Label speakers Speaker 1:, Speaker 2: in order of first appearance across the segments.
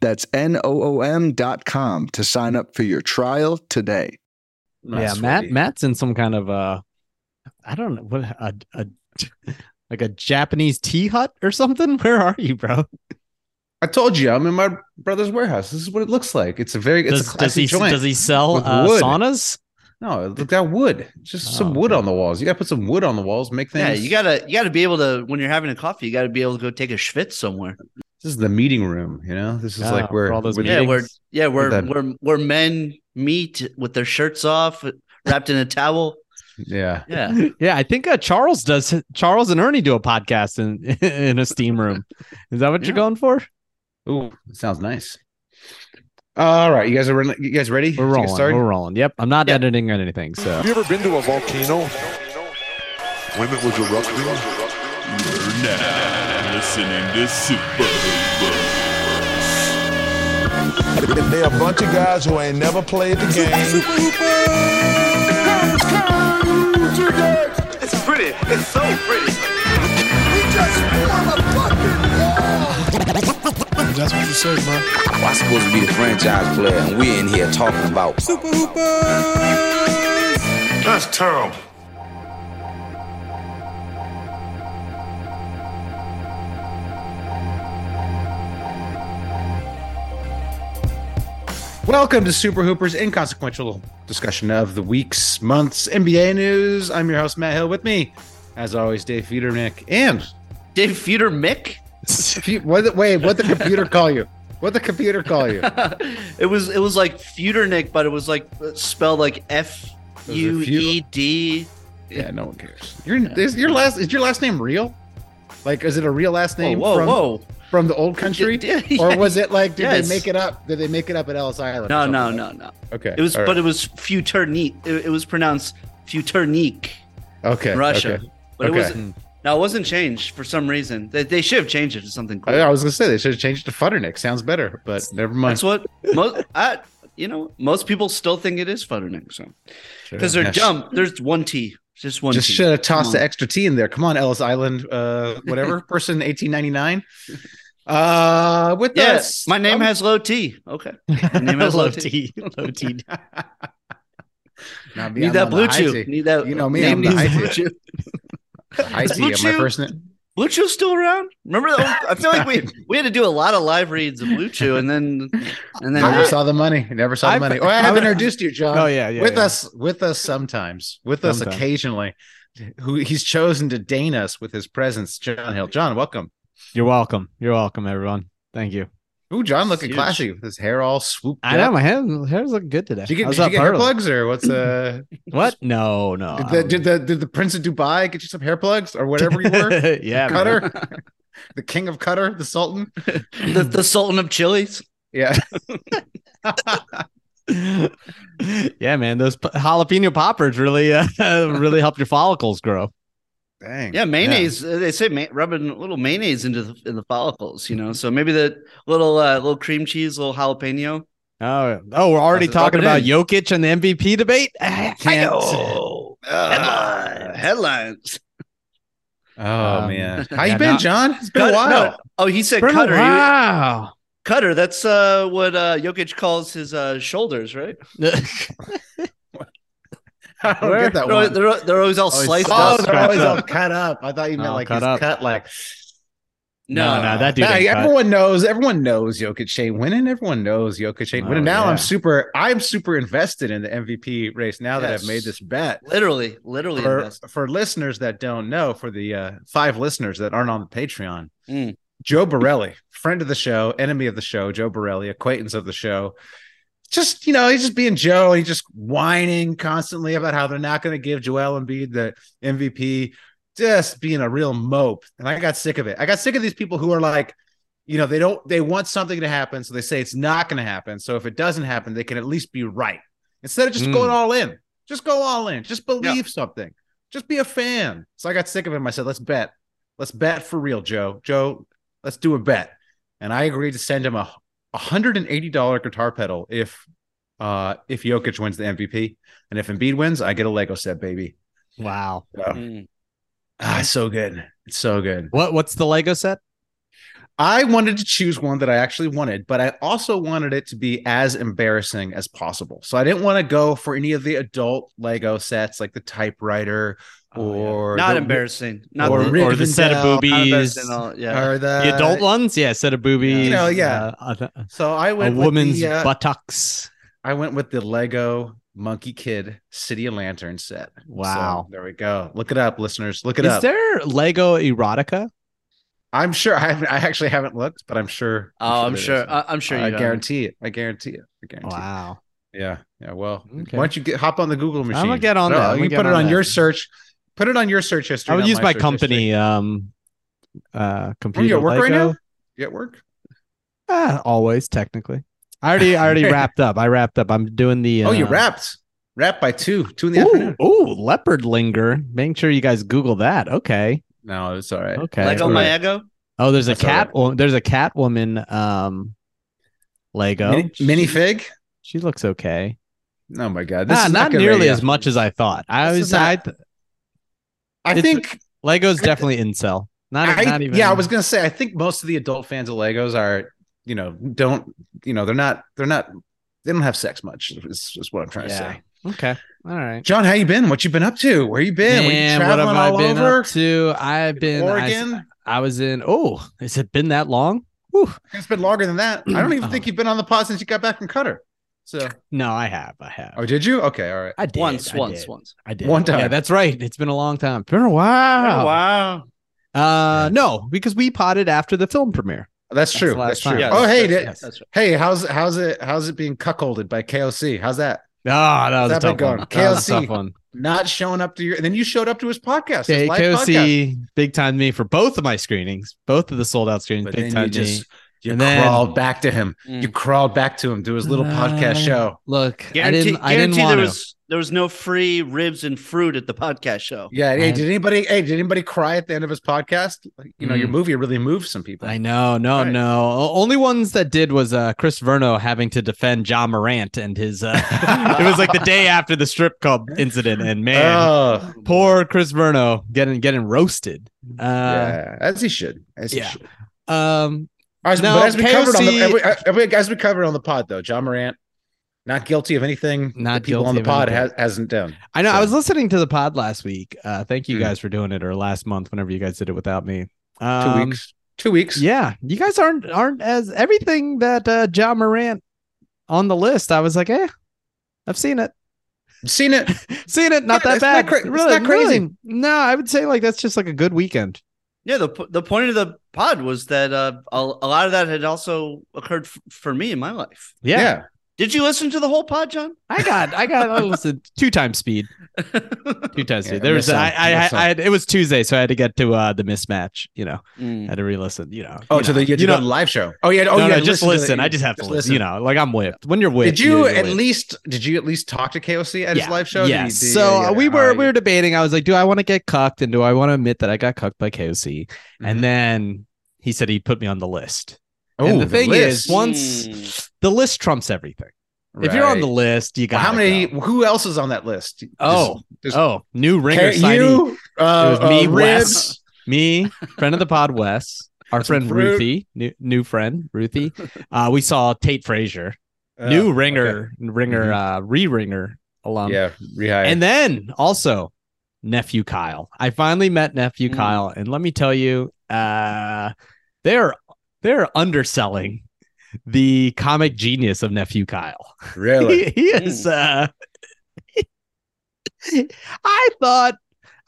Speaker 1: That's N O O M.com to sign up for your trial today.
Speaker 2: yeah, Matt. Matt's in some kind of uh, I don't know what a, a like a Japanese tea hut or something. Where are you, bro?
Speaker 3: I told you I'm in my brother's warehouse. This is what it looks like. It's a very it's
Speaker 2: Does,
Speaker 3: a
Speaker 2: does
Speaker 3: classy
Speaker 2: he
Speaker 3: joint.
Speaker 2: does he sell
Speaker 3: with
Speaker 2: uh,
Speaker 3: wood.
Speaker 2: saunas?
Speaker 3: no, it looked at wood. It's Just some
Speaker 2: Oh,
Speaker 3: wood
Speaker 2: okay.
Speaker 3: on the walls. You gotta put some wood on the walls. Make things.
Speaker 4: Yeah, you gotta you gotta be able to when you're having a coffee, you gotta be able to go take a schwitz somewhere.
Speaker 3: This is the meeting room. You know, this is
Speaker 2: Oh,
Speaker 3: like where
Speaker 2: for all those
Speaker 3: where the-
Speaker 4: Yeah, where
Speaker 2: meetings?
Speaker 4: yeah, where
Speaker 3: that-
Speaker 4: where where men meet with their shirts off, wrapped in a towel.
Speaker 3: yeah.
Speaker 4: Yeah.
Speaker 2: Yeah, I think uh, Charles does. Charles and Ernie do a podcast in in a steam room. Is that what you're
Speaker 4: Yeah.
Speaker 2: going for?
Speaker 3: Ooh, sounds nice. All right, you guys are re- you guys ready?
Speaker 2: We're
Speaker 3: to get
Speaker 2: rolling.
Speaker 3: started?
Speaker 2: We're rolling. Yep, I'm not
Speaker 4: Yeah.
Speaker 2: editing or anything. So
Speaker 5: Have you ever been to a volcano? Women would erupt you.
Speaker 6: You're now listening to Super
Speaker 5: They're a bunch of guys who ain't never played the game.
Speaker 7: It's pretty. It's so pretty.
Speaker 8: I'm supposed to be the franchise player, and we're in here talking about
Speaker 5: That's terrible.
Speaker 3: Welcome to Super Hooper's inconsequential discussion of the week's, months, NBA news. I'm your host Matt Hill. With me, as always, Dave Federnick and
Speaker 4: Dave Feuder Mick?
Speaker 3: Fe- what the- wait, what the computer call you? What the computer call you?
Speaker 4: it was it was like Feudernick, but it was like uh, spelled like F
Speaker 3: a
Speaker 4: U E D.
Speaker 3: Yeah, no one cares. Your is your last is your last name real? Like, is it a real last
Speaker 4: Whoa,
Speaker 3: name
Speaker 4: Oh, whoa,
Speaker 3: from
Speaker 4: whoa.
Speaker 3: from the old country,
Speaker 4: Yeah, yeah.
Speaker 3: or was it like did
Speaker 4: Yes.
Speaker 3: they make it up? Did they make it up at Ellis Island? or
Speaker 4: No,
Speaker 3: something
Speaker 4: no,
Speaker 3: like
Speaker 4: no, no.
Speaker 3: that? Okay,
Speaker 4: It was
Speaker 3: all
Speaker 4: but
Speaker 3: right.
Speaker 4: it was Futurnik. It, it was pronounced Futurnik
Speaker 3: okay,
Speaker 4: in Russia.
Speaker 3: okay.
Speaker 4: But
Speaker 3: Okay.
Speaker 4: it was now it wasn't changed for some reason. They, they should have changed it to something
Speaker 3: I,
Speaker 4: cool.
Speaker 3: I was gonna say they should have changed it to Futternick. Sounds better, but never mind.
Speaker 4: That's what most I you know, most people still think it is Futurnik, so because they're
Speaker 3: Yes.
Speaker 4: dumb. There's one T. Just one
Speaker 3: Just
Speaker 4: T.
Speaker 3: should have tossed
Speaker 4: Come
Speaker 3: the
Speaker 4: on.
Speaker 3: extra T in there. Come on, Ellis Island, uh, whatever person, eighteen ninety nine. Uh, with
Speaker 4: Yes,
Speaker 3: us,
Speaker 4: my name
Speaker 3: um,
Speaker 4: has low T. Okay, my name has low
Speaker 2: low
Speaker 4: T.
Speaker 2: T, low T.
Speaker 3: Nah, me,
Speaker 4: Need
Speaker 3: I'm
Speaker 4: that
Speaker 3: on the
Speaker 4: blue
Speaker 3: high
Speaker 4: chew.
Speaker 3: T.
Speaker 4: Need that.
Speaker 3: You know me,
Speaker 4: name
Speaker 3: I'm the
Speaker 4: needs
Speaker 3: high
Speaker 4: blue
Speaker 3: T.
Speaker 4: chew.
Speaker 3: High
Speaker 4: Is
Speaker 3: T,
Speaker 4: blue
Speaker 3: am I
Speaker 4: chew-
Speaker 3: first name?
Speaker 4: Blue Chew's still around. Remember that? I feel like we we had to do a lot of live reads of Blue Chew, and then and then
Speaker 3: Never saw the money. Never saw the
Speaker 2: I've-
Speaker 3: money. Oh, I
Speaker 2: I've-
Speaker 3: haven't introduced you, John.
Speaker 2: Oh, yeah, yeah,
Speaker 3: With
Speaker 2: yeah.
Speaker 3: us, with us sometimes, with us
Speaker 2: Sometimes.
Speaker 3: occasionally. Who he's chosen to deign us with his presence, John Hill. John, welcome.
Speaker 2: You're welcome. You're welcome, everyone. Thank you.
Speaker 3: Ooh, John, looking
Speaker 4: Huge.
Speaker 3: classy with his hair all swooped.
Speaker 2: I know
Speaker 3: up.
Speaker 2: my hair, hair's looking good today.
Speaker 3: Did you
Speaker 2: I
Speaker 3: get,
Speaker 2: was
Speaker 3: did you
Speaker 2: up
Speaker 3: get hair
Speaker 2: early.
Speaker 3: plugs or what's uh?
Speaker 2: What? No, no.
Speaker 3: Did
Speaker 2: I
Speaker 3: the,
Speaker 2: don't-
Speaker 3: did the did the Prince of Dubai get you some hair plugs or whatever you were?
Speaker 2: yeah, man.
Speaker 3: Cutter, the King of Cutter, the Sultan.
Speaker 4: the, the Sultan of Chili's.
Speaker 3: Yeah,
Speaker 2: yeah, man. Those p- jalapeno poppers really, uh, really help your follicles grow.
Speaker 3: dang.
Speaker 4: Yeah, mayonnaise. uh They say ma- rubbing a little mayonnaise into the in the follicles, you know. So maybe the little uh, little cream cheese, little jalapeno.
Speaker 2: Oh, oh, we're already
Speaker 4: That's what
Speaker 2: talking
Speaker 4: it
Speaker 2: about
Speaker 4: is.
Speaker 2: Jokic and the MVP debate. Ah,
Speaker 3: Can't-
Speaker 2: hi-yo.
Speaker 4: Headlines. Uh, Headlines.
Speaker 3: Oh
Speaker 2: Um,
Speaker 3: man, how
Speaker 2: yeah,
Speaker 3: you been,
Speaker 2: not-
Speaker 3: John? It's been a
Speaker 4: Cutter-
Speaker 3: while.
Speaker 4: no, oh, he said
Speaker 2: Bro,
Speaker 4: cutter. He-
Speaker 2: Wow.
Speaker 4: cutter. That's uh, what uh, Jokic calls his uh, shoulders, right?
Speaker 3: I don't
Speaker 2: Where-
Speaker 3: get that
Speaker 4: They're,
Speaker 3: one.
Speaker 4: they're, they're always all
Speaker 2: Always
Speaker 4: sliced
Speaker 3: Oh,
Speaker 4: up.
Speaker 2: stuff
Speaker 3: they're always
Speaker 2: scratched
Speaker 3: all
Speaker 2: up.
Speaker 3: cut up. I thought you meant
Speaker 2: No,
Speaker 3: like
Speaker 2: Oh, cut
Speaker 3: cut
Speaker 2: up.
Speaker 3: cut like.
Speaker 2: No, no, that dude.
Speaker 3: Nah,
Speaker 2: ain't cut.
Speaker 3: everyone knows. Everyone knows Jokic ain't winning. Everyone knows Jokic ain't
Speaker 2: Oh,
Speaker 3: winning. Now
Speaker 2: yeah.
Speaker 3: I'm super. I'm super invested in the MVP race. Now that
Speaker 4: Yes.
Speaker 3: I've made this bet.
Speaker 4: Literally, literally.
Speaker 3: For,
Speaker 4: invest-
Speaker 3: for listeners that don't know, for the uh, five listeners that aren't on the Patreon,
Speaker 4: Mm.
Speaker 3: Joe Borelli, friend of the show, enemy of the show, Joe Borelli, acquaintance of the show. Just, you know, he's just being Joe and he's just whining constantly about how they're not going to give Joel Embiid the MVP, just being a real mope. And I got sick of it. I got sick of these people who are like, you know, they don't they want something to happen, so they say it's not going to happen. So if it doesn't happen, they can at least be right instead of just
Speaker 2: Mm.
Speaker 3: going all in. Just go all in. Just believe something. Just be a fan. So I got sick of him. I said, "Let's bet. Let's bet for real, Joe. Joe, let's do a bet." And I agreed to send him a $180 guitar pedal if uh if Jokic wins the MVP and if Embiid wins, I get a Lego set, baby.
Speaker 2: Wow.
Speaker 4: Mm.
Speaker 3: Ah, it's so good. It's so good.
Speaker 2: What what's the Lego set?
Speaker 3: I wanted to choose one that I actually wanted, but I also wanted it to be as embarrassing as possible. So I didn't want to go for any of the adult Lego sets like the typewriter or
Speaker 4: Oh, Not
Speaker 3: the-
Speaker 4: embarrassing. Not
Speaker 3: or
Speaker 4: the,
Speaker 3: Rick
Speaker 2: or the set of
Speaker 3: Vendell,
Speaker 4: not
Speaker 2: boobies.
Speaker 4: embarrassing at all. Yeah.
Speaker 3: or the,
Speaker 2: the adult ones? Yeah, set of boobies.
Speaker 3: You know, Uh, yeah.
Speaker 2: uh, a-
Speaker 3: So I
Speaker 2: a
Speaker 3: went with
Speaker 2: woman's
Speaker 3: the, uh,
Speaker 2: buttocks.
Speaker 3: I went with the Lego Monkey Kid City of Lantern set.
Speaker 2: Wow.
Speaker 3: So there we go. Look it up, listeners. Look it
Speaker 2: Is
Speaker 3: up.
Speaker 2: there Lego erotica?
Speaker 3: I'm sure I, haven't- I actually haven't looked, but I'm sure.
Speaker 4: Oh, I'm
Speaker 3: there
Speaker 4: sure.
Speaker 3: is.
Speaker 4: I, I'm sure.
Speaker 3: I
Speaker 4: you don't.
Speaker 3: guarantee it. I guarantee it. I guarantee it.
Speaker 2: Wow.
Speaker 3: Yeah. Yeah. Well,
Speaker 2: Okay.
Speaker 3: why don't you get hop on the Google machine?
Speaker 2: get on that. I'm
Speaker 3: You
Speaker 2: gonna
Speaker 3: can
Speaker 2: get
Speaker 3: put it
Speaker 2: on
Speaker 3: on
Speaker 2: that.
Speaker 3: your search. Put it on your search history.
Speaker 2: I would
Speaker 3: not
Speaker 2: use my
Speaker 3: search
Speaker 2: company
Speaker 3: history.
Speaker 2: um uh
Speaker 3: Are you
Speaker 2: computer
Speaker 3: at work right
Speaker 2: Lego.
Speaker 3: now? You at work?
Speaker 2: Ah, always technically. I already I already wrapped up. I wrapped up. I'm doing the
Speaker 3: Oh, you
Speaker 2: uh,
Speaker 3: wrapped. Wrapped by two, two in the
Speaker 2: Ooh,
Speaker 3: afternoon.
Speaker 2: ooh, leopard linger. Making sure you guys Google that. Okay.
Speaker 3: No, it's all right.
Speaker 2: Okay.
Speaker 4: Lego
Speaker 3: All
Speaker 4: my
Speaker 3: right.
Speaker 4: ego.
Speaker 2: Oh, there's a
Speaker 3: That's all right.
Speaker 2: cat. wo- there's a cat woman. Um, Lego.
Speaker 3: Mini, minifig?
Speaker 2: she looks okay.
Speaker 3: Oh my god.
Speaker 2: Nah,
Speaker 3: is
Speaker 2: not
Speaker 3: gonna
Speaker 2: nearly
Speaker 3: be-
Speaker 2: as much as I thought. I
Speaker 3: This
Speaker 2: was.
Speaker 3: is not-
Speaker 2: I th-
Speaker 3: I
Speaker 2: it's-
Speaker 3: think
Speaker 2: Lego's definitely incel. Not,
Speaker 3: I,
Speaker 2: not even.
Speaker 3: yeah, I was gonna say I think most of the adult fans of Legos are, you know, don't you know, they're not they're not they don't have sex much, is, is what I'm trying to
Speaker 2: Yeah.
Speaker 3: say.
Speaker 2: Okay. All right.
Speaker 3: John, how you been? What you been up to? Where you been? Were you
Speaker 2: Man, what
Speaker 3: traveling
Speaker 2: have I
Speaker 3: all
Speaker 2: been
Speaker 3: over?
Speaker 2: up to? I've been. I s-
Speaker 3: Oregon?
Speaker 2: I, was in. Oh, has it been that long? Whew.
Speaker 3: It's been longer than that. I don't even
Speaker 2: Oh.
Speaker 3: think you've been on the pod since you got back from Qatar. So,
Speaker 2: No, I have. I have.
Speaker 3: oh, did you? Okay, all right.
Speaker 2: I did.
Speaker 4: Once,
Speaker 2: I
Speaker 4: once,
Speaker 2: did,
Speaker 4: once.
Speaker 2: I did.
Speaker 3: One time.
Speaker 2: Yeah, that's right. It's been a long time. Been a while.
Speaker 4: Oh, Wow.
Speaker 2: Uh, no, because we potted after the film premiere.
Speaker 3: That's true.
Speaker 2: last
Speaker 3: That's,
Speaker 2: time.
Speaker 3: true.
Speaker 2: Yeah,
Speaker 3: oh, hey, did,
Speaker 2: yes.
Speaker 4: That's right.
Speaker 3: hey, how's how's it how's it being cuckolded by KOC? How's that?
Speaker 2: Oh, that was a
Speaker 3: How's that
Speaker 2: tough
Speaker 3: been
Speaker 2: one.
Speaker 3: going?
Speaker 2: That was a
Speaker 3: KLC.
Speaker 2: tough one.
Speaker 3: Not showing up to your and then you showed up to his podcast.
Speaker 2: Okay,
Speaker 3: his live podcast.
Speaker 2: KOC big time me for both of my screenings, both of the sold out screenings.
Speaker 3: But
Speaker 2: big
Speaker 3: then
Speaker 2: time
Speaker 3: you just
Speaker 2: me.
Speaker 3: you
Speaker 2: And then-
Speaker 3: crawled back to him.
Speaker 4: Mm.
Speaker 3: You crawled back to him to his little podcast
Speaker 2: Uh,
Speaker 3: show.
Speaker 2: Look, I
Speaker 4: Guarantee,
Speaker 2: didn't. I didn't
Speaker 4: guarantee
Speaker 2: want
Speaker 4: there
Speaker 2: to.
Speaker 4: was there was no free ribs and fruit at the podcast show.
Speaker 3: Yeah. Hey,
Speaker 2: I-
Speaker 3: did anybody? Hey, did anybody cry at the end of his podcast? Like, you know, your
Speaker 2: Mm.
Speaker 3: movie really moved some people.
Speaker 2: I know, no,
Speaker 3: Right.
Speaker 2: no. O- Only ones that did was uh, Chris Verno having to defend John Morant and his. Uh, it was like the day after the strip club incident, and man,
Speaker 3: Oh,
Speaker 2: poor Chris Verno getting getting roasted. Uh,
Speaker 3: yeah, as he should. As he
Speaker 2: yeah.
Speaker 3: should.
Speaker 2: Um,
Speaker 3: As,
Speaker 2: No,
Speaker 3: but as we covered on the
Speaker 2: KOC
Speaker 3: every, uh, every- as we covered on the pod though, John Morant not guilty of anything.
Speaker 2: Not
Speaker 3: that people on
Speaker 2: guilty
Speaker 3: the
Speaker 2: of
Speaker 3: pod
Speaker 2: anything.
Speaker 3: has, hasn't done.
Speaker 2: I know. I
Speaker 3: So-
Speaker 2: was listening to the pod last week. Uh, thank you
Speaker 3: Mm.
Speaker 2: guys for doing it, or last month, whenever you guys did it without me.
Speaker 3: Two
Speaker 2: Um,
Speaker 3: weeks. Two weeks.
Speaker 2: Yeah, you guys aren't aren't as everything that uh, John Morant on the list. I was like, eh, I've seen it,
Speaker 3: Seen it.
Speaker 2: seen it. Not
Speaker 3: Yeah,
Speaker 2: that
Speaker 3: it's not
Speaker 2: bad.
Speaker 3: cra- it's not crazy.
Speaker 2: really. no, I would say like that's just like a good weekend.
Speaker 4: Yeah, the po- the point of the pod was that uh, a, a lot of that had also occurred f- for me in my life.
Speaker 2: Yeah,
Speaker 4: Did you listen to the whole pod, John?
Speaker 2: I got I got I listened two times speed, two times
Speaker 3: oh, Yeah,
Speaker 2: speed. There
Speaker 3: miss
Speaker 2: was
Speaker 3: some,
Speaker 2: I I,
Speaker 3: miss
Speaker 2: I,
Speaker 3: some.
Speaker 2: I had, it was Tuesday, so I had to get to uh, the mismatch. You know, I
Speaker 4: Mm.
Speaker 2: had to re-listen. You know.
Speaker 3: Oh,
Speaker 2: you
Speaker 3: so
Speaker 2: know,
Speaker 3: they you had to
Speaker 2: you
Speaker 3: go
Speaker 2: know,
Speaker 3: to the live show. Oh yeah. Oh
Speaker 2: no,
Speaker 3: yeah.
Speaker 2: no, just listen. I just have to
Speaker 3: just
Speaker 2: listen. You know, like I'm whipped. When you're whipped,
Speaker 3: Did you
Speaker 2: you're- you're
Speaker 3: at
Speaker 2: whipped.
Speaker 3: least did you at least talk to KOC at his
Speaker 2: Yeah.
Speaker 3: live show? Did
Speaker 2: Yes.
Speaker 3: you- did-
Speaker 2: so
Speaker 3: yeah, yeah,
Speaker 2: uh, we
Speaker 3: yeah.
Speaker 2: were
Speaker 3: All
Speaker 2: we were
Speaker 3: right.
Speaker 2: debating. I was like, do I want to get cucked and do I want to admit that I got cucked by KOC? And then he said he put me on the list.
Speaker 3: Ooh,
Speaker 2: and the, thing is,
Speaker 3: Oh, list. Hmm.
Speaker 2: once
Speaker 4: Mm.
Speaker 2: the list trumps everything. If you're on the
Speaker 3: Right.
Speaker 2: list, you got
Speaker 3: how many?
Speaker 2: Go.
Speaker 3: Who else is on that list? Is-
Speaker 2: Oh,
Speaker 3: does-
Speaker 2: oh, new ringer
Speaker 3: Car-
Speaker 2: signee.
Speaker 3: you, uh,
Speaker 2: it was me,
Speaker 3: uh, Ribs,
Speaker 2: Wes, me, friend of the pod, Wes, our
Speaker 3: Some
Speaker 2: friend
Speaker 3: fruit.
Speaker 2: Ruthie, new, new friend Ruthie. Uh, we saw Tate Frazier, new
Speaker 3: Oh,
Speaker 2: ringer, ringer, uh, re-ringer
Speaker 3: okay.
Speaker 2: alum.
Speaker 3: Yeah, rehired.
Speaker 2: And then also nephew Kyle. I finally met nephew
Speaker 4: Mm.
Speaker 2: Kyle, and let me tell you, uh, they're they're underselling the comic genius of nephew Kyle.
Speaker 3: really,
Speaker 2: He, he is. Uh, I thought.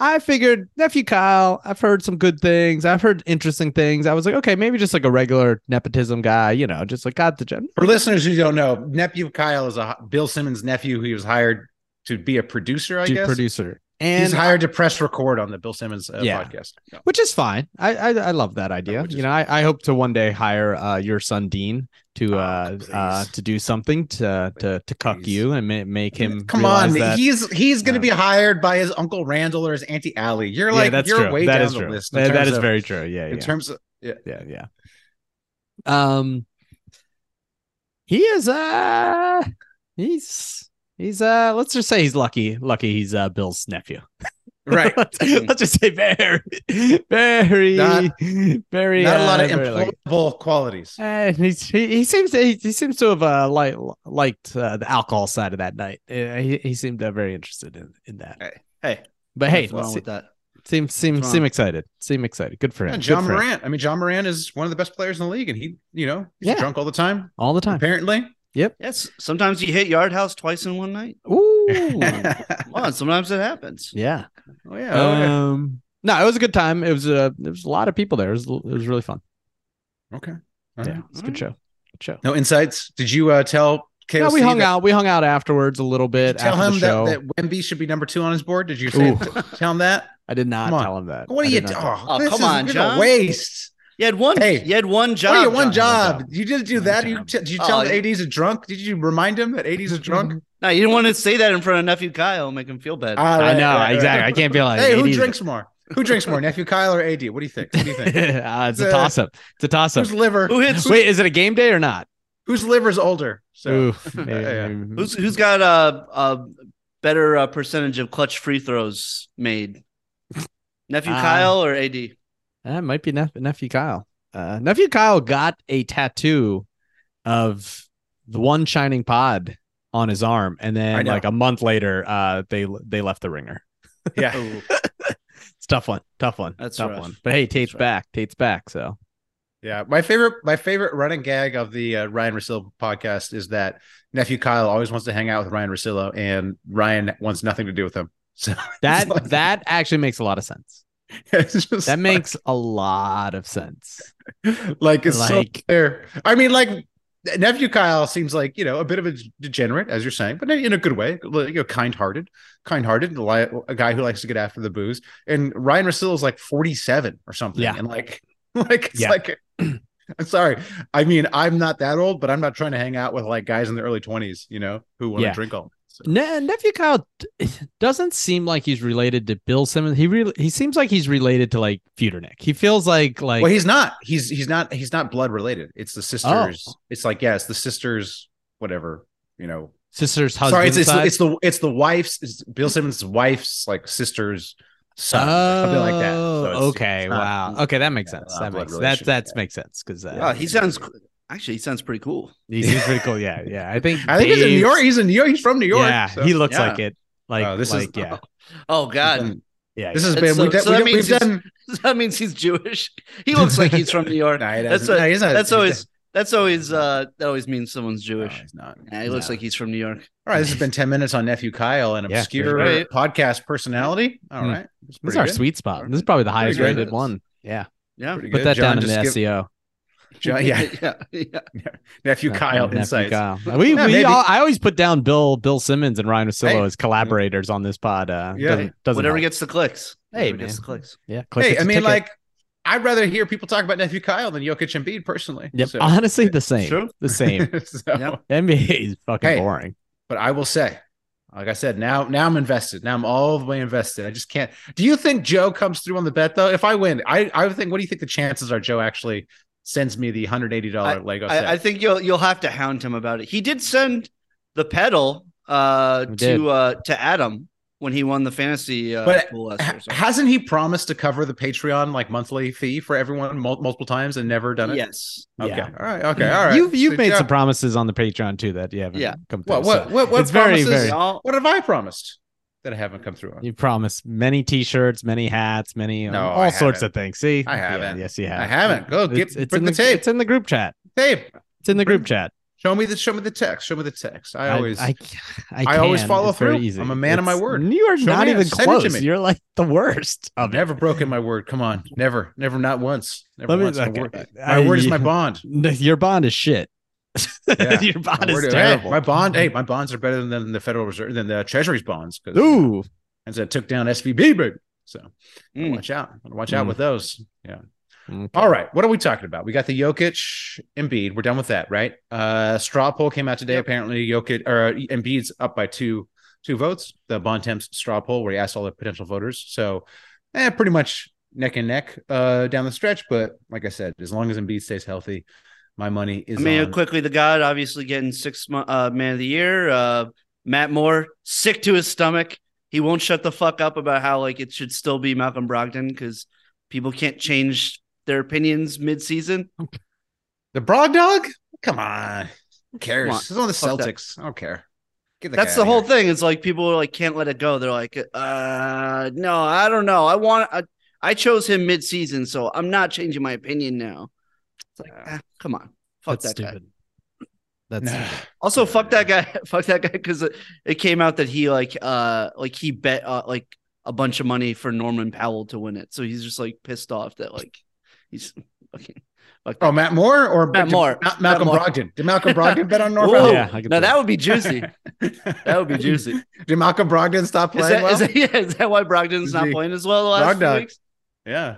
Speaker 2: I figured nephew Kyle. I've heard some good things. I've heard interesting things. I was like, okay, maybe just like a regular nepotism guy, you know, just like got the gen.
Speaker 3: For listeners who don't know, nephew Kyle is a Bill Simmons' nephew. He was hired to be a producer, I
Speaker 2: Dude,
Speaker 3: guess,
Speaker 2: producer. And
Speaker 3: He's hired to press record on the Bill Simmons uh,
Speaker 2: Yeah.
Speaker 3: podcast.
Speaker 2: which is fine. I I, I love that idea.
Speaker 3: Which is
Speaker 2: You know, I, I hope to one day hire uh, your son Dean to
Speaker 3: Oh,
Speaker 2: uh, uh
Speaker 3: please.
Speaker 2: to do something to to to cuck
Speaker 3: Please.
Speaker 2: you and ma- make him
Speaker 3: Come
Speaker 2: realize
Speaker 3: on,
Speaker 2: that-
Speaker 3: he's he's going to
Speaker 2: Yeah.
Speaker 3: be hired by his uncle Randall or his auntie Allie. You're like
Speaker 2: yeah, that's
Speaker 3: you're
Speaker 2: true.
Speaker 3: way
Speaker 2: That
Speaker 3: down
Speaker 2: is
Speaker 3: the
Speaker 2: true.
Speaker 3: list. in
Speaker 2: That- that
Speaker 3: terms
Speaker 2: is
Speaker 3: of-
Speaker 2: very true. Yeah,
Speaker 3: in
Speaker 2: yeah,
Speaker 3: terms of yeah.
Speaker 2: yeah, yeah. Um, he is uh, he's he's uh, let's just say he's lucky. Lucky he's uh Bill's nephew.
Speaker 3: right.
Speaker 2: let's, let's just say very, very,
Speaker 3: Not-
Speaker 2: very
Speaker 3: Not a
Speaker 2: uh,
Speaker 3: lot of
Speaker 2: very lucky.
Speaker 3: employable qualities.
Speaker 2: Uh, he's, he he seems he, he seems to have uh, li- liked uh, the alcohol side of that night. Uh, he he seemed uh, very interested in, in that.
Speaker 4: Hey, hey.
Speaker 2: but hey,
Speaker 4: What's wrong
Speaker 2: se-
Speaker 4: with that?
Speaker 2: seem seem
Speaker 4: wrong?
Speaker 2: seem excited. Seem excited. Good for him.
Speaker 3: Yeah,
Speaker 2: Good
Speaker 3: John
Speaker 2: for him.
Speaker 3: Morant. I mean, John Moran is one of the best players in the league, and he, you know, he's
Speaker 2: Yeah.
Speaker 3: drunk all the time.
Speaker 2: all the time.
Speaker 3: Apparently,
Speaker 4: Yes. Sometimes you hit Yard House twice in one night.
Speaker 2: Ooh,
Speaker 4: Come on. Sometimes it happens.
Speaker 2: yeah.
Speaker 3: oh yeah, oh, yeah.
Speaker 2: Um, no, it was a good time. It was uh, there was a lot of people there. It was it was really fun.
Speaker 3: okay. All
Speaker 2: Yeah,
Speaker 3: right.
Speaker 2: it's a good show. Good show.
Speaker 3: No insights. Did you uh, tell KOC?
Speaker 2: Yeah, we hung
Speaker 3: that-
Speaker 2: out. We hung out afterwards a little bit.
Speaker 3: Tell
Speaker 2: after
Speaker 3: him
Speaker 2: the show.
Speaker 3: that, that Wemby should be number two on his board. Did you say,
Speaker 2: Ooh.
Speaker 3: tell him that?
Speaker 2: I did not
Speaker 3: Come on.
Speaker 2: tell him that.
Speaker 3: What
Speaker 2: I
Speaker 3: are
Speaker 2: did
Speaker 3: you?
Speaker 2: not
Speaker 3: do-
Speaker 2: tell him.
Speaker 3: Oh,
Speaker 4: Oh,
Speaker 3: this
Speaker 4: come
Speaker 3: is
Speaker 4: on,
Speaker 3: been
Speaker 4: John.
Speaker 3: A waste.
Speaker 4: You had one.
Speaker 3: Hey.
Speaker 4: you had one job.
Speaker 3: oh, you one
Speaker 4: John.
Speaker 3: job. You didn't do that. You
Speaker 2: job.
Speaker 3: t- did you
Speaker 4: Oh, Mm-hmm.
Speaker 3: tell him
Speaker 4: you-
Speaker 3: AD's a drunk? Did you remind him that AD's a drunk?
Speaker 4: No, you didn't want to say that in front of nephew Kyle. Make him feel bad.
Speaker 3: Ah,
Speaker 2: I
Speaker 3: right,
Speaker 2: know
Speaker 3: right, right.
Speaker 2: exactly. I can't be like.
Speaker 3: Hey, who
Speaker 2: "Idiot."
Speaker 3: drinks more? Who drinks more, nephew Kyle or AD? What do you think? What do you think?
Speaker 2: uh, it's a
Speaker 3: Uh,
Speaker 2: toss up. It's a toss up.
Speaker 3: Whose liver?
Speaker 4: Who hits?
Speaker 2: Wait, is it a game day or not?
Speaker 3: Whose liver's older? So
Speaker 2: Oof,
Speaker 3: yeah,
Speaker 2: maybe-
Speaker 3: yeah.
Speaker 2: maybe-
Speaker 4: Who's who's got a a better uh, percentage of clutch free throws made? Nephew
Speaker 2: Ah.
Speaker 4: Kyle or AD?
Speaker 2: that might be nep- nephew Kyle. Uh, nephew Kyle got a tattoo of the one shining pod on his arm, and
Speaker 3: I
Speaker 2: then
Speaker 3: know.
Speaker 2: like a month later, uh, they they left the ringer.
Speaker 3: yeah.
Speaker 4: Oh,
Speaker 2: It's a tough one, tough one,
Speaker 4: That's
Speaker 2: tough
Speaker 4: rough.
Speaker 2: one. But hey, Tate's
Speaker 4: rough.
Speaker 2: back. Tate's back. So
Speaker 3: Yeah, my favorite my favorite running gag of the uh, Ryan Rosillo podcast is that nephew Kyle always wants to hang out with Ryan Rosillo, and Ryan wants nothing to do with him. So
Speaker 2: that
Speaker 3: like-
Speaker 2: that actually makes a lot of sense.
Speaker 3: it's just
Speaker 2: That makes a lot of sense.
Speaker 3: like it's so
Speaker 2: like-
Speaker 3: fair. I mean, like nephew Kyle seems like you know a bit of a degenerate, as you're saying, but in a good way. Like, You know, kind-hearted, kind-hearted, li- a guy who likes to get after the booze. And Ryan Rosillo is like 47 or something,
Speaker 2: Yeah.
Speaker 3: and like like it's
Speaker 2: Yeah.
Speaker 3: like. I'm sorry. I mean, I'm not that old, but I'm not trying to hang out with like guys in their early 20s, you know, who want to
Speaker 2: Yeah.
Speaker 3: drink all. So,
Speaker 2: Ne- nephew Kyle d- doesn't seem like he's related to Bill Simmons. He really he seems like he's related to like Feudernick. He feels like like
Speaker 3: well, he's not. He's he's not he's not blood related. It's the sisters.
Speaker 2: Oh.
Speaker 3: It's like yeah, it's the sisters. Whatever you know,
Speaker 2: sister's husband.
Speaker 3: Sorry, it's, it's, the,
Speaker 2: side.
Speaker 3: it's the it's the wife's it's Bill Simmons' wife's like sister's son, or something like that. So
Speaker 2: Oh,
Speaker 3: it's-
Speaker 2: okay,
Speaker 3: it's not-
Speaker 2: wow, okay, that makes
Speaker 3: yeah,
Speaker 2: sense.
Speaker 3: uh,
Speaker 2: That
Speaker 3: blood
Speaker 2: makes that
Speaker 3: relation,
Speaker 2: that
Speaker 3: yeah.
Speaker 2: makes sense because uh,
Speaker 4: wow, he sounds actually he sounds pretty cool.
Speaker 2: he's, he's pretty cool. Yeah, yeah. I think
Speaker 3: I think he's in New
Speaker 2: Dave's-
Speaker 3: York. He's in New York. He's from New York.
Speaker 2: yeah,
Speaker 3: so-
Speaker 2: he looks
Speaker 4: yeah.
Speaker 2: like it. Like
Speaker 3: Wow, this is-
Speaker 2: like yeah,
Speaker 4: Oh God,
Speaker 3: Done.
Speaker 2: yeah.
Speaker 3: This
Speaker 2: yeah.
Speaker 3: has
Speaker 4: That's
Speaker 3: been
Speaker 4: so-
Speaker 3: we've done.
Speaker 4: so
Speaker 3: we've,
Speaker 4: that means
Speaker 3: we've
Speaker 4: he's-
Speaker 3: done
Speaker 4: that means he's Jewish. He looks like he's from New York.
Speaker 3: no, he
Speaker 4: That's
Speaker 3: doesn't.
Speaker 4: a-
Speaker 3: No, he's not.
Speaker 4: That's
Speaker 3: He's
Speaker 4: always
Speaker 3: not-
Speaker 4: that's always uh that always means someone's
Speaker 3: no,
Speaker 4: Jewish.
Speaker 3: he's not.
Speaker 4: Yeah, he looks like he's from New York.
Speaker 3: All right, this has been ten minutes on nephew Kyle, an
Speaker 2: Yeah,
Speaker 3: obscure
Speaker 4: great.
Speaker 3: podcast personality. All
Speaker 2: Hmm.
Speaker 3: right, it's
Speaker 2: this is
Speaker 3: pretty
Speaker 2: our
Speaker 3: good.
Speaker 2: sweet spot. This is probably the highest
Speaker 3: good.
Speaker 2: rated one. Yeah,
Speaker 4: Yeah.
Speaker 3: Pretty
Speaker 2: put
Speaker 3: good.
Speaker 2: that
Speaker 3: John
Speaker 2: down in the E.
Speaker 3: just give-
Speaker 2: SEO.
Speaker 3: John- yeah,
Speaker 4: yeah, yeah.
Speaker 3: nephew
Speaker 2: Nephew-
Speaker 3: Kyle
Speaker 2: nephew
Speaker 3: insights.
Speaker 2: Kyle. We,
Speaker 3: Yeah,
Speaker 2: we
Speaker 3: maybe.
Speaker 2: all, I always put down Bill Bill Simmons and Ryan Rosillo
Speaker 3: Hey.
Speaker 2: as collaborators on this pod. Uh,
Speaker 3: Yeah.
Speaker 2: doesn't, doesn't
Speaker 4: Whatever
Speaker 2: help.
Speaker 4: gets the clicks.
Speaker 2: Hey,
Speaker 4: Whatever gets
Speaker 2: man.
Speaker 4: the clicks.
Speaker 2: yeah. click
Speaker 3: Hey,
Speaker 2: it's
Speaker 3: I
Speaker 2: a
Speaker 3: mean,
Speaker 2: ticket.
Speaker 3: like I'd rather hear people talk about nephew Kyle than Jokic and Bede personally.
Speaker 2: Yep,
Speaker 3: So-
Speaker 2: honestly, the same.
Speaker 4: True.
Speaker 2: The same.
Speaker 3: so-
Speaker 4: Yeah.
Speaker 2: NBA is fucking
Speaker 3: Hey.
Speaker 2: boring.
Speaker 3: but I will say, like I said, now now I'm invested. Now I'm all the way invested. I just can't. Do you think Joe comes through on the bet though? If I win, I I would think. What do you think the chances are Joe actually sends me the hundred eighty dollar Lego set?
Speaker 4: I, I think you'll you'll have to hound him about it. He did send the pedal uh
Speaker 2: He did.
Speaker 4: to uh to Adam when he won the fantasy uh
Speaker 3: But
Speaker 4: pool last year.
Speaker 3: Ha-
Speaker 4: so-
Speaker 3: hasn't he promised to cover the Patreon like monthly fee for everyone mul- multiple times and never done it?
Speaker 4: Yes.
Speaker 3: Okay.
Speaker 2: Yeah.
Speaker 3: All right. Okay. All right.
Speaker 2: You've you've
Speaker 3: So
Speaker 2: made
Speaker 3: Joe-
Speaker 2: some promises on the Patreon too that you haven't
Speaker 4: Yeah.
Speaker 2: come through.
Speaker 3: What what
Speaker 2: so
Speaker 3: what what
Speaker 2: it's very,
Speaker 3: promises?
Speaker 2: very-
Speaker 4: Y'all-
Speaker 3: What have I promised that I haven't come through on?
Speaker 2: you promised many T-shirts, many hats, many um,
Speaker 3: No, I
Speaker 2: all sorts of things. See,
Speaker 3: I
Speaker 2: Yeah,
Speaker 3: haven't.
Speaker 2: yes, you have.
Speaker 3: I haven't. Go get- bring
Speaker 2: in
Speaker 3: the tape.
Speaker 2: It's in the group chat.
Speaker 3: Hey,
Speaker 2: It's in the
Speaker 3: Bring-
Speaker 2: group chat.
Speaker 3: show me the show me the text. Show me the text. I always
Speaker 2: I, I,
Speaker 3: I always
Speaker 2: can.
Speaker 3: follow
Speaker 2: It's very
Speaker 3: through.
Speaker 2: easy.
Speaker 3: I'm a man of my
Speaker 2: It's-
Speaker 3: word.
Speaker 2: You are
Speaker 3: Show
Speaker 2: not
Speaker 3: me it.
Speaker 2: even
Speaker 3: Send it to
Speaker 2: close.
Speaker 3: me.
Speaker 2: You're like the worst
Speaker 3: I've
Speaker 2: of
Speaker 3: never
Speaker 2: it.
Speaker 3: broken my word. Come on, never, never, not once. Never
Speaker 2: Let me-
Speaker 3: once. My,
Speaker 2: okay.
Speaker 3: word,
Speaker 2: I-
Speaker 3: my word is my bond.
Speaker 2: No, Your bond is shit.
Speaker 3: Yeah.
Speaker 2: Your
Speaker 3: My,
Speaker 2: bond is
Speaker 3: word- hey,
Speaker 2: terrible.
Speaker 3: my bond. Hey, my bonds are better than the Federal Reserve than the Treasury's bonds. 'cause, you know,
Speaker 2: Ooh,
Speaker 3: and so it took down SVB, baby. So
Speaker 4: Mm.
Speaker 3: watch out, watch out
Speaker 2: Mm.
Speaker 3: with those. Yeah.
Speaker 2: Okay.
Speaker 3: All right, what are we talking about? We got the Jokic Embiid. We're done with that, right? Uh straw poll came out today. Apparently, Jokic or uh, Embiid's up by two two votes. The Bon Temps straw poll where he asked all the potential voters. So, eh, pretty much neck and neck uh down the stretch. But like I said, as long as Embiid stays healthy, my money is
Speaker 4: I mean,
Speaker 3: on.
Speaker 4: quickly, the God obviously getting six mo- uh, man of the year. Uh, Matt Moore sick to his stomach. He won't shut the fuck up about how like it should still be Malcolm Brogdon because people can't change their opinions mid season.
Speaker 3: the Brog Dog. Come on, Who cares?
Speaker 4: Come on,
Speaker 3: It's on the
Speaker 4: fuck that.
Speaker 3: Celtics. I don't care. Get
Speaker 4: That's
Speaker 3: guy
Speaker 4: the
Speaker 3: outta
Speaker 4: whole
Speaker 3: here.
Speaker 4: thing. It's like people like can't let it go. They're like, uh, no, I don't know. I want. I, I chose him mid season, so I'm not changing my opinion now. It's like, ah, come on, fuck
Speaker 2: That's
Speaker 4: that guy.
Speaker 2: stupid. That's
Speaker 3: Nah.
Speaker 2: stupid.
Speaker 4: Also, fuck that guy. Fuck that guy because it, it came out that he like uh like he bet uh, like a bunch of money for Norman Powell to win it. So he's just like pissed off that like he's fucking fuck that.
Speaker 3: Oh, Matt Moore or
Speaker 4: Matt
Speaker 3: did
Speaker 4: Moore.
Speaker 3: Ma- Malcolm
Speaker 4: Matt Moore.
Speaker 3: Brogdon. Did Malcolm Brogdon bet on North?
Speaker 4: Whoa.
Speaker 3: Valley?
Speaker 2: Yeah, I can
Speaker 4: now
Speaker 2: see
Speaker 4: that would be juicy.
Speaker 3: that
Speaker 4: That would be juicy. Is
Speaker 3: Did Malcolm Brogdon stop playing
Speaker 4: that,
Speaker 3: well?
Speaker 4: is that- yeah, is that why Brogdon's
Speaker 3: Is
Speaker 4: not
Speaker 3: he-
Speaker 4: playing as well the last few
Speaker 3: Brogdon.
Speaker 4: weeks?
Speaker 3: yeah.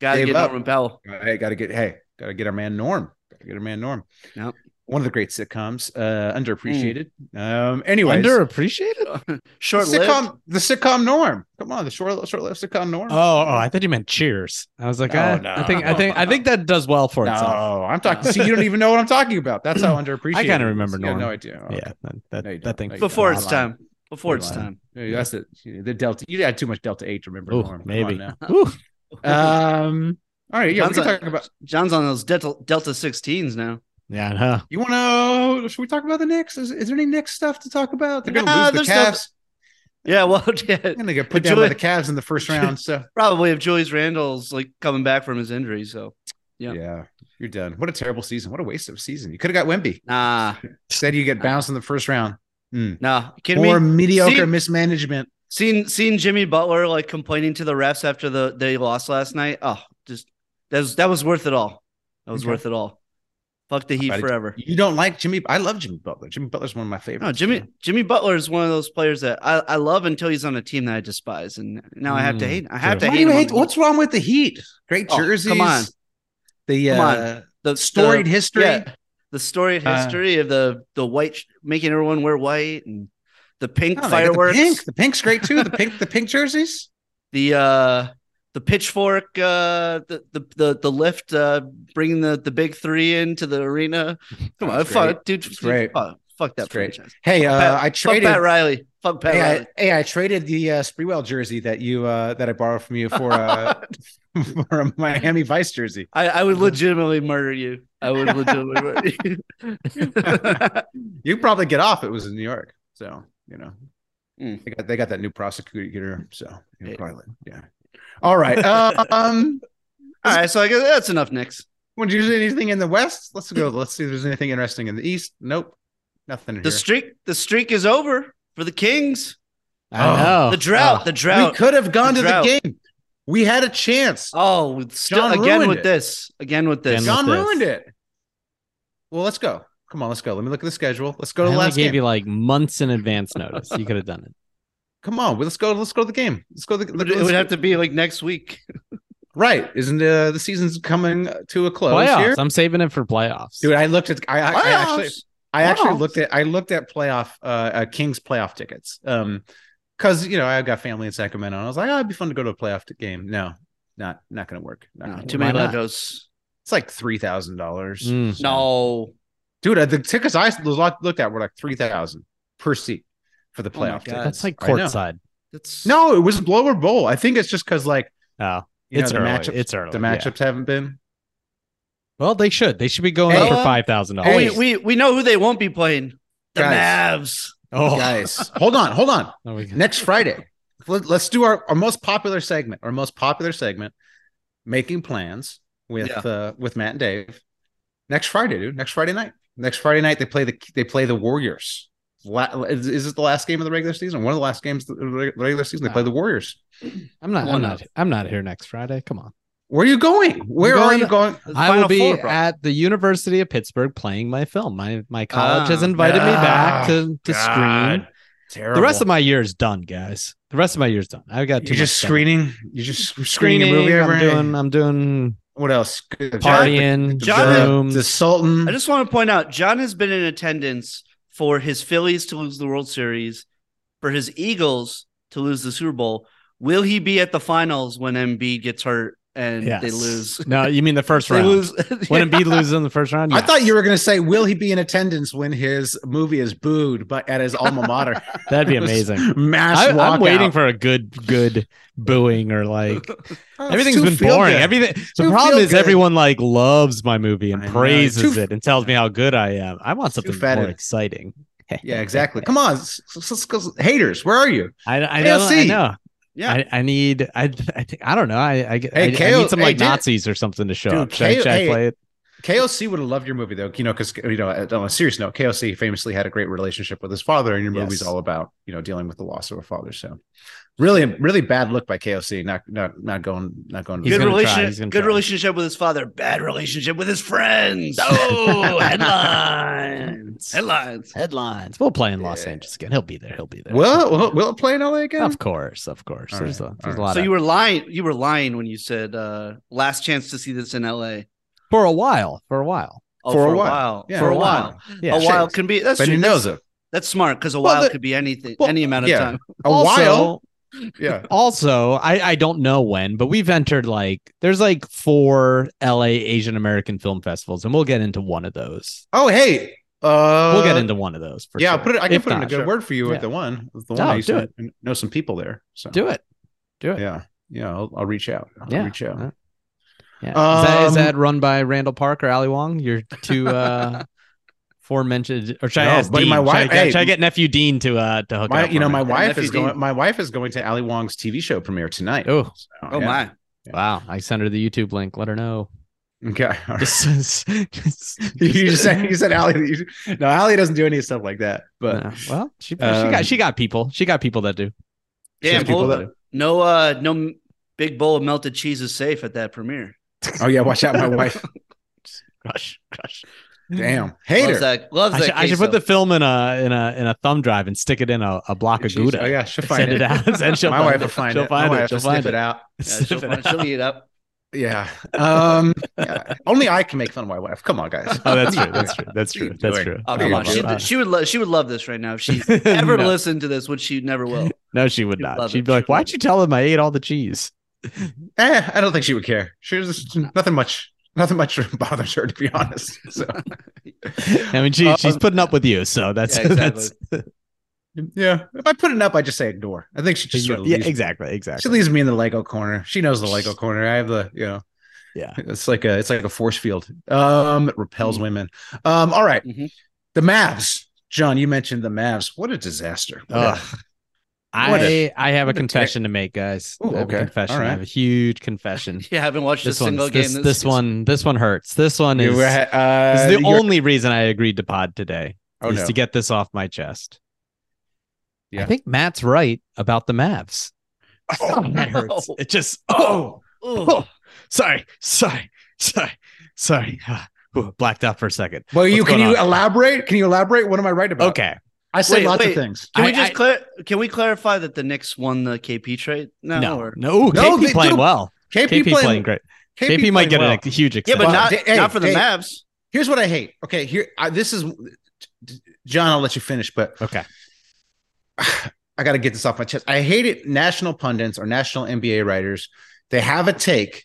Speaker 4: Gotta
Speaker 3: Gave
Speaker 4: get
Speaker 3: up.
Speaker 4: Norman Powell.
Speaker 3: Hey, gotta get hey, gotta get our man Norm. Gotta get our man Norm.
Speaker 4: Yep. Hmm.
Speaker 3: One of the great sitcoms, uh, underappreciated. Um, anyways,
Speaker 2: Underappreciated.
Speaker 3: the
Speaker 4: Short lived.
Speaker 3: sitcom, the sitcom Norm. Come on, the short, short-lived sitcom Norm.
Speaker 2: Oh, oh, I thought you meant Cheers. I was like,
Speaker 3: No,
Speaker 2: ah,
Speaker 3: no.
Speaker 2: I think, I think, I think that does well for itself.
Speaker 3: no, I'm talking. see, you don't even know what I'm talking about. That's how underappreciated.
Speaker 2: I kinda
Speaker 3: it is.
Speaker 2: remember
Speaker 3: You have
Speaker 2: Norm.
Speaker 3: no idea. Okay.
Speaker 2: Yeah, that that,
Speaker 3: No, you don't.
Speaker 2: that thing.
Speaker 3: No, you don't.
Speaker 4: Before
Speaker 3: Come
Speaker 4: it's
Speaker 3: on.
Speaker 4: time. Before it's
Speaker 3: Come on.
Speaker 4: time.
Speaker 3: Yeah, That's it. The Delta. You had too much Delta H. to Remember
Speaker 2: Ooh,
Speaker 3: Norm. Come
Speaker 2: maybe.
Speaker 3: on now.
Speaker 2: Ooh,
Speaker 3: Um. All right. Yeah, we
Speaker 4: John's,
Speaker 3: can
Speaker 4: on,
Speaker 3: talk about.
Speaker 4: John's on those Delta Delta 16s now.
Speaker 2: yeah, I know.
Speaker 3: You want to? Should we talk about the Knicks? Is, is there any Knicks stuff to talk about? They're going to
Speaker 4: Nah,
Speaker 3: lose
Speaker 4: there's
Speaker 3: the
Speaker 4: no-
Speaker 3: Cavs.
Speaker 4: Yeah, well, yeah,
Speaker 3: They're going to get put
Speaker 4: But
Speaker 3: down by
Speaker 4: Julie-
Speaker 3: the Cavs in the first round. So
Speaker 4: probably if Julius Randle's like coming back from his injury. So Yeah.
Speaker 3: you're done. What a terrible season. What a waste of a season. You could have got Wemby.
Speaker 4: nah,
Speaker 3: Instead, you get bounced in the first round.
Speaker 4: nah. You kidding me?
Speaker 3: More mediocre
Speaker 4: See-
Speaker 3: mismanagement.
Speaker 4: Seeing seeing Jimmy Butler like complaining to the refs after the they lost last night. Oh, just that was that was worth it all. That was
Speaker 3: Okay.
Speaker 4: worth it all. Fuck the Heat
Speaker 3: Alrighty.
Speaker 4: forever.
Speaker 3: You don't like Jimmy. I love Jimmy Butler. Jimmy Butler's one of my favorites.
Speaker 4: No, Jimmy Jimmy Butler is one of those players that I, I love until he's on a team that I despise, and now I have to
Speaker 2: Mm,
Speaker 4: hate. I have
Speaker 2: true.
Speaker 4: to
Speaker 3: Why do
Speaker 4: hate.
Speaker 3: you
Speaker 4: him
Speaker 3: hate?
Speaker 4: on-
Speaker 3: What's wrong with the Heat? Great
Speaker 4: Oh, come
Speaker 3: jerseys.
Speaker 4: on.
Speaker 3: The uh,
Speaker 4: Come the
Speaker 3: storied
Speaker 4: the,
Speaker 3: history.
Speaker 4: yeah, the storied
Speaker 3: Uh,
Speaker 4: history of the the white sh- making everyone wear white and the pink
Speaker 3: No, Oh, they got
Speaker 4: fireworks.
Speaker 3: The pink. The pink's great too. The pink. the pink jerseys.
Speaker 4: the uh the pitchfork uh the the the, the lift uh bringing the the big three into the arena come on
Speaker 3: That's
Speaker 4: fuck dude, dude,
Speaker 3: great.
Speaker 4: fuck, fuck that
Speaker 3: That's great.
Speaker 4: franchise
Speaker 3: Hey, uh,
Speaker 4: Pat-
Speaker 3: I traded.
Speaker 4: fuck pat riley fuck pat
Speaker 3: Hey,
Speaker 4: riley
Speaker 3: I, hey, I traded the uh, Spreewell jersey that you uh, that I borrowed from you for uh, for a Miami Vice jersey.
Speaker 4: I, I would legitimately murder you i would legitimately murder you
Speaker 3: you could probably get off. It was in New York, so you know
Speaker 2: Hmm.
Speaker 4: Mm.
Speaker 3: they got they got that new prosecutor. So you know,
Speaker 4: Yeah.
Speaker 3: probably yeah. All right. Um,
Speaker 4: all right so i guess that's enough Knicks.
Speaker 3: would you see anything in the West? Let's go. Let's see if there's anything interesting in the East. Nope, nothing in
Speaker 4: the
Speaker 3: here.
Speaker 4: streak the streak is over for the kings
Speaker 3: Oh,
Speaker 2: I know. Oh.
Speaker 4: the drought the
Speaker 3: we
Speaker 4: drought
Speaker 3: could have gone to
Speaker 4: drought.
Speaker 3: the game. We had a chance.
Speaker 4: oh with still
Speaker 3: John
Speaker 4: again
Speaker 3: ruined
Speaker 4: with
Speaker 3: it.
Speaker 4: this again with this
Speaker 2: Again
Speaker 3: John
Speaker 2: with this.
Speaker 3: ruined it. Well, let's go. Come on, let's go. Let me look at the schedule. Let's go to
Speaker 2: I
Speaker 3: the
Speaker 2: only
Speaker 3: last
Speaker 2: gave
Speaker 3: game.
Speaker 2: you like months in advance notice. You could have done it.
Speaker 3: Come on, well, let's go. Let's go to the game. Let's go. To the,
Speaker 4: it would- it would have to be like next week
Speaker 3: right? Isn't uh, the season's coming to a close
Speaker 2: playoffs.
Speaker 3: here?
Speaker 2: I'm saving it for playoffs.
Speaker 3: Dude, I looked at. I, I, I actually,
Speaker 4: Playoffs?
Speaker 3: I actually
Speaker 4: Playoffs?
Speaker 3: looked at. I looked at playoff uh, uh Kings playoff tickets. Um, because you know I've got family in Sacramento, and I was like, oh, it'd be fun to go to a playoff t- game. No, not not gonna work. Not
Speaker 4: No,
Speaker 3: gonna
Speaker 4: too
Speaker 3: work.
Speaker 4: many
Speaker 2: Why not?
Speaker 4: logos.
Speaker 3: It's like three thousand dollars.
Speaker 2: Mm.
Speaker 4: No.
Speaker 3: dude. uh, The tickets I lo- looked at were like three thousand per seat for the
Speaker 4: Oh my
Speaker 3: playoff.
Speaker 4: God.
Speaker 3: tickets.
Speaker 2: that's like
Speaker 3: I know.
Speaker 2: courtside.
Speaker 4: That's
Speaker 3: No, it was lower bowl. I think it's just because like
Speaker 2: Oh,
Speaker 3: you
Speaker 2: it's
Speaker 3: know, the
Speaker 2: early.
Speaker 3: matchups,
Speaker 2: It's early.
Speaker 3: the
Speaker 2: Oh, yeah.
Speaker 3: matchups haven't been.
Speaker 2: Well, they should. They should be going
Speaker 3: Hey.
Speaker 2: up for five thousand
Speaker 4: Oh,
Speaker 2: dollars.
Speaker 3: Hey.
Speaker 4: we, we we know who they won't be playing. The Mavs.
Speaker 2: Oh,
Speaker 3: Guys, hold on, hold on.
Speaker 2: There we go.
Speaker 3: Next Friday, let, us do our, our most popular segment. Our most popular segment, making plans with
Speaker 4: Yeah.
Speaker 3: uh, with Matt and Dave. Next Friday, dude. Next Friday night. Next Friday night, they play the they play the Warriors. La- is, is it the last game of the regular season? One of the last games of the reg- regular season. They play the Warriors.
Speaker 2: I'm not.
Speaker 4: Come on
Speaker 2: I'm not. I'm not here next Friday. Come on.
Speaker 3: Where are you going? Where
Speaker 2: going-
Speaker 3: are you going?
Speaker 4: The
Speaker 2: I
Speaker 4: Final
Speaker 2: will be
Speaker 4: Four, bro.
Speaker 2: at the University of Pittsburgh playing my film. My my college
Speaker 4: Ah.
Speaker 2: has invited me back to to
Speaker 3: God.
Speaker 2: screen. The rest of my year is done, guys. The rest of my year's done. I've got too
Speaker 3: You're just
Speaker 2: much stuff.
Speaker 3: screening. You're just screening.
Speaker 2: screening.
Speaker 3: a movie
Speaker 2: I'm
Speaker 3: over
Speaker 2: doing. I'm doing
Speaker 3: What else? Good.
Speaker 2: partying.
Speaker 4: John-
Speaker 3: The,
Speaker 2: rooms.
Speaker 3: the
Speaker 2: Hmm.
Speaker 3: Sultan.
Speaker 4: I just want to point out John has been in attendance for his Phillies to lose the World Series, for his Eagles to lose the Super Bowl. Will he be at the finals when Embiid gets hurt and
Speaker 2: Yes.
Speaker 4: they lose?
Speaker 2: No, you mean the first
Speaker 4: They
Speaker 2: round?
Speaker 4: lose.
Speaker 2: When Embiid loses in the first round,
Speaker 3: I
Speaker 2: yes.
Speaker 3: thought you were going to say, will he be in attendance when his movie is booed but at his alma mater?
Speaker 2: that'd be amazing.
Speaker 3: Mass
Speaker 2: I,
Speaker 3: walkout.
Speaker 2: I'm waiting for a good, good booing or like
Speaker 3: Oh,
Speaker 2: everything's
Speaker 3: too
Speaker 2: been
Speaker 3: feel
Speaker 2: boring.
Speaker 3: good.
Speaker 2: Everything. The
Speaker 3: Too
Speaker 2: problem
Speaker 3: feel
Speaker 2: is
Speaker 3: good.
Speaker 2: everyone like loves my movie and
Speaker 3: I know.
Speaker 2: praises
Speaker 3: Too-
Speaker 2: it and tells me how good I am. I want something more
Speaker 3: fetid.
Speaker 2: exciting.
Speaker 3: Yeah, exactly. Come on, s- s- s- s- haters, where are you?
Speaker 2: I, I know. I
Speaker 3: AOC.
Speaker 2: know.
Speaker 4: Yeah.
Speaker 2: I, I need. I. I think. I don't know. I. I, get-
Speaker 3: Hey,
Speaker 2: I, I
Speaker 3: KO
Speaker 2: need some like
Speaker 3: hey, did-
Speaker 2: Nazis or something to show
Speaker 3: Dude,
Speaker 2: up. Should, I,
Speaker 3: KO
Speaker 2: should I
Speaker 3: hey,
Speaker 2: play it?
Speaker 3: KOC would have loved your movie though, you know, because you know, uh, on a serious note, KOC famously had a great relationship with his father, and your
Speaker 2: Yes.
Speaker 3: movie's all about you know dealing with the loss of a father. So, really, really bad look by KOC, not not not going, not going.
Speaker 2: He's
Speaker 4: good
Speaker 2: gonna try,
Speaker 4: relationship.
Speaker 2: he's gonna
Speaker 4: good
Speaker 2: try.
Speaker 4: relationship with his father. Bad relationship with his friends. Oh, headlines. headlines.
Speaker 2: Headlines. We'll play in Los Angeles again. He'll be there. He'll be there.
Speaker 3: Will, will will it play in LA again?
Speaker 2: Of course, of course.
Speaker 3: All
Speaker 2: There's
Speaker 3: right,
Speaker 2: a, there's a
Speaker 3: all
Speaker 2: lot
Speaker 4: So
Speaker 2: of
Speaker 4: you were lying. You were lying when you said uh, last chance to see this in L.A.
Speaker 2: for a while, for a while.
Speaker 4: Oh,
Speaker 3: For a while. Yeah,
Speaker 4: for a while.
Speaker 2: Yeah.
Speaker 4: a while can be. That's
Speaker 3: but he
Speaker 4: true.
Speaker 3: knows it.
Speaker 4: That's smart because a
Speaker 3: Well,
Speaker 4: while
Speaker 3: the-
Speaker 4: could be anything,
Speaker 3: well,
Speaker 4: any amount of
Speaker 3: yeah.
Speaker 4: time.
Speaker 3: A
Speaker 2: Also-
Speaker 3: while, yeah.
Speaker 2: Also, I I don't know when, but we've entered like there's like four LA Asian American film festivals, and we'll get into one of those.
Speaker 3: Oh, hey, uh,
Speaker 2: we'll get into one of those. For
Speaker 3: yeah,
Speaker 2: sure.
Speaker 3: put it. I can
Speaker 2: If
Speaker 3: put in a
Speaker 2: not,
Speaker 3: good
Speaker 2: sure.
Speaker 3: word for you
Speaker 2: Yeah.
Speaker 3: at the one. with The
Speaker 2: No,
Speaker 3: one I used
Speaker 2: do
Speaker 3: to know some people there. So
Speaker 2: Do it. Do it.
Speaker 3: Yeah, yeah. I'll, I'll reach out. I'll
Speaker 2: Yeah.
Speaker 3: reach out.
Speaker 2: Yeah. is, that, is
Speaker 3: Um,
Speaker 2: that run by Randall Park or Ali Wong? Your two uh aforementioned or should I
Speaker 3: No,
Speaker 2: ask
Speaker 3: but
Speaker 2: Dean?
Speaker 3: my
Speaker 2: Should I
Speaker 3: wife-
Speaker 2: get- should, I,
Speaker 3: hey,
Speaker 2: get nephew Dean to uh to hook
Speaker 3: My,
Speaker 2: up?
Speaker 3: you know, my wife
Speaker 4: nephew
Speaker 3: is going.
Speaker 4: Dean.
Speaker 3: My wife is going to Ali Wong's TV show premiere tonight.
Speaker 2: Oh,
Speaker 3: So,
Speaker 4: Oh
Speaker 3: yeah.
Speaker 4: my!
Speaker 2: wow. I sent her the YouTube link. Let her know.
Speaker 3: Okay. all right.
Speaker 2: This is-
Speaker 3: you just said you said Ali. you- no, Ali doesn't do any stuff like that. But
Speaker 2: No. well, she, she
Speaker 3: Um,
Speaker 2: got she got people. She got people that do.
Speaker 3: she has
Speaker 4: Damn,
Speaker 3: people
Speaker 4: hold
Speaker 3: that-
Speaker 4: no, uh, no m- big bowl of melted cheese is safe at that premiere.
Speaker 3: oh yeah, watch out, my wife.
Speaker 2: Crush, crush.
Speaker 3: Damn,
Speaker 4: Loves
Speaker 3: hater.
Speaker 4: that. Loves
Speaker 2: I
Speaker 4: that.
Speaker 2: should, I should
Speaker 4: queso.
Speaker 2: put the film in a in a in a thumb drive and stick it in a, a block of
Speaker 3: She's-
Speaker 2: Gouda.
Speaker 3: Oh yeah, she'll find
Speaker 2: Send
Speaker 3: it.
Speaker 2: it out. and she'll
Speaker 3: my
Speaker 2: find
Speaker 3: wife
Speaker 2: it.
Speaker 3: will find
Speaker 2: she'll
Speaker 3: it.
Speaker 2: Find
Speaker 3: my
Speaker 2: it.
Speaker 3: wife
Speaker 2: She'll
Speaker 3: will sniff
Speaker 2: find
Speaker 3: it out.
Speaker 4: Yeah, she'll, find- she'll eat up.
Speaker 3: Yeah. Um. yeah. Only I can make fun of my wife. Come on, guys.
Speaker 2: Oh, that's true. That's true. That's
Speaker 3: What are
Speaker 2: true.
Speaker 3: you
Speaker 2: That's
Speaker 3: doing?
Speaker 2: true.
Speaker 4: Oh,
Speaker 3: There
Speaker 4: come
Speaker 3: you
Speaker 4: on.
Speaker 3: go.
Speaker 4: She,
Speaker 2: Uh,
Speaker 4: she would. Lo- she would love this right now if she ever
Speaker 2: No.
Speaker 4: listened to this, which she never will.
Speaker 2: No, she would
Speaker 4: She'd
Speaker 2: not.
Speaker 4: love
Speaker 2: She'd
Speaker 4: it.
Speaker 2: be like,
Speaker 4: She'd love
Speaker 2: "Why'd you tell him I ate all the cheese?"
Speaker 3: Eh, I don't think she would care. She's just nothing much. Nothing much bothers her, to be honest. So,
Speaker 2: I mean, she she's putting up with you, so that's
Speaker 4: Yeah, exactly.
Speaker 2: that's
Speaker 3: yeah, if I put it up, I just say ignore. I think she just sort of
Speaker 2: yeah,
Speaker 3: leaves-
Speaker 2: exactly,
Speaker 3: She
Speaker 2: exactly.
Speaker 3: leaves me in the Lego corner. She knows the Lego corner. I have the you know.
Speaker 2: Yeah. Mm-hmm.
Speaker 3: It's like a it's like a force field. Um, it repels women. Um, all right.
Speaker 4: Mhm.
Speaker 3: The Mavs, John. You mentioned the Mavs. What a disaster. What a-
Speaker 2: Ugh.
Speaker 3: What
Speaker 2: I
Speaker 3: a-
Speaker 2: I have a
Speaker 3: what a dick.
Speaker 2: confession to make, guys.
Speaker 3: Ooh,
Speaker 2: I have a
Speaker 3: okay.
Speaker 2: confession.
Speaker 3: All
Speaker 2: I
Speaker 3: right.
Speaker 2: have a huge confession.
Speaker 4: Yeah, I haven't watched
Speaker 2: This
Speaker 4: a
Speaker 2: one,
Speaker 4: single game.
Speaker 2: this, this one, this one hurts. This one
Speaker 3: You
Speaker 2: is,
Speaker 3: were,
Speaker 2: this
Speaker 3: uh,
Speaker 2: is the
Speaker 3: you-
Speaker 2: only reason I agreed to pod today
Speaker 3: Oh
Speaker 2: is
Speaker 3: no.
Speaker 2: to get this off my chest. I
Speaker 3: Yeah.
Speaker 2: think Matt's right about the Mavs.
Speaker 4: Oh,
Speaker 2: that hurts.
Speaker 4: no.
Speaker 2: It just oh.
Speaker 4: Ooh.
Speaker 2: oh, sorry, sorry, sorry, sorry. Ah, ooh, Blacked out for a second.
Speaker 3: Well, you
Speaker 2: What's
Speaker 3: can
Speaker 2: going
Speaker 3: you
Speaker 2: on?
Speaker 3: elaborate? Can you elaborate? What am I right about?
Speaker 2: Okay.
Speaker 3: I said
Speaker 4: Wait,
Speaker 3: lots
Speaker 4: wait.
Speaker 3: of things.
Speaker 4: Can we
Speaker 2: I-
Speaker 4: just
Speaker 2: I-
Speaker 4: clar- Can we clarify that the Knicks won the KP trade? No.
Speaker 2: No,
Speaker 4: or-
Speaker 2: no, ooh,
Speaker 3: No,
Speaker 2: KP
Speaker 3: they-
Speaker 2: playing
Speaker 3: dude,
Speaker 2: well.
Speaker 3: KP,
Speaker 2: KP, playing,
Speaker 3: playing
Speaker 2: great. KP, might
Speaker 3: playing
Speaker 2: get
Speaker 3: well.
Speaker 2: a huge
Speaker 4: Yeah,
Speaker 2: extension.
Speaker 4: but
Speaker 3: Well,
Speaker 4: not
Speaker 3: hey,
Speaker 4: not for the
Speaker 3: hey.
Speaker 4: Mavs.
Speaker 3: Here's what I hate. Okay, here I, this is John. I'll let you finish, but
Speaker 2: okay.
Speaker 3: I got to get this off my chest. I hate it. National pundits or national NBA writers, they have a take,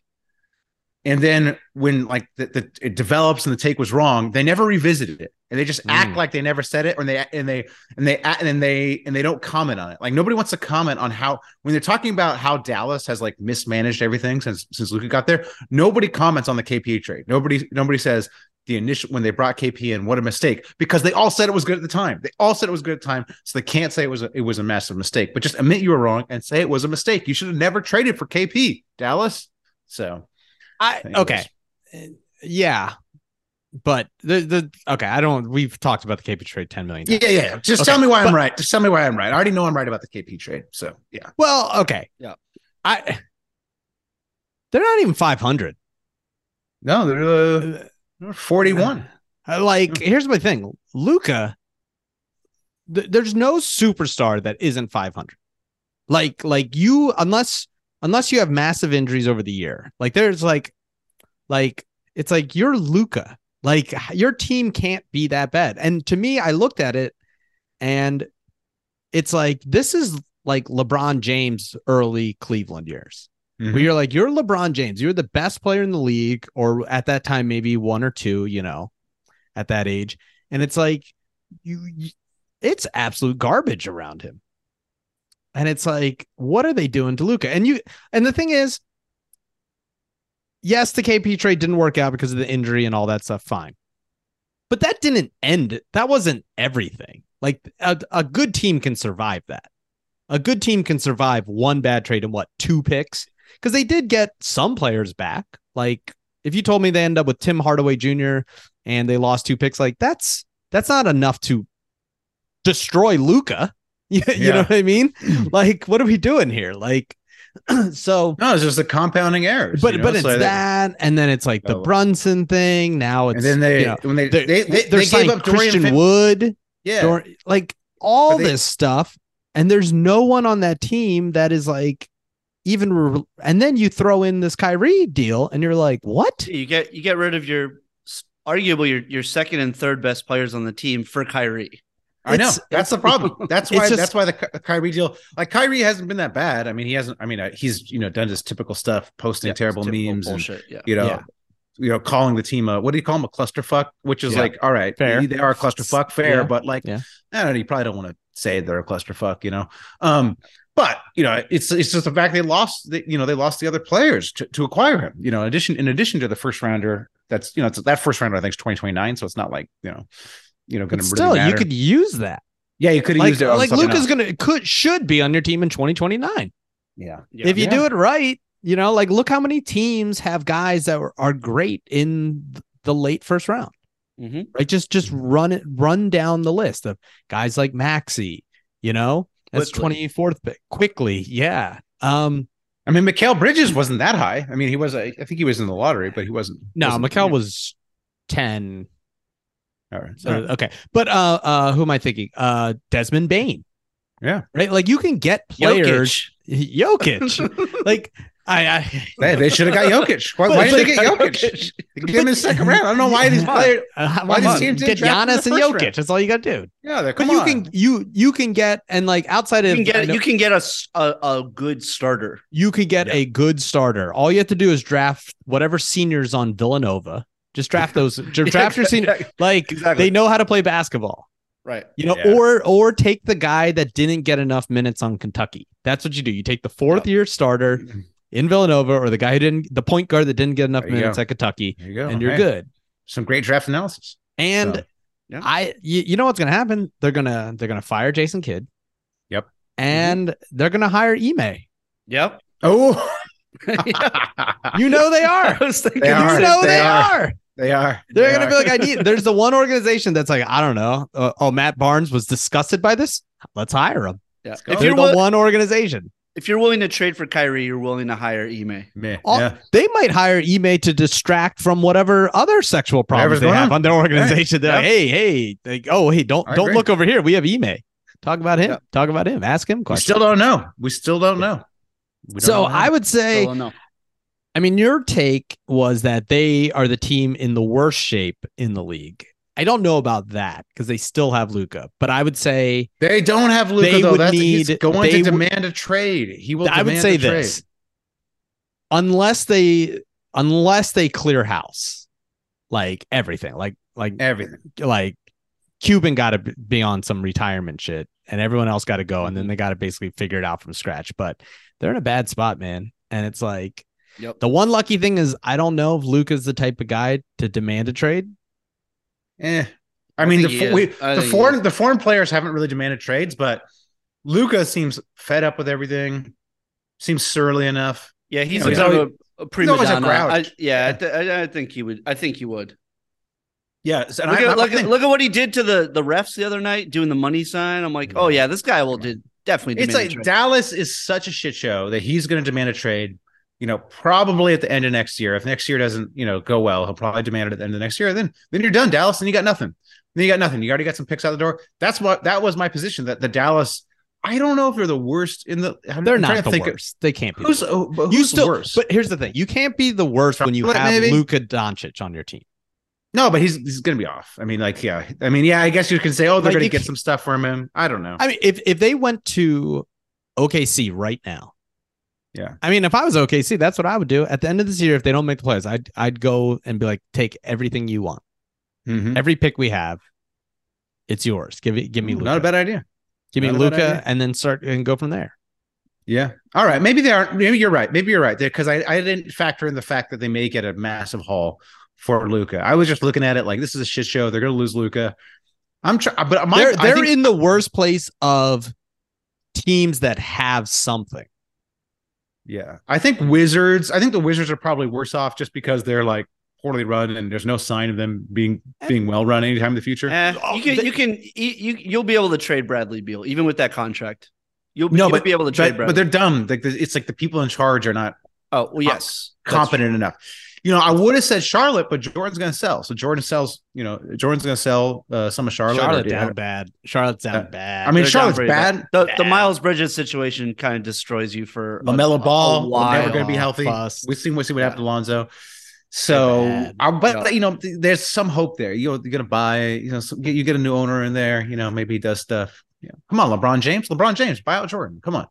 Speaker 3: and then when like the, the it develops and the take was wrong, they never revisited it, and they just
Speaker 2: Mm.
Speaker 3: act like they never said it, or they and they and they and then they and they don't comment on it. Like nobody wants to comment on how when they're talking about how Dallas has like mismanaged everything since since Luka got there. Nobody comments on the KP trade. Nobody nobody says the initial when they brought KP in, what a mistake because they all said it was good at the time. They all said it was good at the time, so they can't say it was a, it was a massive mistake. But just admit you were wrong and say it was a mistake. You should have never traded for KP, Dallas. So
Speaker 2: I
Speaker 3: Anyways.
Speaker 2: okay. Uh, Yeah, but the the okay. I don't. We've talked about the KP trade ten million.
Speaker 3: yeah, yeah. yeah. Just
Speaker 2: Okay,
Speaker 3: tell me why
Speaker 2: but-
Speaker 3: I'm right. Just tell me why I'm right. I already know I'm right about the KP trade. So yeah,
Speaker 2: Well, okay.
Speaker 4: Yeah.
Speaker 2: I. They're not even five hundred.
Speaker 3: no, they're uh, 41.
Speaker 2: Uh, Like, here's my thing, Luca. Th- there's no superstar that isn't 500. Like like you unless unless you have massive injuries over the year. Like there's like like it's like you're Luca. Like your team can't be that bad. And to me, I looked at it and it's like this is like LeBron James early Cleveland years.
Speaker 3: Mhm.
Speaker 2: Where you're like, you're LeBron James, you're the best player in the league, or at that time, maybe one or two, you know, at that age. And it's like you, you it's absolute garbage around him. And it's like, what are they doing to Luca? And you and the thing is, yes, the KP trade didn't work out because of the injury and all that stuff. Fine. But that didn't end. it. That wasn't everything. Like a, a good team can survive that. A good team can survive one bad trade and what, two picks? Because they did get some players back. Like if you told me they end up with Tim Hardaway Jr. and they lost two picks, like that's that's not enough to destroy Luca. you know
Speaker 3: Yeah.
Speaker 2: what I mean? like, what are we doing here? Like, so
Speaker 3: No, it's just the compounding errors.
Speaker 2: but
Speaker 3: you know?
Speaker 2: but it's
Speaker 3: like-
Speaker 2: that, and then it's like the
Speaker 3: Oh.
Speaker 2: Brunson thing. Now it's
Speaker 3: And then they
Speaker 2: you know,
Speaker 3: when they
Speaker 2: they're,
Speaker 3: they they, they,
Speaker 2: are
Speaker 3: gave
Speaker 2: signing
Speaker 3: up Dorian
Speaker 2: Christian
Speaker 3: Fin-
Speaker 2: Wood,
Speaker 3: Yeah,
Speaker 2: Dor- like all
Speaker 3: But they-
Speaker 2: this stuff, and there's no one on that team that is like even. Re- and then you throw in this Kyrie deal, and you're like, what?
Speaker 4: You get you get rid of your s- arguably your, your second and third best players on the team for Kyrie.
Speaker 3: I know
Speaker 2: It's-
Speaker 3: that's the problem. That's
Speaker 2: it's
Speaker 3: why
Speaker 2: just-
Speaker 3: that's why the Ky- Kyrie deal, like Kyrie, hasn't been that bad. I mean, he hasn't. I mean, uh, he's you know done his typical stuff, posting
Speaker 4: Yeah,
Speaker 3: terrible
Speaker 4: typical
Speaker 3: memes and
Speaker 4: bullshit. yeah.
Speaker 3: you know,
Speaker 2: Yeah.
Speaker 3: you know, calling the team a what do you call them a clusterfuck? Which is
Speaker 2: Yeah.
Speaker 3: like, all right,
Speaker 2: Fair.
Speaker 3: they are a clusterfuck, fair,
Speaker 2: Yeah.
Speaker 3: but like,
Speaker 2: Yeah.
Speaker 3: I don't know, you probably don't want to say they're a clusterfuck, you know. Um, but you know, it's it's just the fact they lost, they, you know, they lost the other players to, to acquire him. You know, in addition in addition to the first rounder, that's you know, it's, that first rounder I think is twenty twenty nine, so it's not like you know, you know, going
Speaker 2: But
Speaker 3: to
Speaker 2: still,
Speaker 3: really matter.
Speaker 2: you could use that.
Speaker 3: yeah, you could have
Speaker 2: Like,
Speaker 3: used it on
Speaker 2: like
Speaker 3: something
Speaker 2: Luca's
Speaker 3: else.
Speaker 2: gonna could should be on your team in 2029.
Speaker 3: yeah,
Speaker 4: Yeah.
Speaker 2: if you
Speaker 3: Yeah.
Speaker 2: do it right, you know, like look how many teams have guys that were, are great in th- the late first round,
Speaker 3: Mm-hmm.
Speaker 4: Mhm.
Speaker 2: right? Just just run it, run down the list of guys like Maxi, you know, that's
Speaker 4: Quickly.
Speaker 2: twenty fourth pick quickly, yeah. Um,
Speaker 3: I mean, Mikhail Bridges wasn't that high. I mean, he was a, I think he was in the lottery, but he wasn't.
Speaker 2: no,
Speaker 3: wasn't-
Speaker 2: Mikel was ten.
Speaker 3: All right.
Speaker 2: So, okay, but uh, uh, who am I thinking? Uh, Desmond Bain,
Speaker 3: Yeah.
Speaker 2: right. Like you can get players,
Speaker 4: Jokic.
Speaker 2: Jokic, like I, I
Speaker 3: They, they should have got Jokic. Why, why did they get Jokic? They Give him in the second round. I don't know why these players.
Speaker 2: Uh,
Speaker 3: why
Speaker 2: come
Speaker 3: these
Speaker 2: on,
Speaker 3: teams
Speaker 2: get
Speaker 3: didn't draft him in
Speaker 2: Giannis
Speaker 3: the
Speaker 2: and
Speaker 3: first
Speaker 2: Jokic.
Speaker 3: round.
Speaker 2: That's all you got to do.
Speaker 3: Yeah, they're
Speaker 2: But
Speaker 3: come
Speaker 2: you
Speaker 3: on.
Speaker 2: can you you can get and like outside
Speaker 4: You
Speaker 2: of
Speaker 4: can
Speaker 2: I
Speaker 4: get
Speaker 2: know-
Speaker 4: you can get a s- a, a good starter.
Speaker 2: you could get a good starter. All you have to do is draft whatever seniors on Villanova. Just draft those. dra- draft your senior. Like
Speaker 4: Exactly.
Speaker 2: they know how to play basketball.
Speaker 4: Right.
Speaker 2: You know,
Speaker 3: Yeah.
Speaker 2: or or take the guy that didn't get enough minutes on Kentucky. That's what you do. You take the fourth year starter in Villanova, or the guy who didn't, the point guard that didn't get enough
Speaker 3: There you go.
Speaker 2: minutes at Kentucky,
Speaker 3: There you go.
Speaker 2: and you're
Speaker 3: Hey,
Speaker 2: good.
Speaker 3: Some great draft analysis.
Speaker 2: And
Speaker 3: So,
Speaker 4: yeah.
Speaker 2: I, you, you know what's gonna happen? They're gonna they're gonna fire Jason Kidd.
Speaker 3: Yep.
Speaker 2: And they're gonna hire Ime.
Speaker 4: Yep.
Speaker 3: Oh,
Speaker 2: You know they are.
Speaker 4: I was thinking
Speaker 3: They
Speaker 2: you
Speaker 3: are.
Speaker 2: know they,
Speaker 3: They
Speaker 2: are.
Speaker 3: are. they are.
Speaker 2: They're
Speaker 3: They
Speaker 2: gonna
Speaker 3: are.
Speaker 2: be like, I need. There's the one organization that's like, I don't know. Uh, oh, Matt Barnes was disgusted by this. Let's hire him.
Speaker 4: Yeah.
Speaker 3: Let's go.
Speaker 4: If
Speaker 2: They're
Speaker 4: you're
Speaker 2: the
Speaker 4: wi-
Speaker 2: one organization.
Speaker 4: if you're willing to trade for Kyrie, you're willing to hire Ime.
Speaker 3: Meh,
Speaker 2: All-
Speaker 3: yeah.
Speaker 2: They might hire Ime to distract from whatever other sexual
Speaker 3: Whatever's
Speaker 2: problems they
Speaker 3: going
Speaker 2: have
Speaker 3: on.
Speaker 2: on their organization. They're
Speaker 3: Yeah.
Speaker 2: like, hey, hey, like, oh, hey, don't
Speaker 3: I
Speaker 2: don't
Speaker 3: agree.
Speaker 2: look over here. We have Ime. Talk about him. Talk about him. Ask him
Speaker 3: We
Speaker 2: questions.
Speaker 3: still don't know. We still don't know. We don't
Speaker 2: so
Speaker 3: know.
Speaker 2: I would say.
Speaker 4: So, no.
Speaker 2: I mean, your take was that they are the team in the worst shape in the league. I don't know about that because they still have Luca, but I would say
Speaker 3: they don't have
Speaker 2: they
Speaker 3: Luca though.
Speaker 2: would
Speaker 3: That's
Speaker 2: need-
Speaker 3: he's going
Speaker 2: they
Speaker 3: to
Speaker 2: would-
Speaker 3: demand a trade. He will.
Speaker 2: I would
Speaker 3: demand
Speaker 2: say
Speaker 3: a trade.
Speaker 2: this: unless they unless they clear house, like everything, like like
Speaker 3: everything.
Speaker 2: like Cuban got to be on some retirement shit, and everyone else got to go,
Speaker 3: Mm-hmm.
Speaker 2: and then they got to basically figure it out from scratch. But they're in a bad spot, man. And it's like
Speaker 4: Yep.
Speaker 2: the one lucky thing is I don't know if Luca's the type of guy to demand a trade.
Speaker 3: Eh. I mean,
Speaker 4: think
Speaker 3: the,
Speaker 4: he
Speaker 3: fo- we,
Speaker 4: is. I
Speaker 3: the
Speaker 4: think he
Speaker 3: foreign
Speaker 4: is.
Speaker 3: the foreign players haven't really demanded trades, but Luca seems fed up with everything. Seems surly enough.
Speaker 4: Yeah, he's
Speaker 3: Yeah,
Speaker 4: a
Speaker 3: he's
Speaker 4: kind of
Speaker 3: always-
Speaker 4: a, a prima
Speaker 3: always a
Speaker 4: donna. I,
Speaker 3: grouch.
Speaker 4: yeah, I, th- I, I think he would. I think he would.
Speaker 3: Yeah, so- and
Speaker 4: look,
Speaker 3: I,
Speaker 4: at,
Speaker 3: I
Speaker 4: look, at-
Speaker 3: think
Speaker 4: look at what he did to the, the refs the other night, doing the money sign. I'm like, oh yeah, this guy will did, definitely.
Speaker 3: it's like
Speaker 4: demand a trade.
Speaker 3: Dallas is such a shit show that he's going to demand a trade. You know, probably at the end of next year. If next year doesn't, you know, go well, he'll probably demand it at the end of next year. Then, then you're done, Dallas, and you got nothing. Then you got nothing. You already got some picks out the door. That's what that was my position. That the Dallas, I don't know if they're the worst in the. I'm,
Speaker 2: They're
Speaker 3: I'm trying
Speaker 2: not
Speaker 3: to
Speaker 2: the
Speaker 3: think of-
Speaker 2: worst. they can't be. the
Speaker 3: Who's,
Speaker 2: worst.
Speaker 3: oh, but who's
Speaker 2: you still,
Speaker 3: worse?
Speaker 2: but here's the thing: you can't be the worst when you
Speaker 3: Charlotte,
Speaker 2: have
Speaker 3: maybe?
Speaker 2: Luka Doncic on your team.
Speaker 3: no, but he's he's gonna be off. I mean, like, yeah. I mean, yeah. I guess you can say, oh, they're
Speaker 2: Like,
Speaker 3: gonna
Speaker 2: you
Speaker 3: get
Speaker 2: can't-
Speaker 3: some stuff from him. I don't know.
Speaker 2: I mean, if if they went to OKC right now,
Speaker 3: Yeah.
Speaker 2: I mean, if I was OKC, that's what I would do at the end of this year. If they don't make the playoffs, I'd I'd go and be like, take everything you want,
Speaker 3: Mhm.
Speaker 2: every pick we have, it's yours. Give it, give me
Speaker 3: Not a
Speaker 2: Luka,
Speaker 3: bad idea.
Speaker 2: give me
Speaker 3: Mm-hmm. not a bad
Speaker 2: Luka,
Speaker 3: idea.
Speaker 2: and then start and go from there.
Speaker 3: Yeah. All right. Maybe they aren't. Maybe you're right. Maybe you're right. Because I, I didn't factor in the fact that they may get a massive haul for Luca. I was just looking at it like this is a shit show. They're going to lose Luca. I'm trying, but my,
Speaker 2: they're
Speaker 3: I
Speaker 2: they're
Speaker 3: think-
Speaker 2: in the worst place of teams that have something.
Speaker 3: yeah. I think Wizards. I think the Wizards are probably worse off just because they're like poorly run and there's no sign of them being being well run anytime in the future.
Speaker 4: Eh,
Speaker 2: Oh,
Speaker 4: you can
Speaker 2: they-
Speaker 4: you can you, you you'll be able to trade Bradley Beal even with that contract. You'll,
Speaker 3: No,
Speaker 4: you'll
Speaker 3: but-
Speaker 4: be able to trade
Speaker 3: But,
Speaker 4: Bradley.
Speaker 3: but they're dumb. Like the- it's like the people in charge are not
Speaker 4: oh well, yes, That's-
Speaker 3: competent enough. You know, I would have said Charlotte, but Jordan's going to sell. So Jordan sells. You know, Jordan's going to sell uh, some of Charlotte.
Speaker 2: Charlotte,
Speaker 3: or-
Speaker 2: down bad. Charlotte's down
Speaker 3: Uh,
Speaker 2: bad.
Speaker 3: I mean,
Speaker 4: They're down
Speaker 3: Charlotte's
Speaker 4: pretty
Speaker 3: bad.
Speaker 4: The, the Miles Bridges situation kind of destroys you for a-
Speaker 3: Lamelo Ball
Speaker 4: a
Speaker 3: we're never
Speaker 4: while.
Speaker 3: going to be healthy.
Speaker 2: bust.
Speaker 3: We've seen, we've seen what
Speaker 4: Yeah.
Speaker 3: happened to Lonzo. So,
Speaker 2: bad.
Speaker 3: I, but
Speaker 4: Yeah.
Speaker 3: you know, th- there's some hope there. You know, you're going to buy. You know, some, you get a new owner in there. You know, maybe he does stuff. Yeah. Come on, LeBron James. LeBron James, buy out Jordan. Come on.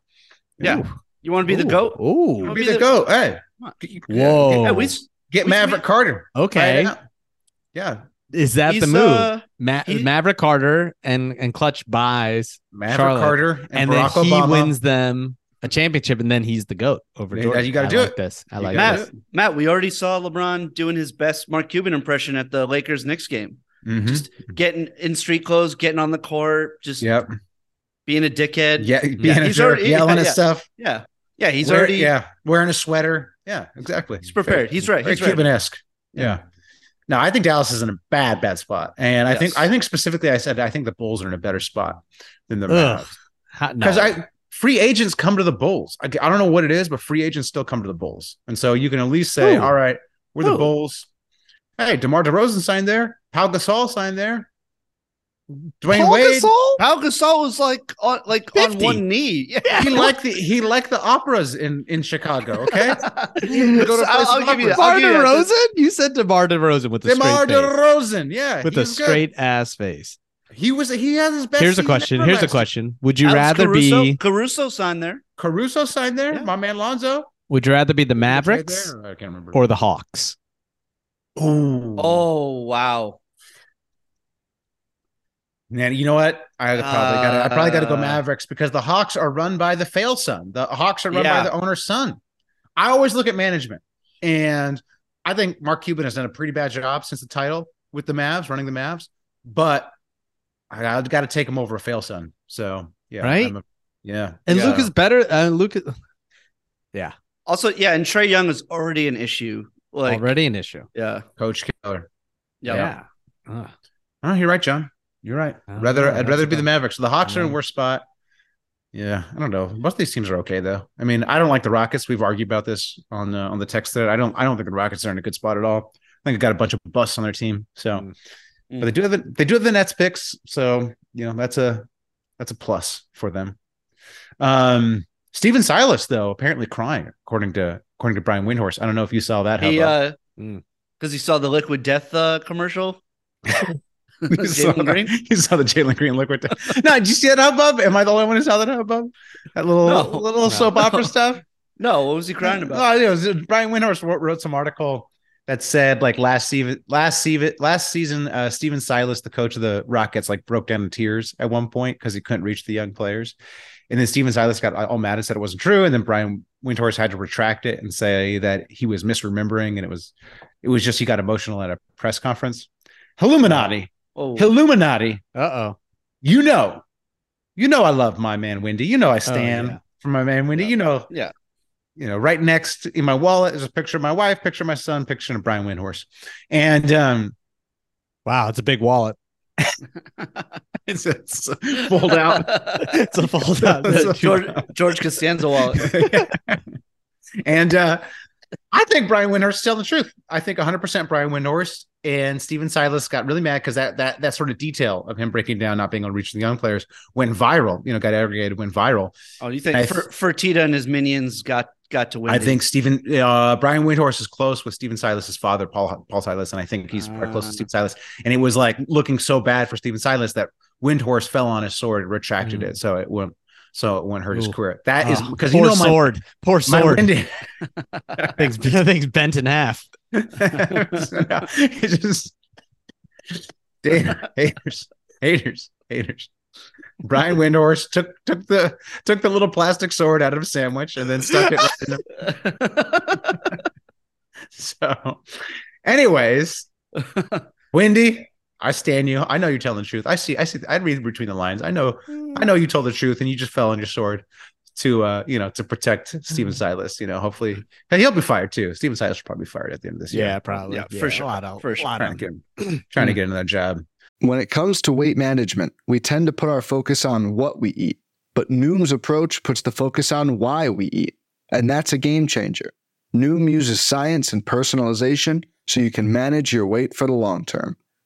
Speaker 4: Yeah. You want to be the goat?
Speaker 2: Ooh.
Speaker 4: I'll
Speaker 3: be,
Speaker 4: be
Speaker 3: the,
Speaker 4: the-
Speaker 3: goat. Hey,
Speaker 4: Come on.
Speaker 3: Get-
Speaker 2: Whoa.
Speaker 3: get-
Speaker 4: Yeah, we, s-
Speaker 3: get
Speaker 4: we-
Speaker 3: Maverick
Speaker 4: we-
Speaker 3: Carter. Buy
Speaker 2: Okay.
Speaker 3: it out. Yeah,
Speaker 2: Is that
Speaker 4: he's,
Speaker 2: the move?
Speaker 4: uh,
Speaker 2: Ma-
Speaker 4: he-
Speaker 2: Maverick Carter and and Clutch buys,
Speaker 3: Maverick
Speaker 2: Charlotte.
Speaker 3: Carter and,
Speaker 2: and,
Speaker 3: Barack
Speaker 2: then he
Speaker 3: Obama.
Speaker 2: wins them a championship, and then he's the goat over
Speaker 3: Yeah,
Speaker 2: Jordan.
Speaker 3: you gotta
Speaker 2: I
Speaker 3: do
Speaker 2: like
Speaker 3: it.
Speaker 2: This I
Speaker 3: You
Speaker 2: like
Speaker 3: gotta
Speaker 2: this.
Speaker 4: Matt,
Speaker 3: Yes.
Speaker 4: Matt, we already saw LeBron doing his best Mark Cuban impression at the Lakers Knicks game.
Speaker 3: Mhm.
Speaker 4: Just getting in street clothes, getting on the court, just
Speaker 3: Yep.
Speaker 4: being a dickhead.
Speaker 3: Yeah, being a
Speaker 4: He's
Speaker 3: jerk,
Speaker 4: already-
Speaker 3: yelling at
Speaker 4: yeah.
Speaker 3: stuff.
Speaker 4: yeah, yeah. He's
Speaker 3: Wear-
Speaker 4: already
Speaker 3: yeah wearing a sweater. Yeah, exactly.
Speaker 4: he's prepared. He's right.
Speaker 3: Very
Speaker 4: He's right.
Speaker 3: Cuban esque. Yeah. No, I think Dallas is in a bad, bad spot, and I think
Speaker 4: Yes.
Speaker 3: I think specifically, I said I think the Bulls are in a better spot than the
Speaker 2: Ugh.
Speaker 3: Mavs
Speaker 2: Ha- no.
Speaker 3: because I free agents come to the Bulls. I, I don't know what it is, but free agents still come to the Bulls, and so you can at least say,
Speaker 2: Who?
Speaker 3: all right, we're
Speaker 2: Who?
Speaker 3: the Bulls. Hey, Demar Derozan signed there. Pau Gasol signed there. Dwayne
Speaker 2: Paul
Speaker 3: Wade.
Speaker 2: Gasol?
Speaker 4: Pau Gasol was like on like
Speaker 2: 50.
Speaker 4: on one knee. Yeah.
Speaker 3: He liked the he liked the operas in in Chicago. Okay, go
Speaker 4: So
Speaker 3: to play
Speaker 4: I'll,
Speaker 3: some
Speaker 4: I'll give you that.
Speaker 3: opera.
Speaker 4: I'll
Speaker 2: DeMar
Speaker 4: give you that.
Speaker 2: DeRozan? You said DeMar DeRozan with a
Speaker 3: Demar
Speaker 2: straight face.
Speaker 3: Derozan. Yeah,
Speaker 2: with
Speaker 3: he
Speaker 2: a
Speaker 3: was good.
Speaker 2: straight ass face.
Speaker 3: He was he has his best.
Speaker 2: Here's a
Speaker 3: season
Speaker 2: question.
Speaker 3: ever
Speaker 2: Here's
Speaker 3: last
Speaker 2: a
Speaker 3: year.
Speaker 2: question. Would you
Speaker 4: Alex
Speaker 2: rather
Speaker 4: Caruso,
Speaker 2: be?
Speaker 4: Caruso signed there?
Speaker 3: Caruso signed there.
Speaker 4: Yeah.
Speaker 3: My man Lonzo.
Speaker 2: Would you rather be the
Speaker 3: Right
Speaker 2: Mavericks
Speaker 3: there? I can't remember.
Speaker 2: or the Hawks?
Speaker 4: Oh wow.
Speaker 3: man, you know what? I probably got. I probably got to go
Speaker 4: Uh,
Speaker 3: Mavericks because the Hawks are run by the fail son. The Hawks are run
Speaker 4: Yeah.
Speaker 3: by the owner's son. I always look at management, and I think Mark Cuban has done a pretty bad job since the title with the Mavs, running the Mavs. But I, I've got to take him over a fail son. So yeah,
Speaker 2: Right?
Speaker 3: I'm a- yeah,
Speaker 2: And
Speaker 3: yeah.
Speaker 2: Luca's better. Uh, Luca
Speaker 4: Also, yeah, and Trey Young is already an issue. Like,
Speaker 2: already an issue.
Speaker 4: yeah,
Speaker 3: Coach Keller.
Speaker 4: yeah.
Speaker 2: Yeah. Ugh.
Speaker 3: Oh, you're right, John. You're right.
Speaker 2: I don't
Speaker 3: Rather,
Speaker 2: know.
Speaker 3: I'd
Speaker 2: That's
Speaker 3: rather be the
Speaker 2: about-
Speaker 3: Mavericks. The Hawks
Speaker 2: I
Speaker 3: are in
Speaker 2: know.
Speaker 3: a worse spot. Yeah, I don't know. Both these teams are okay though. I mean, I don't like the Rockets. We've argued about this on uh, on the text thread. I don't. I don't think the Rockets are in a good spot at all. I think they got a bunch of busts on their team. So,
Speaker 2: Mm.
Speaker 3: but they do have the, they do have the Nets picks. So you know that's a that's a plus for them. Um, Steven Silas though apparently crying according to according to Brian Windhorse. I don't know if you saw that.
Speaker 4: He
Speaker 3: Hubba.
Speaker 4: uh,
Speaker 2: Mm.
Speaker 4: because he saw the Liquid Death uh, commercial.
Speaker 3: you, saw
Speaker 4: Jalen Green?
Speaker 3: The, you saw the Jalen Green liquid. no, did you see that hubbub? Am I the only one who saw that hubbub? That little
Speaker 4: No.
Speaker 3: little
Speaker 4: No.
Speaker 3: soap opera stuff.
Speaker 4: No, what was he crying about?
Speaker 3: Oh, it was, Brian Windhorst wrote, wrote some article that said like last season, last season, last season, uh, Steven Silas, the coach of the Rockets, like broke down in tears at one point because he couldn't reach the young players, and then Steven Silas got all mad and said it wasn't true, and then Brian Windhorst had to retract it and say that he was misremembering, and it was, it was just he got emotional at a press conference. Illuminati,
Speaker 4: Oh,
Speaker 3: Illuminati.
Speaker 2: Uh oh.
Speaker 3: You know, you know, I love my man Wendy. You know, I stand
Speaker 2: yeah.
Speaker 3: for my man Wendy. You know,
Speaker 4: Yeah.
Speaker 3: you know. Right next in my wallet is a picture of my wife, picture of my son, picture of Brian Windhorse, and um,
Speaker 2: Wow, it's a big wallet.
Speaker 3: it's, it's fold out.
Speaker 2: It's a fold out.
Speaker 3: It's a-
Speaker 4: George, George Costanza wallet.
Speaker 3: and uh, I think Brian Windhorst is telling the truth. I think 100% Brian Windhorst and Steven Silas got really mad because that that that sort of detail of him breaking down, not being able to reach the young players, went viral. You know, got aggregated, went viral.
Speaker 4: Oh, you think
Speaker 3: I-
Speaker 4: Fer- Fertitta and his minions got got to win?
Speaker 3: I think Stephen uh, Brian Windhorst is close with Stephen Silas's father, Paul Paul Silas, and I think he's probably
Speaker 2: Ah.
Speaker 3: close to Stephen Silas. And it was like looking so bad for Stephen Silas that Windhorst fell on his sword and retracted
Speaker 2: Mm.
Speaker 3: it, so it won't so it won't hurt his
Speaker 2: Ooh.
Speaker 3: career. That is
Speaker 2: Oh,
Speaker 3: because you
Speaker 2: poor
Speaker 3: know my
Speaker 2: sword. Poor
Speaker 3: my
Speaker 2: sword.
Speaker 3: Wendy-
Speaker 2: things, things bent in half.
Speaker 3: it's just Damn, haters, haters, haters. Brian Windhorst took took the took the little plastic sword out of a sandwich and then stuck it. Right in the- so, anyways, Wendy, I stand you. I know you're telling the truth. I see. I see. I read between the lines. I know. I know you told the truth, and you just fell on your sword to uh you know to protect Steven Silas. You know, hopefully and he'll be fired too. Steven Silas will probably be fired at the end of this year.
Speaker 2: Yeah, Hmm. probably.
Speaker 4: Yeah, for sure,
Speaker 2: A lot of,
Speaker 4: for sure.
Speaker 2: lot
Speaker 3: trying
Speaker 2: of
Speaker 3: to get him, trying to get another job.
Speaker 1: When it comes to weight management, we tend to put our focus on what we eat, but Noom's approach puts the focus on why we eat. And that's a game changer. Noom uses science and personalization so you can manage your weight for the long term.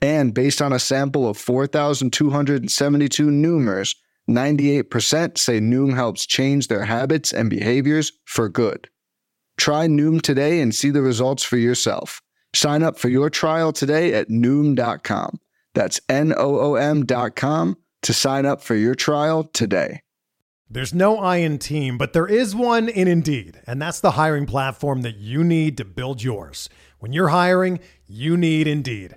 Speaker 1: And based on a sample of 4,272 Noomers, 98% say Noom helps change their habits and behaviors for good. Try Noom today and see the results for yourself. Sign up for your trial today at Noom.com. That's N O O M.com to sign up for your trial today.
Speaker 9: There's no I in team, but there is one in Indeed, and that's the hiring platform that you need to build yours. When you're hiring, you need Indeed.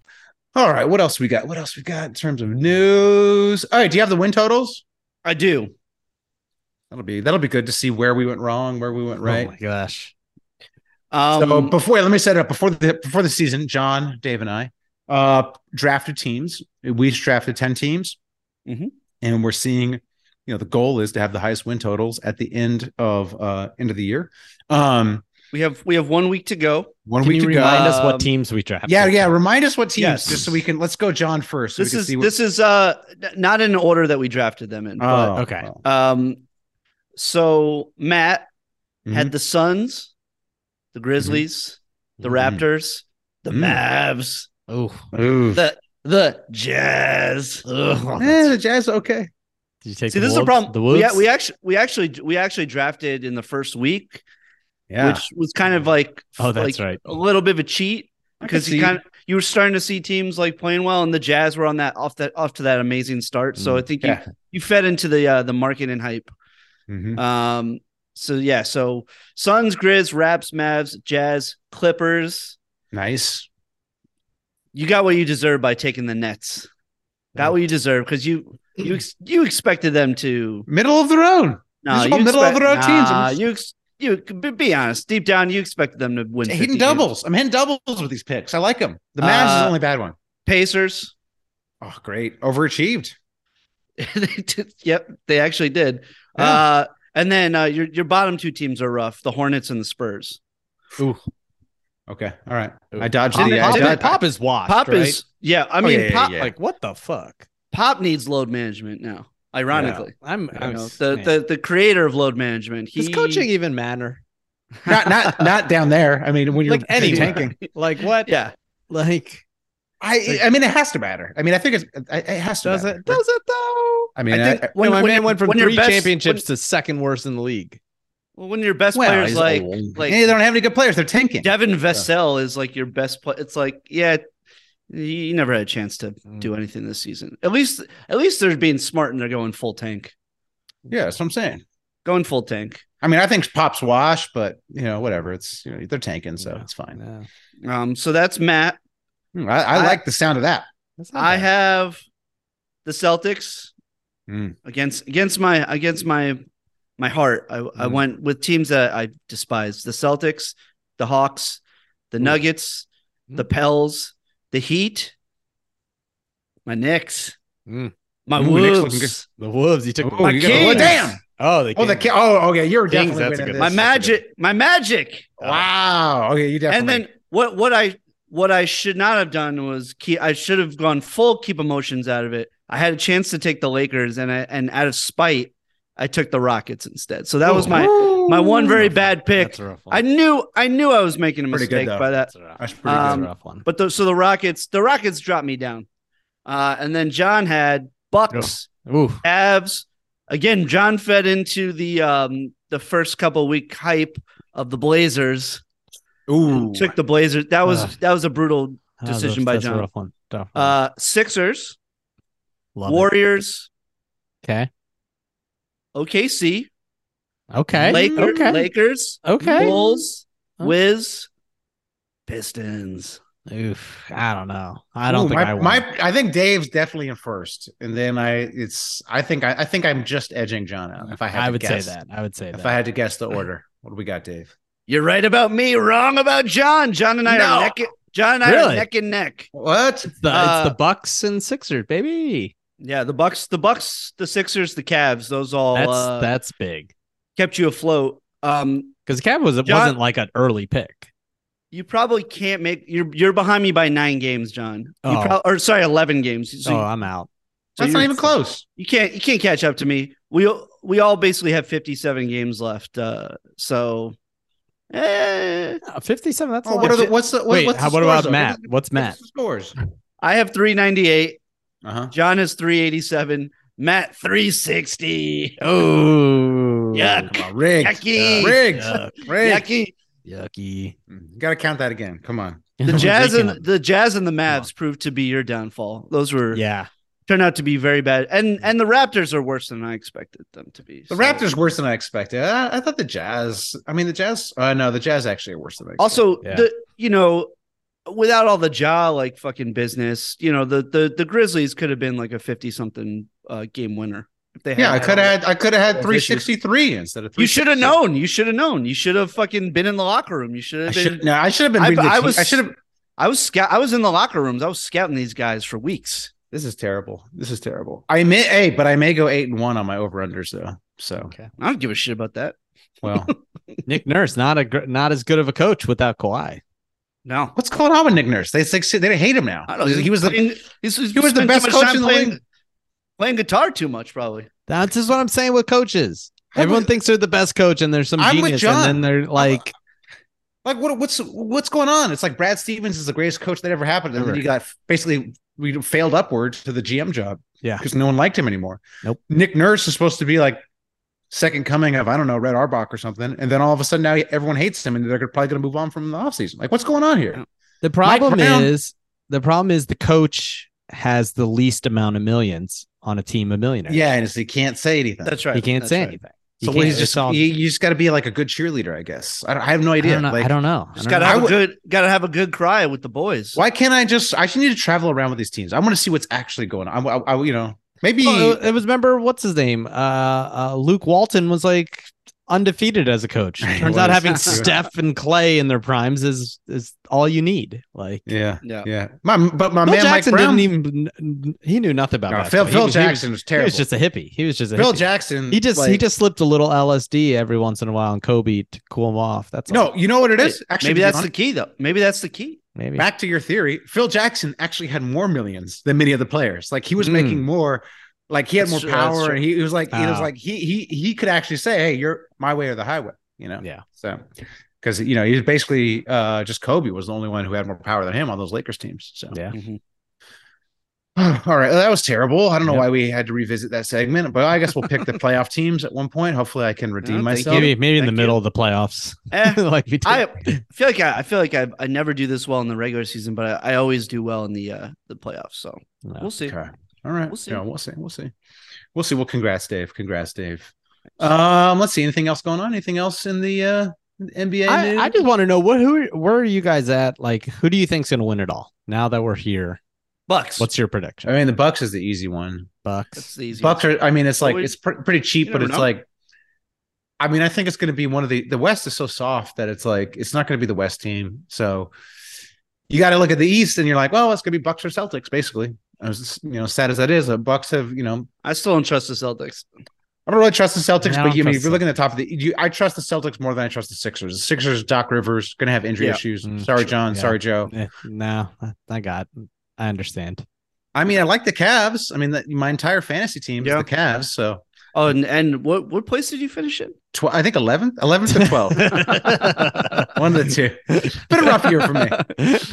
Speaker 3: All right, what else we got? What else we got in terms of news? All right, do you have the win totals?
Speaker 4: I do.
Speaker 3: That'll be that'll be good to see where we went wrong, where we went right.
Speaker 2: Oh my gosh.
Speaker 4: Um,
Speaker 3: so before let me set it up before the before the season, John, Dave, and I uh drafted teams. We each drafted ten teams,
Speaker 2: Mm-hmm.
Speaker 4: Mhm.
Speaker 3: and we're seeing. You know, the goal is to have the highest win totals at the end of uh end of the year. Um,
Speaker 4: we have we have one week to go.
Speaker 3: one
Speaker 2: Can
Speaker 3: week
Speaker 2: you
Speaker 3: to
Speaker 2: remind
Speaker 3: go.
Speaker 2: us
Speaker 4: Um,
Speaker 2: what teams we drafted?
Speaker 3: yeah, yeah. Remind us what teams,
Speaker 4: Yes.
Speaker 3: just so we can. Let's go, John, first. So we
Speaker 4: this
Speaker 3: can
Speaker 4: is
Speaker 3: see what,
Speaker 4: this is uh n- not in the order that we drafted them in.
Speaker 3: Oh,
Speaker 2: okay.
Speaker 3: well.
Speaker 4: But, um, so Matt
Speaker 3: Mhm.
Speaker 4: had the Suns, the Grizzlies, the
Speaker 3: Mhm.
Speaker 4: Raptors, the
Speaker 3: Mhm.
Speaker 4: Mavs,
Speaker 2: Oh,
Speaker 3: Ooh.
Speaker 4: the the Jazz. Ugh.
Speaker 3: Eh, the Jazz okay.
Speaker 2: did you take
Speaker 4: See,
Speaker 2: the
Speaker 4: this is the
Speaker 2: Wolves-
Speaker 4: problem.
Speaker 2: The Wolves?
Speaker 4: Yeah, we actually we actually we actually drafted in the first week,
Speaker 3: Yeah.
Speaker 4: which was kind of like
Speaker 2: Oh, that's
Speaker 4: like
Speaker 2: right.
Speaker 4: a little bit of a cheat
Speaker 3: I
Speaker 4: because
Speaker 3: could
Speaker 4: you
Speaker 3: see-
Speaker 4: kind of you were starting to see teams like playing well, and the Jazz were on that off that off to that amazing start. So I think
Speaker 3: Mm, Yeah.
Speaker 4: you you fed into the uh, the market and hype.
Speaker 3: Mhm.
Speaker 4: Um. So yeah. So Suns, Grizz, Raps, Mavs, Jazz, Clippers.
Speaker 3: Nice.
Speaker 4: You got what you deserve by taking the Nets. Got what you deserve because you you ex- you expected them to.
Speaker 3: Middle of the road.
Speaker 4: No,
Speaker 3: These are
Speaker 4: you
Speaker 3: all middle of the road
Speaker 4: expect-
Speaker 3: teams.
Speaker 4: Nah,
Speaker 3: I'm-
Speaker 4: you ex- you be be honest. Deep down, you expected them to win. 50
Speaker 3: Hitting
Speaker 4: games.
Speaker 3: doubles. I'm hitting doubles with these picks. I like them. The Mavs is
Speaker 4: Uh,
Speaker 3: the only bad one.
Speaker 4: Pacers.
Speaker 3: Oh, great. Overachieved.
Speaker 4: they did, yep, they actually did. Uh, and then uh, your your bottom two teams are rough: the Hornets and the Spurs.
Speaker 3: Okay. All right.
Speaker 2: Ooh.
Speaker 3: I dodged
Speaker 2: Pop,
Speaker 3: the. I
Speaker 2: Pop-
Speaker 3: dodged-
Speaker 2: Pop is washed.
Speaker 4: Pop
Speaker 2: right?
Speaker 4: is yeah. I
Speaker 3: Oh,
Speaker 4: mean,
Speaker 3: yeah, yeah,
Speaker 4: Pop
Speaker 3: yeah.
Speaker 2: like what the fuck?
Speaker 4: Pop needs load management now. Ironically,
Speaker 2: I'm, I'm
Speaker 4: you know, the, the the creator of load management. He,
Speaker 2: does coaching even matter?
Speaker 3: not not not down there. I mean, when you're
Speaker 2: Like anywhere.
Speaker 3: tanking,
Speaker 2: Like what?
Speaker 4: Yeah,
Speaker 2: Like
Speaker 3: I I mean, it has to matter. I mean, I think it's I- it has to.
Speaker 2: does
Speaker 3: matter.
Speaker 2: it? Does it though?
Speaker 3: I mean,
Speaker 4: I think
Speaker 3: I-
Speaker 2: When,
Speaker 4: No, I
Speaker 2: my man
Speaker 4: mean,
Speaker 2: went from
Speaker 4: when your
Speaker 2: three
Speaker 4: best-
Speaker 2: championships to second worst in the league.
Speaker 4: well, when your best
Speaker 3: Well,
Speaker 4: players
Speaker 3: he's
Speaker 4: like
Speaker 3: old.
Speaker 4: like
Speaker 3: Yeah, they don't have any good players. They're tanking.
Speaker 4: Devin Vassell is like your best play. It's like, yeah, you never had a chance to
Speaker 3: Mm.
Speaker 4: do anything this season. At least, at least they're being smart and they're going full tank,
Speaker 3: Yeah, that's what I'm saying.
Speaker 4: going full tank.
Speaker 3: I mean, I think Pop's wash, but you know, whatever. It's you know, they're tanking, so
Speaker 2: Yeah.
Speaker 3: it's fine.
Speaker 2: Yeah.
Speaker 4: Um, so that's Matt.
Speaker 3: Hmm, I, I,
Speaker 4: I-
Speaker 3: like the sound of that.
Speaker 2: That's not
Speaker 4: I
Speaker 2: bad.
Speaker 4: have the Celtics
Speaker 3: Mm.
Speaker 4: against against my against my my heart. I, I
Speaker 3: Mm.
Speaker 4: went with teams that I despise: the Celtics, the Hawks, the
Speaker 3: Hmm.
Speaker 4: Nuggets, the Pels, the Heat, my Knicks,
Speaker 2: Mm.
Speaker 4: my
Speaker 3: Hmm. Ooh, Knicks looking
Speaker 4: Wolves,
Speaker 2: the Wolves. You took
Speaker 3: Ooh,
Speaker 2: my
Speaker 3: you got the
Speaker 2: Kings.
Speaker 3: Wolves. Damn.
Speaker 2: Oh, the
Speaker 3: Oh, the
Speaker 2: Kings.
Speaker 3: ki- oh, okay. You're
Speaker 2: Kings,
Speaker 3: definitely
Speaker 2: that's a
Speaker 3: winning
Speaker 2: good
Speaker 3: this.
Speaker 4: my
Speaker 2: one. That's a good
Speaker 4: Magic, my Magic.
Speaker 3: Ah, Wow. Okay, you definitely.
Speaker 4: And then what what I what I should not have done was keep I should have gone full keep emotions out of it. I had a chance to take the Lakers and I and out of spite I took the Rockets instead. So that was my my one very bad pick.
Speaker 2: That's a rough one.
Speaker 4: I knew I knew I was making a
Speaker 3: Pretty good,
Speaker 4: mistake
Speaker 3: though.
Speaker 4: by that.
Speaker 2: That's a rough-
Speaker 3: That's pretty
Speaker 2: that's
Speaker 4: um,
Speaker 2: a rough one.
Speaker 4: But the, so the Rockets the Rockets dropped me down. Uh, and then John had Bucks,
Speaker 2: Ooh,
Speaker 4: Avs. Again, John fed into the um the first couple week hype of the Blazers
Speaker 3: good. Ooh.
Speaker 4: took the Blazers. That was
Speaker 2: Ugh.
Speaker 4: that was a brutal.
Speaker 2: that's
Speaker 4: Decision
Speaker 2: a,
Speaker 4: by
Speaker 2: that's
Speaker 4: John.
Speaker 2: A rough one. Tough one.
Speaker 4: Uh, Sixers,
Speaker 2: Love it.
Speaker 4: Warriors,
Speaker 2: Okay.
Speaker 4: OKC,
Speaker 2: Okay.
Speaker 4: Laker,
Speaker 2: Okay.
Speaker 4: Lakers,
Speaker 2: Okay.
Speaker 4: Bulls,
Speaker 2: Huh.
Speaker 4: Wiz, Pistons.
Speaker 2: Oof. I don't know. I don't
Speaker 3: Ooh,
Speaker 2: think
Speaker 3: my,
Speaker 2: I won.
Speaker 3: my I think Dave's definitely in first, and then I it's I think I, I think I'm just edging John out. If I had
Speaker 2: I
Speaker 3: to
Speaker 2: would
Speaker 3: guess.
Speaker 2: say that. I would say
Speaker 3: If
Speaker 2: that.
Speaker 3: I had to guess the order, what do we got, Dave?
Speaker 4: You're right about me, wrong about John. John and I
Speaker 3: No.
Speaker 4: are neck. and- John and I
Speaker 2: Really?
Speaker 4: are neck and neck.
Speaker 3: What?
Speaker 2: the,
Speaker 4: uh,
Speaker 2: it's the Bucks and Sixers, baby.
Speaker 4: Yeah, the Bucks, the Bucks, the Sixers, the Cavs. Those all
Speaker 2: That's
Speaker 4: uh,
Speaker 2: that's big
Speaker 4: kept you afloat. Um,
Speaker 2: because Cavs was it
Speaker 4: John-
Speaker 2: wasn't like an early pick.
Speaker 4: you probably can't make. You're you're behind me by nine games, John. You
Speaker 2: Oh.
Speaker 4: prob- or sorry, eleven games. So
Speaker 2: oh, I'm out.
Speaker 4: So
Speaker 3: That's not
Speaker 4: you're-
Speaker 3: even close.
Speaker 4: you can't you can't catch up to me. We we all basically have 57 games left. Uh, so eh,
Speaker 2: Uh, Fifty-seven. That's a
Speaker 3: Oh,
Speaker 2: lot.
Speaker 3: what are the what's the what,
Speaker 2: Wait,
Speaker 3: what's the
Speaker 2: how, what
Speaker 3: scores,
Speaker 2: about
Speaker 3: though?
Speaker 2: Matt?
Speaker 3: What's
Speaker 2: What's
Speaker 3: the-
Speaker 2: Matt?
Speaker 3: what's the scores?
Speaker 4: I have 398.
Speaker 3: Uh-huh.
Speaker 4: John is 387. Matt 360.
Speaker 2: Oh,
Speaker 4: Yuck.
Speaker 3: Come on, rigged.
Speaker 4: Yucky.
Speaker 3: Rigged.
Speaker 2: Yuck.
Speaker 3: Rigged.
Speaker 4: Yucky.
Speaker 2: Yucky.
Speaker 3: You Mm-hmm. gotta count that again. Come on.
Speaker 4: The Jazz and the Jazz and the
Speaker 2: Come
Speaker 4: Mavs proved to be your downfall. Those were
Speaker 2: yeah,
Speaker 4: turned out to be very bad, and and the Raptors are worse than I expected them to be.
Speaker 3: The
Speaker 4: so-
Speaker 3: Raptors worse than I expected. I, I thought the Jazz. I mean, the Jazz. Uh, no, the Jazz actually are worse than I expected.
Speaker 4: Also,
Speaker 2: Yeah.
Speaker 4: the you know, without all the jaw like fucking business, you know, the the the Grizzlies could have been like a fifty something uh, game winner if they.
Speaker 3: yeah, I
Speaker 4: had
Speaker 3: could have had. I could have had
Speaker 4: Those
Speaker 3: three sixty three instead of.
Speaker 4: You should have
Speaker 3: 360.
Speaker 4: known. You should have known. You should have fucking been in the locker room. You should
Speaker 3: I
Speaker 4: have
Speaker 3: should.
Speaker 4: been.
Speaker 3: No, I should have been.
Speaker 4: I-
Speaker 3: reading the
Speaker 4: I
Speaker 3: team-
Speaker 4: was-
Speaker 3: I should have.
Speaker 4: I was scout. I was in the locker rooms. I was scouting these guys for weeks.
Speaker 3: This is terrible. This is terrible. I may. Hey, but I may go eight and one on my over unders though. So
Speaker 4: I don't give a shit about that.
Speaker 3: well,
Speaker 2: Nick Nurse not a gr- not as good of a coach without Kawhi.
Speaker 4: No,
Speaker 3: what's going on with Nick Nurse? They like they hate him now.
Speaker 4: I don't.
Speaker 3: He was the.
Speaker 4: playing- he's- he's
Speaker 3: he was the
Speaker 4: spent too
Speaker 3: best
Speaker 4: much
Speaker 3: coach
Speaker 4: time
Speaker 3: in the
Speaker 4: playing-
Speaker 3: league.
Speaker 4: Playing guitar too much, probably.
Speaker 2: That's just what I'm saying with coaches.
Speaker 3: I'm
Speaker 2: Everyone
Speaker 3: with-
Speaker 2: thinks they're the best coach, and there's some
Speaker 3: I'm with
Speaker 2: genius,
Speaker 3: John.
Speaker 2: and then they're like,
Speaker 3: Like what? What's what's going on? It's like Brad Stevens is the greatest coach that ever happened, and then
Speaker 2: Ever.
Speaker 3: he got basically we failed upward to the GM job.
Speaker 2: Yeah.
Speaker 3: because no one liked him anymore.
Speaker 2: Nope.
Speaker 3: Nick Nurse is supposed to be like second coming of I don't know Red Arbach or something, and then all of a sudden now everyone hates him, and they're probably going to move on from the offseason. Like what's going on here?
Speaker 2: the problem
Speaker 3: Brown.
Speaker 2: is the problem is the coach has the least amount of millions on a team of millionaires.
Speaker 3: Yeah, and it's, he can't say anything.
Speaker 4: That's right.
Speaker 2: he can't
Speaker 4: That's
Speaker 2: say
Speaker 4: right.
Speaker 2: anything. He
Speaker 3: so
Speaker 2: can't-
Speaker 3: he's just
Speaker 2: it's all-
Speaker 3: you, you just got to be like a good cheerleader, I guess. I, don't, I have no
Speaker 2: I
Speaker 3: idea.
Speaker 2: don't know.
Speaker 3: Like,
Speaker 2: I don't know. I
Speaker 4: Just
Speaker 2: don't
Speaker 4: gotta
Speaker 2: know.
Speaker 4: have a
Speaker 3: would-
Speaker 4: good, gotta have a good cry with the boys.
Speaker 3: why can't I just? I should need to travel around with these teams. I want to see what's actually going on. I, I, I- you know, maybe
Speaker 2: Oh, it was remember what's his name? Uh, uh, Luke Walton was like undefeated as a coach.
Speaker 3: He
Speaker 2: Turns out
Speaker 3: was.
Speaker 2: having Steph and Clay in their primes is is all you need. Like
Speaker 3: yeah,
Speaker 4: Yeah.
Speaker 3: yeah. My, but my
Speaker 2: Phil
Speaker 3: man
Speaker 2: Jackson
Speaker 3: Mike Brown.
Speaker 2: didn't even he knew nothing about
Speaker 3: No,
Speaker 2: that.
Speaker 3: Phil,
Speaker 2: He
Speaker 3: Phil
Speaker 2: was- he was-
Speaker 3: Jackson was
Speaker 2: He
Speaker 3: terrible.
Speaker 2: was just a hippie. He was just a
Speaker 3: Phil
Speaker 2: hippie.
Speaker 3: Jackson.
Speaker 2: He just he
Speaker 3: like-
Speaker 2: just slipped a little LSD every once in a while on Kobe to cool him off. That's all.
Speaker 3: no. You know what it is? Actually,
Speaker 4: Maybe
Speaker 3: to be
Speaker 4: that's the
Speaker 3: honest-
Speaker 4: key, though. Maybe that's the key.
Speaker 2: Maybe.
Speaker 3: Back to your theory, Phil Jackson actually had more millions than many of the players. Like he was
Speaker 2: Mm.
Speaker 3: making more, like he had
Speaker 4: That's
Speaker 3: more
Speaker 4: true, that's
Speaker 3: power,
Speaker 4: true.
Speaker 3: and he, he was like he was
Speaker 2: Ah.
Speaker 3: like he he he could actually say, "Hey, you're my way or the highway," you know.
Speaker 2: Yeah.
Speaker 3: So, because you know he was basically uh, just Kobe was the only one who had more power than him on those Lakers teams. So
Speaker 2: Yeah.
Speaker 4: Mhm.
Speaker 3: All right, that was terrible. I don't know
Speaker 2: Yep.
Speaker 3: why we had to revisit that segment, but I guess we'll pick the playoff teams at one point. Hopefully, I can redeem
Speaker 4: thank
Speaker 3: myself.
Speaker 2: maybe maybe in the
Speaker 4: Thank
Speaker 2: middle
Speaker 4: you.
Speaker 2: of the playoffs.
Speaker 4: Eh,
Speaker 2: like we did.
Speaker 4: I feel like I, I feel like I, I never do this well in the regular season, but I, I always do well in the uh, the playoffs. So
Speaker 2: No.
Speaker 4: we'll see.
Speaker 3: Okay. All right.
Speaker 4: We'll see.
Speaker 3: Yeah, we'll see. We'll see. We'll see. Well, congrats, Dave. Congrats, Dave. Um, let's see. Anything else going on? Anything else in the uh NBA
Speaker 2: I,
Speaker 3: news?
Speaker 2: I just want to know what who where are you guys at? Like who do you think's gonna win it all? Now that we're here,
Speaker 4: Bucks.
Speaker 2: what's your prediction?
Speaker 3: I mean, the Bucks is the easy one.
Speaker 4: That's
Speaker 2: Bucks.
Speaker 4: the easiest.
Speaker 3: Bucks are. I mean, it's like
Speaker 4: Always-
Speaker 3: it's pr- pretty cheap,
Speaker 4: You
Speaker 3: but
Speaker 4: never
Speaker 3: it's
Speaker 4: know.
Speaker 3: like. I mean, I think it's going to be one of the the West is so soft that it's like it's not going to be the West team. So you got to look at the East, and you're like, well, it's going to be Bucks or Celtics, basically. As you know, sad as that is, the Bucks have you know
Speaker 4: I still don't trust the Celtics.
Speaker 3: I don't really trust the Celtics,
Speaker 2: Yeah, I
Speaker 3: but you
Speaker 2: don't
Speaker 3: mean if
Speaker 2: trust
Speaker 3: you're looking at the top of the you, I trust the Celtics more than I trust the Sixers. The Sixers, Doc Rivers, gonna have injury
Speaker 4: Yeah.
Speaker 3: issues.
Speaker 2: Mm,
Speaker 3: sorry,
Speaker 2: sure.
Speaker 3: John.
Speaker 2: Yeah.
Speaker 3: Sorry, Joe.
Speaker 2: Eh, no, I- I got I understand.
Speaker 3: I mean, I like the Cavs. I mean, that my entire fantasy team
Speaker 4: Yeah.
Speaker 3: is the Cavs. So
Speaker 4: Oh, and, and what what place did you finish in?
Speaker 3: tw- I think 11th, 11th to 12th. One of the two. Been a rough year for me.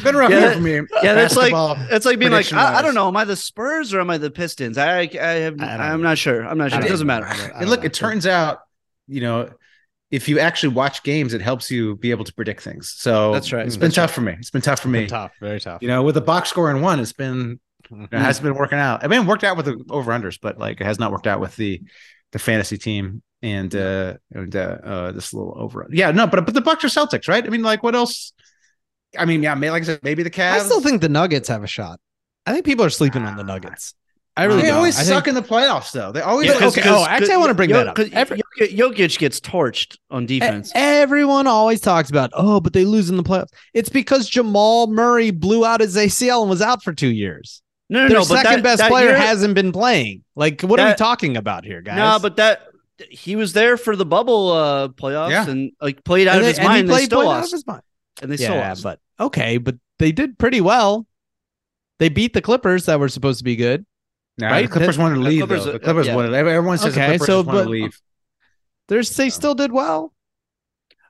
Speaker 3: Been a rough
Speaker 4: Yeah,
Speaker 3: year
Speaker 4: that-
Speaker 3: for me.
Speaker 4: yeah, that's like-
Speaker 3: Basketball.
Speaker 4: It's like being like I, I
Speaker 3: Prediction-wise.
Speaker 4: don't know. Am I the Spurs or am I the Pistons? I I, have,
Speaker 2: I don't
Speaker 4: I'm not sure. I'm not sure. It
Speaker 3: don't
Speaker 4: doesn't
Speaker 2: know.
Speaker 4: matter.
Speaker 2: I don't- I
Speaker 3: and
Speaker 2: don't
Speaker 3: look,
Speaker 2: know.
Speaker 3: it turns out, you know, if you actually watch games, it helps you be able to predict things. So
Speaker 4: That's right.
Speaker 3: It's been tough for me. It's been tough for me.
Speaker 2: Been tough, very tough.
Speaker 3: You know, with a box score in one, it's been
Speaker 4: Hmm.
Speaker 3: It has been working out. I mean, it worked out with the over unders, but like it has not worked out with the the fantasy team and uh and uh, uh this little over. Yeah, no, but but the Bucks are Celtics, right? I mean, like what else? I mean, yeah, may- like I said, maybe the Cavs.
Speaker 2: I still think the Nuggets have a shot. I think people are sleeping on the Nuggets. Ah. I really
Speaker 3: they
Speaker 2: do.
Speaker 3: always
Speaker 2: I think-
Speaker 3: suck in the playoffs, though. They always.
Speaker 2: Yeah,
Speaker 3: okay,
Speaker 2: 'cause- okay, oh, actually, I wanna bring that up.
Speaker 4: Because
Speaker 2: Every-
Speaker 4: Jokic gets torched on
Speaker 2: E-
Speaker 4: defense.
Speaker 2: Everyone always talks about, oh, but they lose in the playoffs. It's because Jamal Murray blew out his ACL and was out for two years.
Speaker 4: no, no,
Speaker 2: Their
Speaker 4: no. But
Speaker 2: second
Speaker 4: that,
Speaker 2: best
Speaker 4: that
Speaker 2: player
Speaker 4: year-
Speaker 2: hasn't been playing. Like, what are we
Speaker 4: That-
Speaker 2: talking about here, guys?
Speaker 4: No, but that he was there for the bubble uh playoffs
Speaker 3: Yeah.
Speaker 4: and like played out
Speaker 2: And
Speaker 4: of
Speaker 2: they-
Speaker 4: his
Speaker 2: and he
Speaker 4: mind. And they
Speaker 2: played-
Speaker 4: still
Speaker 2: played out of
Speaker 4: lost.
Speaker 2: his mind.
Speaker 4: And they still
Speaker 2: Yeah,
Speaker 4: lost.
Speaker 2: but okay, but they did pretty well. They beat the Clippers that were supposed to be good.
Speaker 3: Nah,
Speaker 2: right?
Speaker 3: The Clippers wanted to
Speaker 4: The
Speaker 3: leave.
Speaker 4: Oh, Clippers
Speaker 3: though.
Speaker 4: are-
Speaker 3: The Clippers
Speaker 4: yeah.
Speaker 3: wanted. Everyone says
Speaker 2: Okay,
Speaker 3: the Clippers
Speaker 2: so,
Speaker 3: just want
Speaker 2: but-
Speaker 3: to leave.
Speaker 2: There's,
Speaker 4: Oh.
Speaker 2: they still did well.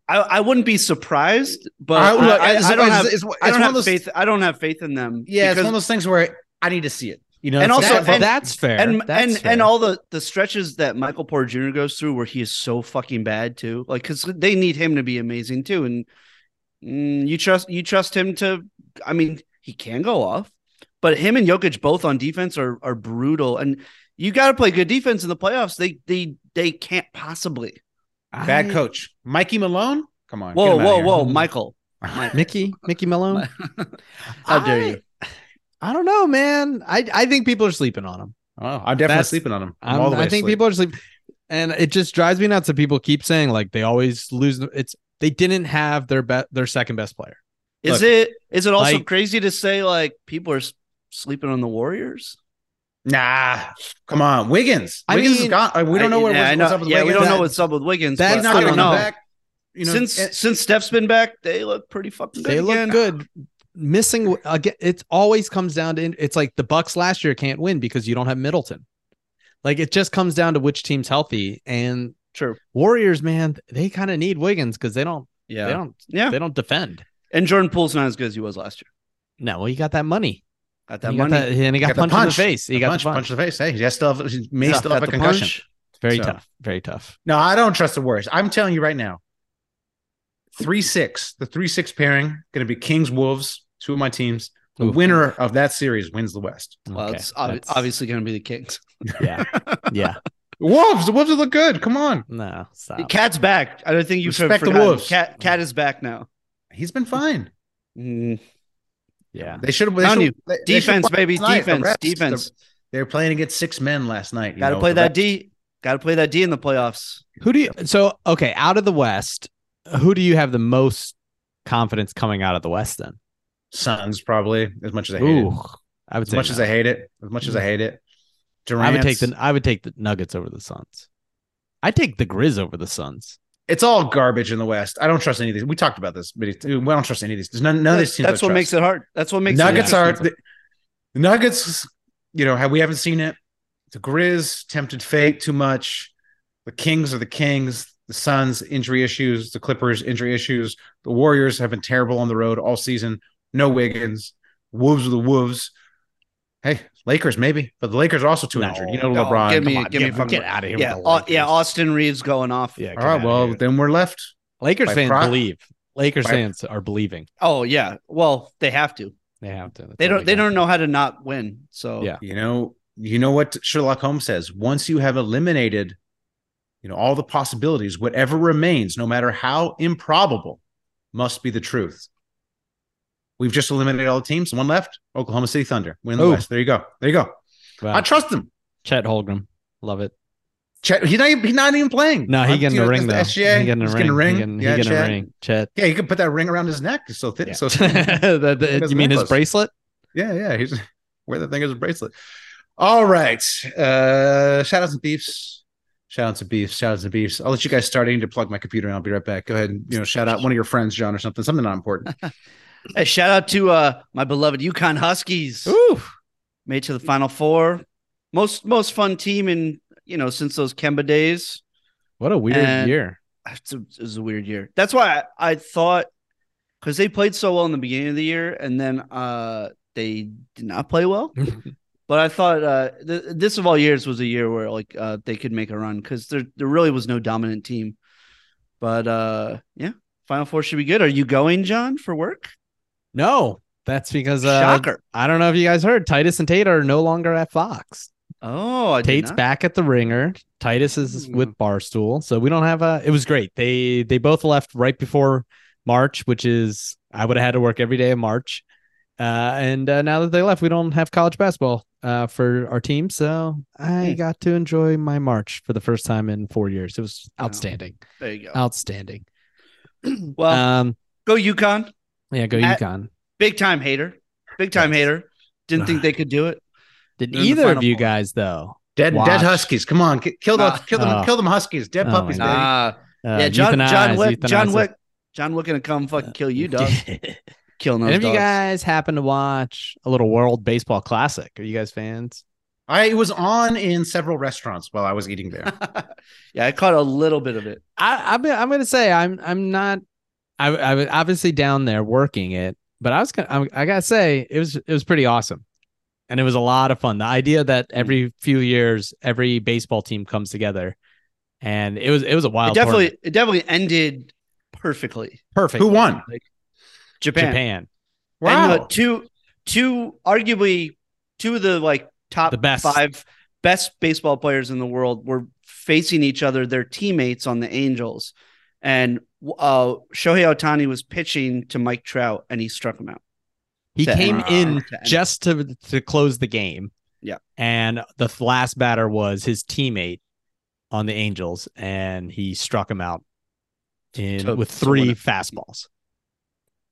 Speaker 4: I, I wouldn't be surprised, but I,
Speaker 3: I- look,
Speaker 4: I-
Speaker 3: it's-
Speaker 4: I don't
Speaker 3: it's-
Speaker 4: have
Speaker 3: it's-
Speaker 4: I
Speaker 3: it's
Speaker 4: don't
Speaker 3: one
Speaker 4: have
Speaker 3: of those-
Speaker 4: faith. I don't have faith in them.
Speaker 3: Yeah, it's
Speaker 4: because-
Speaker 3: one of those things where I need to see it. You know,
Speaker 4: And
Speaker 3: it's
Speaker 4: also-
Speaker 3: like-
Speaker 2: That-
Speaker 4: and-
Speaker 2: that's fair.
Speaker 4: and
Speaker 2: That's
Speaker 4: and
Speaker 2: fair.
Speaker 4: and all the the stretches that Michael Porter Jr. goes through, where he is so fucking bad too, like because they need him to be amazing too, and mm, you trust you trust him to. I mean, he can go off, but him and Jokic both on defense are are brutal, and you got to play good defense in the playoffs. They they they can't possibly.
Speaker 3: bad
Speaker 2: I-
Speaker 3: coach, Mikey Malone. Come on.
Speaker 4: Whoa
Speaker 3: get him out
Speaker 4: whoa
Speaker 3: of
Speaker 4: whoa,
Speaker 3: here.
Speaker 4: Michael! Mike-
Speaker 2: Mickey, Mickey Malone.
Speaker 4: How dare
Speaker 2: I-
Speaker 4: you.
Speaker 2: I don't know, man. I I think people are sleeping on him.
Speaker 3: Oh, I'm definitely
Speaker 2: That's-
Speaker 3: sleeping on him. I'm
Speaker 2: I'm-
Speaker 3: all the way
Speaker 2: I think
Speaker 3: asleep.
Speaker 2: people are sleeping, and it just drives me nuts that people keep saying like they always lose. It's they didn't have their bet their second best player.
Speaker 4: Is
Speaker 2: Look,
Speaker 4: it is it also
Speaker 2: like-
Speaker 4: crazy to say like people are s- sleeping on the Warriors?
Speaker 3: Nah, come on, Wiggins.
Speaker 2: I
Speaker 3: Wiggins is
Speaker 2: mean-
Speaker 3: gone. Uh, We don't know what
Speaker 4: yeah, I
Speaker 3: what's
Speaker 4: know-
Speaker 3: up with
Speaker 4: yeah,
Speaker 3: Wiggins.
Speaker 4: we don't
Speaker 3: That-
Speaker 4: know what's up with Wiggins.
Speaker 2: That's
Speaker 4: but
Speaker 3: He's not
Speaker 4: I
Speaker 3: going to
Speaker 4: don't
Speaker 3: come
Speaker 4: know.
Speaker 3: back. You know,
Speaker 4: since
Speaker 3: and-
Speaker 4: since Steph's been back, they look pretty fucking good.
Speaker 2: They look
Speaker 4: again.
Speaker 2: good. uh, Missing again, it always comes down to it's like the Bucks last year can't win because you don't have Middleton. Like it just comes down to which team's healthy and
Speaker 4: True.
Speaker 2: Warriors, man, they kind of need Wiggins because they don't they
Speaker 4: Yeah.
Speaker 2: don't
Speaker 4: Yeah.
Speaker 2: they don't defend.
Speaker 4: And Jordan Poole's not as good as he was last year.
Speaker 2: No, well, you got that money.
Speaker 4: Got that
Speaker 2: You got
Speaker 4: money.
Speaker 2: that- and he
Speaker 3: got
Speaker 2: got,
Speaker 3: the
Speaker 2: punched
Speaker 3: punch.
Speaker 2: in the face. He got
Speaker 3: punch,
Speaker 2: the punch.
Speaker 3: punch in the face. Hey, he has still have, he may
Speaker 4: Yeah,
Speaker 3: still have
Speaker 4: got
Speaker 3: a
Speaker 4: the
Speaker 3: concussion.
Speaker 4: punch.
Speaker 2: Very
Speaker 3: So-
Speaker 2: tough. Very tough.
Speaker 3: No, I don't trust the Warriors. I'm telling you right now. Three six, the three six pairing, going to be Kings Wolves. Two of my teams. The
Speaker 2: Oof.
Speaker 3: winner of that series wins the West.
Speaker 4: Well,
Speaker 2: Okay,
Speaker 4: it's ob-
Speaker 2: that's-
Speaker 4: obviously going to be the Kings.
Speaker 2: Yeah. Yeah.
Speaker 3: Wolves, the Wolves look good. Come on,
Speaker 2: No, stop.
Speaker 4: Cat's back. I don't think you've
Speaker 3: Respect the
Speaker 4: forgotten.
Speaker 3: Wolves.
Speaker 4: Cat Cat is back now.
Speaker 3: he's been fine.
Speaker 4: Mm.
Speaker 2: Yeah.
Speaker 3: They should have.
Speaker 4: Telling you,
Speaker 3: they, they should've
Speaker 4: Defense,
Speaker 3: won
Speaker 4: baby.
Speaker 3: tonight. The
Speaker 4: Defense.
Speaker 3: refs, the-
Speaker 4: defense.
Speaker 3: they were playing against six men last night. you
Speaker 4: Got to
Speaker 3: know,
Speaker 4: play
Speaker 3: the
Speaker 4: that
Speaker 3: refs-
Speaker 4: D. Got to play that D in the playoffs.
Speaker 2: Who do you so okay, out of the West, who do you have the most confidence coming out of the West then?
Speaker 3: Suns probably as much as I hate it.
Speaker 2: I would
Speaker 3: As
Speaker 2: say
Speaker 3: much
Speaker 2: no.
Speaker 3: as I hate it, as much as
Speaker 4: Mm.
Speaker 3: I hate it, Durant.
Speaker 2: I would take the I would take the Nuggets over the Suns. I take the Grizz over the Suns.
Speaker 3: It's all garbage in the West. I don't trust any of these. We talked about this, but it- we don't trust any of these. There's none, none of these teams.
Speaker 4: That's
Speaker 3: I
Speaker 4: what
Speaker 3: trust.
Speaker 4: makes it hard. That's what makes
Speaker 3: Nuggets
Speaker 4: it
Speaker 3: are
Speaker 4: interesting.
Speaker 3: the, Nuggets. You know, have we haven't seen it? The Grizz tempted fate too much. The Kings are the Kings. The Suns injury issues. The Clippers injury issues. The Warriors have been terrible on the road all season. No Wiggins. Wolves are the Wolves. Hey, Lakers maybe, but the Lakers are also too
Speaker 2: No,
Speaker 3: injured. You know
Speaker 4: no,
Speaker 3: LeBron.
Speaker 4: Oh, give me-
Speaker 3: Come on,
Speaker 4: give me
Speaker 3: come
Speaker 4: fucking-
Speaker 3: on.
Speaker 2: Get out of here.
Speaker 4: yeah,
Speaker 2: with the
Speaker 4: Au- yeah.
Speaker 2: Lakers.
Speaker 4: Austin Reeves going off.
Speaker 2: yeah.
Speaker 3: All right, well then we're left.
Speaker 2: Lakers
Speaker 3: by
Speaker 2: fans
Speaker 3: pro-
Speaker 2: believe. Lakers
Speaker 3: by-
Speaker 2: fans are believing.
Speaker 4: Oh yeah. Well, they have to.
Speaker 2: They have to. That's
Speaker 4: They
Speaker 2: all
Speaker 4: don't. They
Speaker 2: got.
Speaker 4: don't know how to not win. So
Speaker 2: Yeah.
Speaker 3: You know, you know what Sherlock Holmes says. Once you have eliminated, you know, all the possibilities, whatever remains, no matter how improbable, must be the truth. We've just eliminated all the teams. One left, Oklahoma City Thunder. Win the
Speaker 2: Oh.
Speaker 3: West. There you go. There you go.
Speaker 2: Wow.
Speaker 3: I trust him.
Speaker 2: Chet Holmgren. Love it.
Speaker 3: Chet, he's not. even- He's not even playing.
Speaker 2: No, he
Speaker 3: I'm-
Speaker 2: getting
Speaker 3: you
Speaker 2: a
Speaker 3: know,
Speaker 2: ring though.
Speaker 3: that's the SGA.
Speaker 2: He getting a
Speaker 3: He's
Speaker 2: ring.
Speaker 3: getting a ring.
Speaker 2: He getting, he
Speaker 3: yeah,
Speaker 2: getting
Speaker 3: Chet.
Speaker 2: a ring. Chet.
Speaker 3: Yeah, you can put that ring around his neck. It's so thin.
Speaker 2: Yeah.
Speaker 3: So
Speaker 2: The- the-
Speaker 3: That's
Speaker 2: you mean his
Speaker 3: necklace.
Speaker 2: bracelet?
Speaker 3: Yeah, yeah. He's wear the thing as a bracelet. All right. Uh shout outs and beefs. Shout outs and beefs. Shout outs and beefs. I'll let you guys start. I need to plug my computer and I'll be right back. Go ahead and you know, shout out one of your friends, John, or something. Something not important.
Speaker 4: Hey, shout out to uh, my beloved Yukon Huskies.
Speaker 2: Ooh.
Speaker 4: Made to the Final Four. Most most fun team in you know since those Kemba days.
Speaker 2: What a weird
Speaker 4: And-
Speaker 2: year.
Speaker 4: It's a, it was a weird year. That's why I, I thought because they played so well in the beginning of the year and then uh, they did not play well. but I thought uh, th- this of all years was a year where like uh, they could make a run because there there really was no dominant team. But uh, yeah, Final Four should be good. Are you going, John, for work?
Speaker 2: No, that's because uh,
Speaker 4: Shocker!
Speaker 2: I don't know if you guys heard Titus and Tate are no longer at Fox.
Speaker 4: Oh, I did
Speaker 2: Tate's
Speaker 4: not. Hmm.
Speaker 2: back at the Ringer. Titus is with Barstool, so we don't have a. It was great. They they both left right before March, which is I would have had to work every day of March. Uh, and uh, now that they left, we don't have college basketball uh, for our team. So I
Speaker 4: Hmm.
Speaker 2: got to enjoy my March for the first time in four years. It was
Speaker 4: Wow.
Speaker 2: outstanding,
Speaker 4: There you go.
Speaker 2: outstanding.
Speaker 4: well,
Speaker 2: um,
Speaker 4: go UConn.
Speaker 2: yeah, go
Speaker 4: at-
Speaker 2: UConn.
Speaker 4: Big time hater. Big time hater. Didn't think they could do it.
Speaker 2: Did
Speaker 4: they're in the
Speaker 2: either of
Speaker 4: Final
Speaker 2: you
Speaker 4: Four.
Speaker 2: guys though?
Speaker 3: Dead dead
Speaker 2: Watch.
Speaker 3: Huskies. Come on. K- Kill them,
Speaker 4: Nah.
Speaker 3: kill them,
Speaker 2: Oh.
Speaker 3: kill them Huskies. Dead
Speaker 2: Oh,
Speaker 3: puppies,
Speaker 2: my
Speaker 3: baby.
Speaker 4: Nah.
Speaker 2: Uh,
Speaker 4: yeah, John John
Speaker 2: euthanize,
Speaker 4: Wick John
Speaker 2: euthanize.
Speaker 4: Wick John Wick gonna come fucking kill you, dog. Killing
Speaker 2: And
Speaker 4: those
Speaker 2: if you
Speaker 4: dogs.
Speaker 2: guys happen to watch a little World Baseball Classic, are you guys fans?
Speaker 3: I it was on in several restaurants while I was eating there.
Speaker 4: yeah, I caught a little bit of it.
Speaker 2: I, I'm I'm gonna say I'm I'm not. I I was obviously down there working it, but I was gonna I'm, I gotta say it was it was pretty awesome, and it was a lot of fun. The idea that
Speaker 4: Hmm.
Speaker 2: every few years every baseball team comes together, and it was it was a wild.
Speaker 4: it definitely
Speaker 2: tournament.
Speaker 4: it definitely ended perfectly.
Speaker 2: perfect.
Speaker 3: Who won?
Speaker 4: Japan.
Speaker 2: Japan.
Speaker 3: Wow.
Speaker 4: And, uh, two two arguably two of the like top
Speaker 2: The best.
Speaker 4: five best baseball players in the world were facing each other, their teammates on the Angels. And uh Shohei Otani was pitching to Mike Trout and he struck him out.
Speaker 2: He
Speaker 4: to
Speaker 2: came
Speaker 4: end-
Speaker 2: in
Speaker 4: to end-
Speaker 2: just to to close the game.
Speaker 4: Yeah.
Speaker 2: And the th- last batter was his teammate on the Angels, and he struck him out in
Speaker 4: To-
Speaker 2: with
Speaker 4: to
Speaker 2: three
Speaker 4: win it.
Speaker 2: fastballs.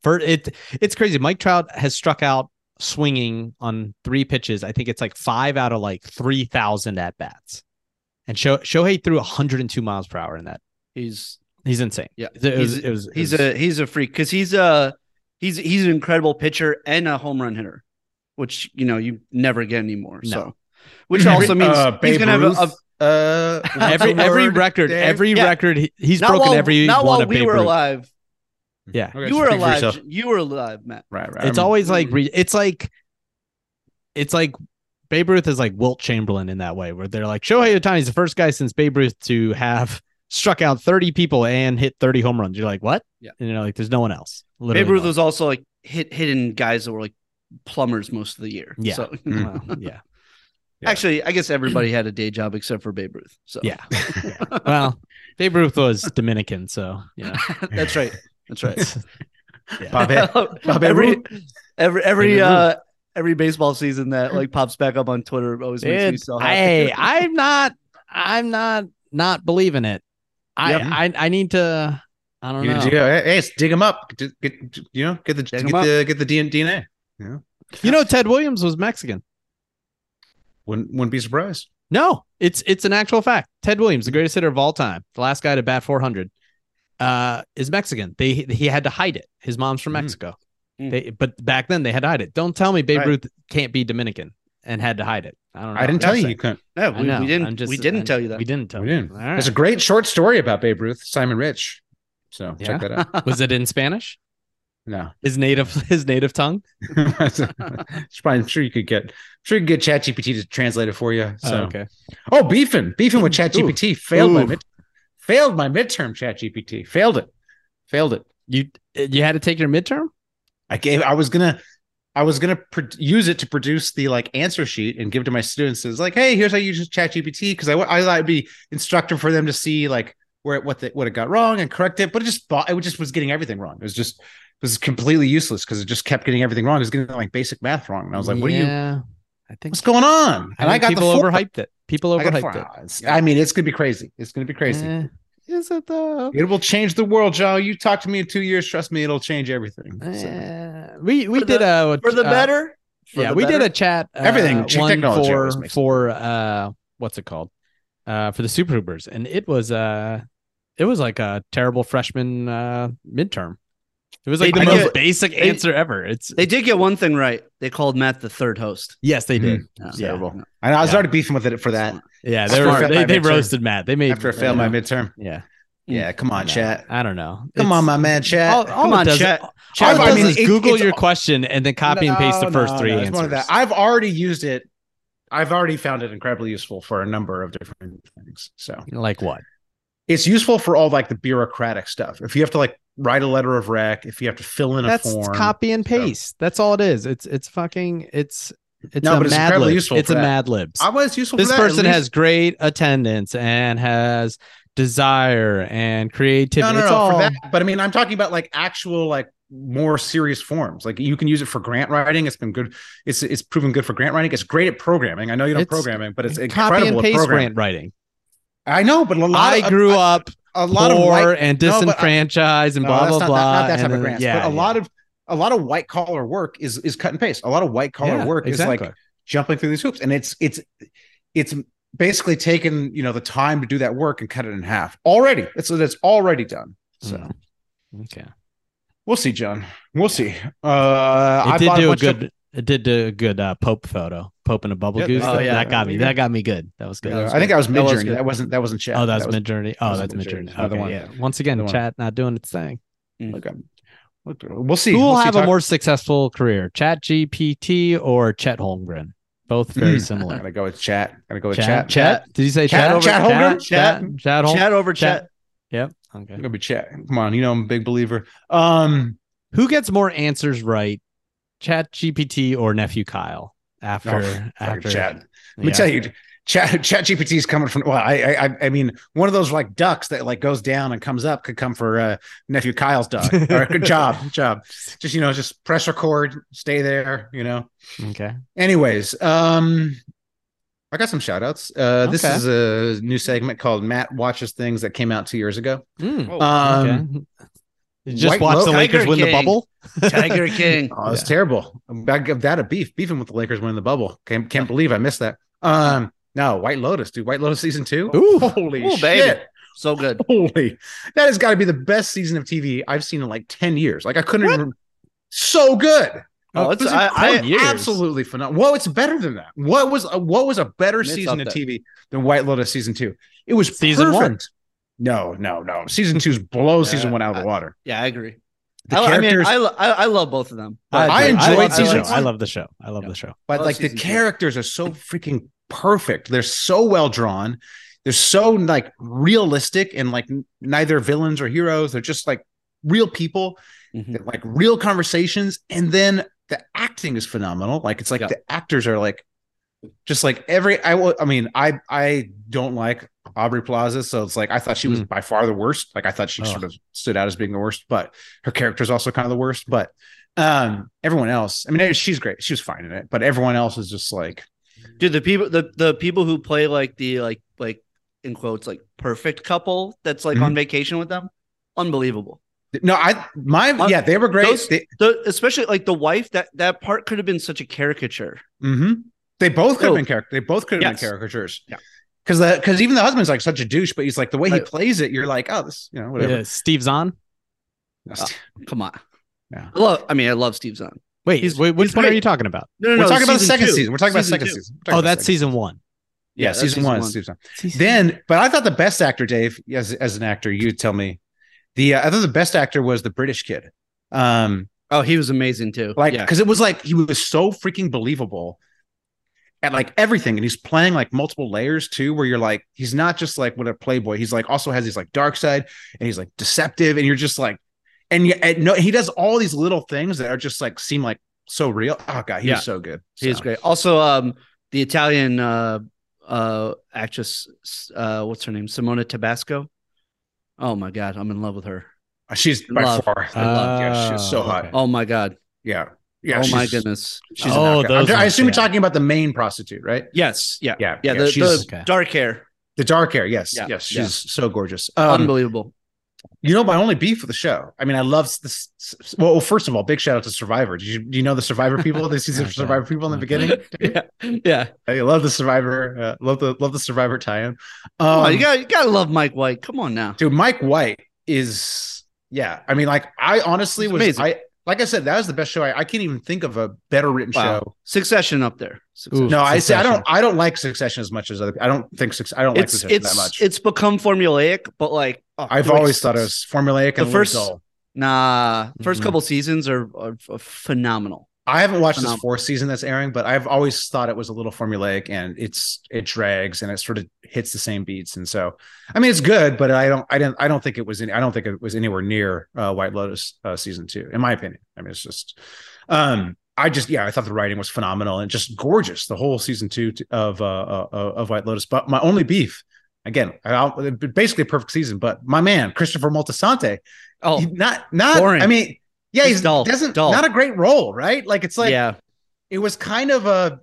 Speaker 2: For it, it's crazy. Mike Trout has struck out swinging on three pitches. I think it's like five out of like three thousand at bats. And Sho- Shohei threw 102 miles per hour in that.
Speaker 4: He's
Speaker 2: He's insane.
Speaker 4: Yeah.
Speaker 2: It was,
Speaker 4: He's-
Speaker 2: it was, it
Speaker 4: he's
Speaker 2: was-
Speaker 4: a he's a freak because he's a he's he's an incredible pitcher and a home run hitter, which you know you never get anymore.
Speaker 2: No. uh,
Speaker 4: So, which also means he's gonna have a, a
Speaker 3: a, uh,
Speaker 2: every every
Speaker 3: record.
Speaker 2: record,
Speaker 3: Dave?
Speaker 2: every
Speaker 4: Yeah.
Speaker 2: record. he- he's
Speaker 4: not
Speaker 2: broken
Speaker 4: while,
Speaker 2: every
Speaker 4: not
Speaker 2: one
Speaker 4: while
Speaker 2: of
Speaker 4: we
Speaker 2: Babe
Speaker 4: were
Speaker 2: Ruth.
Speaker 4: alive.
Speaker 2: Yeah.
Speaker 3: Oh,
Speaker 4: You were alive. J- You were alive, Matt.
Speaker 3: Right, right.
Speaker 2: it's
Speaker 3: I'm-
Speaker 2: always like
Speaker 4: Mm.
Speaker 2: re- it's like it's like Babe Ruth is like Wilt Chamberlain in that way, where they're like Shohei Otani's the first guy since Babe Ruth to have struck out thirty people and hit thirty home runs. You're like, what?
Speaker 4: Yeah.
Speaker 2: and you're like, there's no one else. Literally
Speaker 4: Babe Ruth
Speaker 2: no
Speaker 4: was also like hit hitting guys that were like plumbers most of the year.
Speaker 2: Yeah.
Speaker 4: So
Speaker 2: one.
Speaker 3: Mm.
Speaker 2: Well, yeah,
Speaker 3: Yeah.
Speaker 4: actually, I guess everybody had a day job except for Babe Ruth. So
Speaker 2: yeah. well, Babe Ruth was Dominican, so you know.
Speaker 4: that's right. That's right.
Speaker 3: Bobby. Babe
Speaker 4: every,
Speaker 3: Ruth.
Speaker 4: every every
Speaker 2: Babe
Speaker 4: uh every baseball season that like pops back up on Twitter always makes me
Speaker 2: Dude,
Speaker 4: so happy.
Speaker 2: hey, I'm not, I'm not, not believing it. I,
Speaker 3: Yep.
Speaker 2: I, I need to. I don't
Speaker 3: You
Speaker 2: know.
Speaker 3: dig- hey, hey, let's dig them up. Get, get- you know, get the
Speaker 4: Dig 'em
Speaker 3: get
Speaker 4: up.
Speaker 3: the get the DN DNA.
Speaker 2: You know, Ted Williams was Mexican.
Speaker 3: Wouldn't wouldn't be surprised.
Speaker 2: No, it's it's an actual fact. Ted Williams, the greatest hitter of all time, the last guy to bat 400, uh, is Mexican. They he had to hide it. His mom's from
Speaker 3: Mm.
Speaker 2: Mexico.
Speaker 4: Mm.
Speaker 2: They, but back then they had to hide it. Don't tell me Babe
Speaker 4: Right.
Speaker 2: Ruth can't be Dominican and had to hide it. I don't know.
Speaker 3: I didn't
Speaker 2: That's
Speaker 3: tell you
Speaker 2: it.
Speaker 3: you couldn't.
Speaker 4: No,
Speaker 2: I
Speaker 4: we,
Speaker 2: know. I'm
Speaker 4: we didn't.
Speaker 2: just-
Speaker 4: we didn't
Speaker 2: I-
Speaker 4: tell you that.
Speaker 2: We didn't tell
Speaker 3: We
Speaker 2: you.
Speaker 3: didn't.
Speaker 2: All
Speaker 3: There's a
Speaker 2: right.
Speaker 3: great short story about Babe Ruth, Simon Rich. So
Speaker 2: Yeah.
Speaker 3: check that out.
Speaker 2: Was it in Spanish?
Speaker 3: No,
Speaker 2: His native his native tongue?
Speaker 3: I'm sure you could get. I'm sure you could get ChatGPT to translate it for you. So.
Speaker 2: Oh, okay.
Speaker 3: Oh, beefing, beefing with ChatGPT failed my mid- failed my midterm ChatGPT failed it, failed it.
Speaker 2: You you had to take your midterm?
Speaker 3: I gave I was gonna I was gonna pro- use it to produce the like answer sheet and give to my students as like, hey, here's how you use ChatGPT because I wa- I thought it'd be instructive for them to see like where it, what the, what it got wrong and correct it, but it just thought it just was getting everything wrong. It was just it was completely useless because it just kept getting everything wrong. It was getting like basic math wrong, and I was like, what are you?
Speaker 2: Yeah. I think
Speaker 3: What's going on?
Speaker 2: I, think people
Speaker 3: four-
Speaker 2: overhyped it. People
Speaker 3: I, got
Speaker 2: overhyped
Speaker 3: four-
Speaker 2: it.
Speaker 3: it's- I mean, it's gonna be crazy. It's gonna be crazy.
Speaker 2: Eh, is it though?
Speaker 3: It will change the world, Joe. You talk to me in two years. Trust me, it'll change everything. So,
Speaker 2: Eh, we we
Speaker 4: For
Speaker 2: did a
Speaker 4: for the
Speaker 2: uh,
Speaker 4: better. For
Speaker 2: yeah,
Speaker 4: the
Speaker 2: we
Speaker 4: better?
Speaker 2: did a chat. Uh,
Speaker 3: Everything ch-
Speaker 2: one
Speaker 3: technology
Speaker 2: for
Speaker 3: always makes-
Speaker 2: for uh, what's it called? Uh, for the Super Hoopers, and it was uh, it was like a terrible freshman uh midterm. It was like
Speaker 4: They
Speaker 2: the
Speaker 4: did
Speaker 2: most
Speaker 4: it.
Speaker 2: basic
Speaker 4: They-
Speaker 2: answer ever. It's
Speaker 4: They did get one thing right. They called Matt the third host.
Speaker 2: yes, they did.
Speaker 3: it's
Speaker 2: Yeah,
Speaker 3: Hmm. Terrible. I know. I was
Speaker 2: Yeah.
Speaker 3: already beefing with it for that
Speaker 2: yeah, they
Speaker 3: After I
Speaker 2: were,
Speaker 3: failed
Speaker 2: they,
Speaker 3: my
Speaker 2: they
Speaker 3: midterm.
Speaker 2: roasted Matt. They made
Speaker 3: after I failed my midterm.
Speaker 2: Yeah,
Speaker 3: Yeah, Mm. come on,
Speaker 2: No,
Speaker 3: chat.
Speaker 2: I don't know.
Speaker 3: Come
Speaker 2: It's-
Speaker 3: on, my man, chat.
Speaker 2: All, all
Speaker 4: Come
Speaker 2: it
Speaker 4: on,
Speaker 2: does,
Speaker 4: chat.
Speaker 2: all it
Speaker 3: I
Speaker 2: does
Speaker 3: mean,
Speaker 2: is
Speaker 3: it-
Speaker 2: Google
Speaker 3: it's-
Speaker 2: your question and then copy and paste the
Speaker 3: No,
Speaker 2: first
Speaker 3: no,
Speaker 2: three
Speaker 3: no, it's
Speaker 2: answers.
Speaker 3: one of that. I've already used it. I've already found it incredibly useful for a number of different things. So
Speaker 2: like what?
Speaker 3: it's useful for all like the bureaucratic stuff. If you have to like write a letter of rec, if you have to fill in a
Speaker 2: That's
Speaker 3: form,
Speaker 2: copy and
Speaker 3: so-
Speaker 2: paste. That's all it is. It's it's fucking it's it's
Speaker 3: No,
Speaker 2: a
Speaker 3: but it's
Speaker 2: mad
Speaker 3: incredibly
Speaker 2: lib.
Speaker 3: useful
Speaker 2: It's
Speaker 3: for
Speaker 2: a
Speaker 3: that.
Speaker 2: mad libs.
Speaker 3: I was useful.
Speaker 2: This
Speaker 3: for that, at
Speaker 2: person
Speaker 3: least-
Speaker 2: has great attendance and has desire and
Speaker 3: no,
Speaker 2: creativity.
Speaker 3: no,
Speaker 2: it's
Speaker 3: no,
Speaker 2: all
Speaker 3: for that. But I mean, I'm talking about like actual, like more serious forms. Like you can use it for grant writing. It's been good. It's it's proven good for grant writing. It's great at programming. I know you don't
Speaker 2: It's-
Speaker 3: programming, but it's
Speaker 2: copy and
Speaker 3: incredible at
Speaker 2: paste
Speaker 3: programming.
Speaker 2: grant writing.
Speaker 3: I know, but a lot.
Speaker 2: I
Speaker 3: of-
Speaker 2: grew
Speaker 3: a,
Speaker 2: up
Speaker 3: a lot of
Speaker 2: poor
Speaker 3: white.
Speaker 2: and
Speaker 3: no, but I-
Speaker 2: disenfranchised and
Speaker 3: no,
Speaker 2: blah
Speaker 3: that's
Speaker 2: blah
Speaker 3: not,
Speaker 2: blah.
Speaker 3: Not, not that type
Speaker 2: and
Speaker 3: of
Speaker 2: then-
Speaker 3: grants.
Speaker 2: Yeah,
Speaker 3: but a
Speaker 2: yeah.
Speaker 3: lot of a lot of white collar work is is cut and paste. A lot of white collar
Speaker 2: Yeah,
Speaker 3: work is
Speaker 2: exactly.
Speaker 3: like jumping through these hoops, and it's it's it's basically taken you know the time to do that work and cut it in half already. It's it's already done. So.
Speaker 2: Mm. okay.
Speaker 3: We'll see, John. We'll see. Uh,
Speaker 2: It
Speaker 3: I
Speaker 2: did
Speaker 3: bought
Speaker 2: do a
Speaker 3: bunch of-
Speaker 2: good. it did do a good uh, Pope photo. Pope in a bubble
Speaker 3: Yeah,
Speaker 2: goose.
Speaker 3: oh, yeah.
Speaker 2: that got me. That got me good. That was good.
Speaker 3: I think that was
Speaker 4: That
Speaker 3: mid
Speaker 4: was
Speaker 3: journey.
Speaker 4: good.
Speaker 3: That wasn't that wasn't chat.
Speaker 2: oh, that was mid journey.
Speaker 3: that
Speaker 2: Oh,
Speaker 3: was
Speaker 2: that's mid
Speaker 3: Midjourney.
Speaker 2: journey.
Speaker 3: Another
Speaker 2: Okay,
Speaker 3: one.
Speaker 2: yeah. Once again,
Speaker 3: Another one.
Speaker 2: chat not doing its thing.
Speaker 3: was We'll see.
Speaker 2: Who
Speaker 3: we'll
Speaker 2: will
Speaker 3: see.
Speaker 2: have a
Speaker 3: Talk-
Speaker 2: more successful career, Chat GPT or Chet Holmgren? Both very
Speaker 3: Mm.
Speaker 2: similar.
Speaker 3: Gotta go with chat. Gotta go with
Speaker 2: Chat,
Speaker 3: chat.
Speaker 2: Chat. Did you say
Speaker 3: Chat
Speaker 2: Chat?
Speaker 3: over- Chat Holmgren? Hmm.
Speaker 2: Chat, Chat, Chat, Hol-
Speaker 4: Chat over
Speaker 2: Chat.
Speaker 4: chat.
Speaker 2: Yep.
Speaker 3: I'm
Speaker 2: Okay.
Speaker 3: gonna be chat. Come on, you know I'm a big believer. Um,
Speaker 2: Who gets more answers right, Chat GPT or nephew Kyle? After,
Speaker 3: Oh, fucking
Speaker 2: after
Speaker 3: chat. Let me
Speaker 2: Yeah.
Speaker 3: tell you, chat chat GPT is coming from. Well, I, I I- I mean one of those like ducks that like goes down and comes up could come for uh, nephew Kyle's dog. All right, good job, good job. Just you know, just press record, stay there. You know.
Speaker 2: Okay.
Speaker 3: Anyways, um I got some shout outs. Uh this
Speaker 2: Okay.
Speaker 3: is a new segment called Matt Watches Things that came out two years ago.
Speaker 2: Mm,
Speaker 4: Oh,
Speaker 3: Um
Speaker 2: okay. You just
Speaker 3: White
Speaker 2: watch
Speaker 3: Lo-
Speaker 2: the
Speaker 4: Tiger
Speaker 2: Lakers win the
Speaker 4: King.
Speaker 2: bubble.
Speaker 4: Tiger King.
Speaker 3: oh, it's terrible. I give that a beef, beefing with the Lakers winning the bubble. Can't can't believe I missed that. Um no, White Lotus, dude. White Lotus season two.
Speaker 2: Ooh.
Speaker 3: holy
Speaker 4: Ooh,
Speaker 3: shit.
Speaker 4: baby. So good.
Speaker 3: Holy that has got to be the best season of TV I've seen in like 10 years. Like I couldn't even so good.
Speaker 4: Oh,
Speaker 3: It
Speaker 4: it's
Speaker 3: was
Speaker 4: I, I,
Speaker 3: incredible. absolutely phenomenal. Whoa, it's better than that. What was a, what was a better
Speaker 4: It's
Speaker 3: season
Speaker 4: up
Speaker 3: of
Speaker 4: there.
Speaker 3: TV than White Lotus season two? It was
Speaker 2: Season one.
Speaker 3: perfect. No, no, no. Season two blows season
Speaker 4: Yeah,
Speaker 3: one out of
Speaker 4: I-
Speaker 3: the water.
Speaker 4: yeah, I agree.
Speaker 3: The
Speaker 4: I, I mean,
Speaker 3: characters,
Speaker 4: I, lo- I I love both of them.
Speaker 3: I
Speaker 2: agree.
Speaker 3: enjoyed
Speaker 2: love the
Speaker 3: season
Speaker 2: show.
Speaker 3: one.
Speaker 2: I love the show. I love the show.
Speaker 3: but
Speaker 4: love
Speaker 3: like the
Speaker 4: season two.
Speaker 3: characters are so freaking perfect. They're so well drawn. They're so like realistic and like n- neither villains or heroes. They're just like real people.
Speaker 4: Mhm.
Speaker 3: that, like real conversations and then the acting is phenomenal like it's like
Speaker 4: Yeah.
Speaker 3: the actors are like just like every i will i mean i i don't like aubrey plaza so it's like i thought
Speaker 4: Hmm.
Speaker 3: she was by far the worst like i thought she
Speaker 2: Oh.
Speaker 3: sort of stood out as being the worst but her character's also kind of the worst but um everyone else i mean she's great she was fine in it but everyone else is just like
Speaker 4: Dude, the people the, the people who play like the like like in quotes like perfect couple that's like
Speaker 2: Mm-hmm.
Speaker 4: on vacation with them, unbelievable.
Speaker 3: no i my
Speaker 4: Uh,
Speaker 3: yeah they were great
Speaker 4: those-
Speaker 3: they,
Speaker 4: The especially like the wife that that part could have been such a caricature.
Speaker 3: mhm. they both could have
Speaker 4: No.
Speaker 3: been character they both could have
Speaker 4: Yes.
Speaker 3: been caricatures
Speaker 4: Yeah.
Speaker 3: because the because even the husband's like such a douche, but he's like the way he
Speaker 4: Right.
Speaker 3: plays it, you're like, oh, this, you know, whatever.
Speaker 2: Yeah, Steve's on.
Speaker 4: Come on.
Speaker 3: Yeah.
Speaker 4: I love. I mean, I love Steve Zahn.
Speaker 2: Wait,
Speaker 4: He's-
Speaker 2: wait which
Speaker 4: he's
Speaker 2: one are
Speaker 4: great.
Speaker 2: you talking about?
Speaker 4: No, no,
Speaker 3: We're
Speaker 4: no,
Speaker 3: talking about the second
Speaker 4: two.
Speaker 3: season. We're talking about the second
Speaker 4: two.
Speaker 3: season. We're talking
Speaker 2: Oh,
Speaker 3: about
Speaker 2: that's
Speaker 3: second-
Speaker 2: season one.
Speaker 3: Yeah, season, one. is Season Then, but I thought the best actor, Dave, as as an actor, you tell me. The uh, I thought the best actor was the British kid. Um,
Speaker 4: Oh, he was amazing too.
Speaker 3: like
Speaker 4: yeah.
Speaker 3: because it was like he was so freaking believable at like everything and he's playing like multiple layers too where you're like he's not just like what a playboy he's like also has these like dark side and he's like deceptive and you're just like and, y- and no he does all these little things that are just like seem like so real oh god he
Speaker 4: Yeah.
Speaker 3: was so good
Speaker 4: He is
Speaker 3: So,
Speaker 4: great. Also, um, the Italian uh, uh, actress, uh, what's her name? Simona Tabasco. Oh my God, I'm in love with her.
Speaker 3: uh, she's by
Speaker 4: Love.
Speaker 3: far I love yeah
Speaker 2: Oh,
Speaker 3: she's so hot
Speaker 2: okay.
Speaker 4: Oh my God.
Speaker 3: yeah yeah
Speaker 4: oh my
Speaker 3: she's-
Speaker 4: goodness.
Speaker 3: she's
Speaker 2: Oh,
Speaker 3: oh
Speaker 2: those
Speaker 3: i
Speaker 2: ones,
Speaker 3: assume
Speaker 2: yeah.
Speaker 3: you're talking about the main prostitute right
Speaker 4: Yes. Yeah.
Speaker 3: yeah
Speaker 4: Yeah. the
Speaker 3: she's
Speaker 4: the
Speaker 2: Okay.
Speaker 4: dark hair.
Speaker 3: the dark hair yes
Speaker 4: Yeah,
Speaker 3: yes she's
Speaker 4: yeah.
Speaker 3: so gorgeous um,
Speaker 4: Unbelievable.
Speaker 3: You know, my only beef with the show. I mean, I love this. Well, well, first of all, big shout out to Survivor. Did you, do you know the Survivor people? This is
Speaker 2: Okay.
Speaker 3: Survivor people in the
Speaker 2: Okay.
Speaker 3: beginning.
Speaker 4: yeah. Yeah.
Speaker 3: I love the Survivor. Uh, love the love the Survivor tie-in. Um,
Speaker 4: oh, you got you gotta love Mike White. Come on now.
Speaker 3: dude, Mike White is yeah. I mean, like I honestly
Speaker 4: He's
Speaker 3: was
Speaker 4: amazing.
Speaker 3: I like I said that was the best show. I, I can't even think of a better written
Speaker 4: Wow.
Speaker 3: show.
Speaker 4: Succession up there. Succession.
Speaker 3: No, I say I
Speaker 2: Succession.
Speaker 3: don't. I don't like Succession as much as other. I don't think Suc- I don't
Speaker 4: it's
Speaker 3: like Succession
Speaker 4: it's
Speaker 3: that much.
Speaker 4: it's become formulaic, but like oh,
Speaker 3: I've
Speaker 4: dude,
Speaker 3: always thought it was Mm-hmm. formulaic and
Speaker 4: The
Speaker 3: a little
Speaker 4: first-
Speaker 3: dull.
Speaker 4: nah. 1st
Speaker 2: Mhm.
Speaker 4: couple seasons are, are, are phenomenal.
Speaker 3: I haven't watched this
Speaker 4: Phenomenal.
Speaker 3: fourth season that's airing, but I've always thought it was a little formulaic and it's it drags and it sort of hits the same beats. And so, I mean, it's good, but I don't, I didn't, I don't think it was, any, I don't think it was anywhere near uh, White Lotus uh, season two, in my opinion. I mean, it's just, um, I just, yeah, I thought the writing was phenomenal and just gorgeous. The whole season two t- of uh, uh, of White Lotus, but my only beef. Again, I- basically a perfect season, but my man Christopher Moltisanti,
Speaker 4: Oh,
Speaker 3: he- not not.
Speaker 4: boring.
Speaker 3: I mean, yeah,
Speaker 4: Just
Speaker 3: he's
Speaker 4: dull,
Speaker 3: doesn't
Speaker 4: dull.
Speaker 3: not a great role, right? Like it's like
Speaker 4: yeah.
Speaker 3: it was kind of a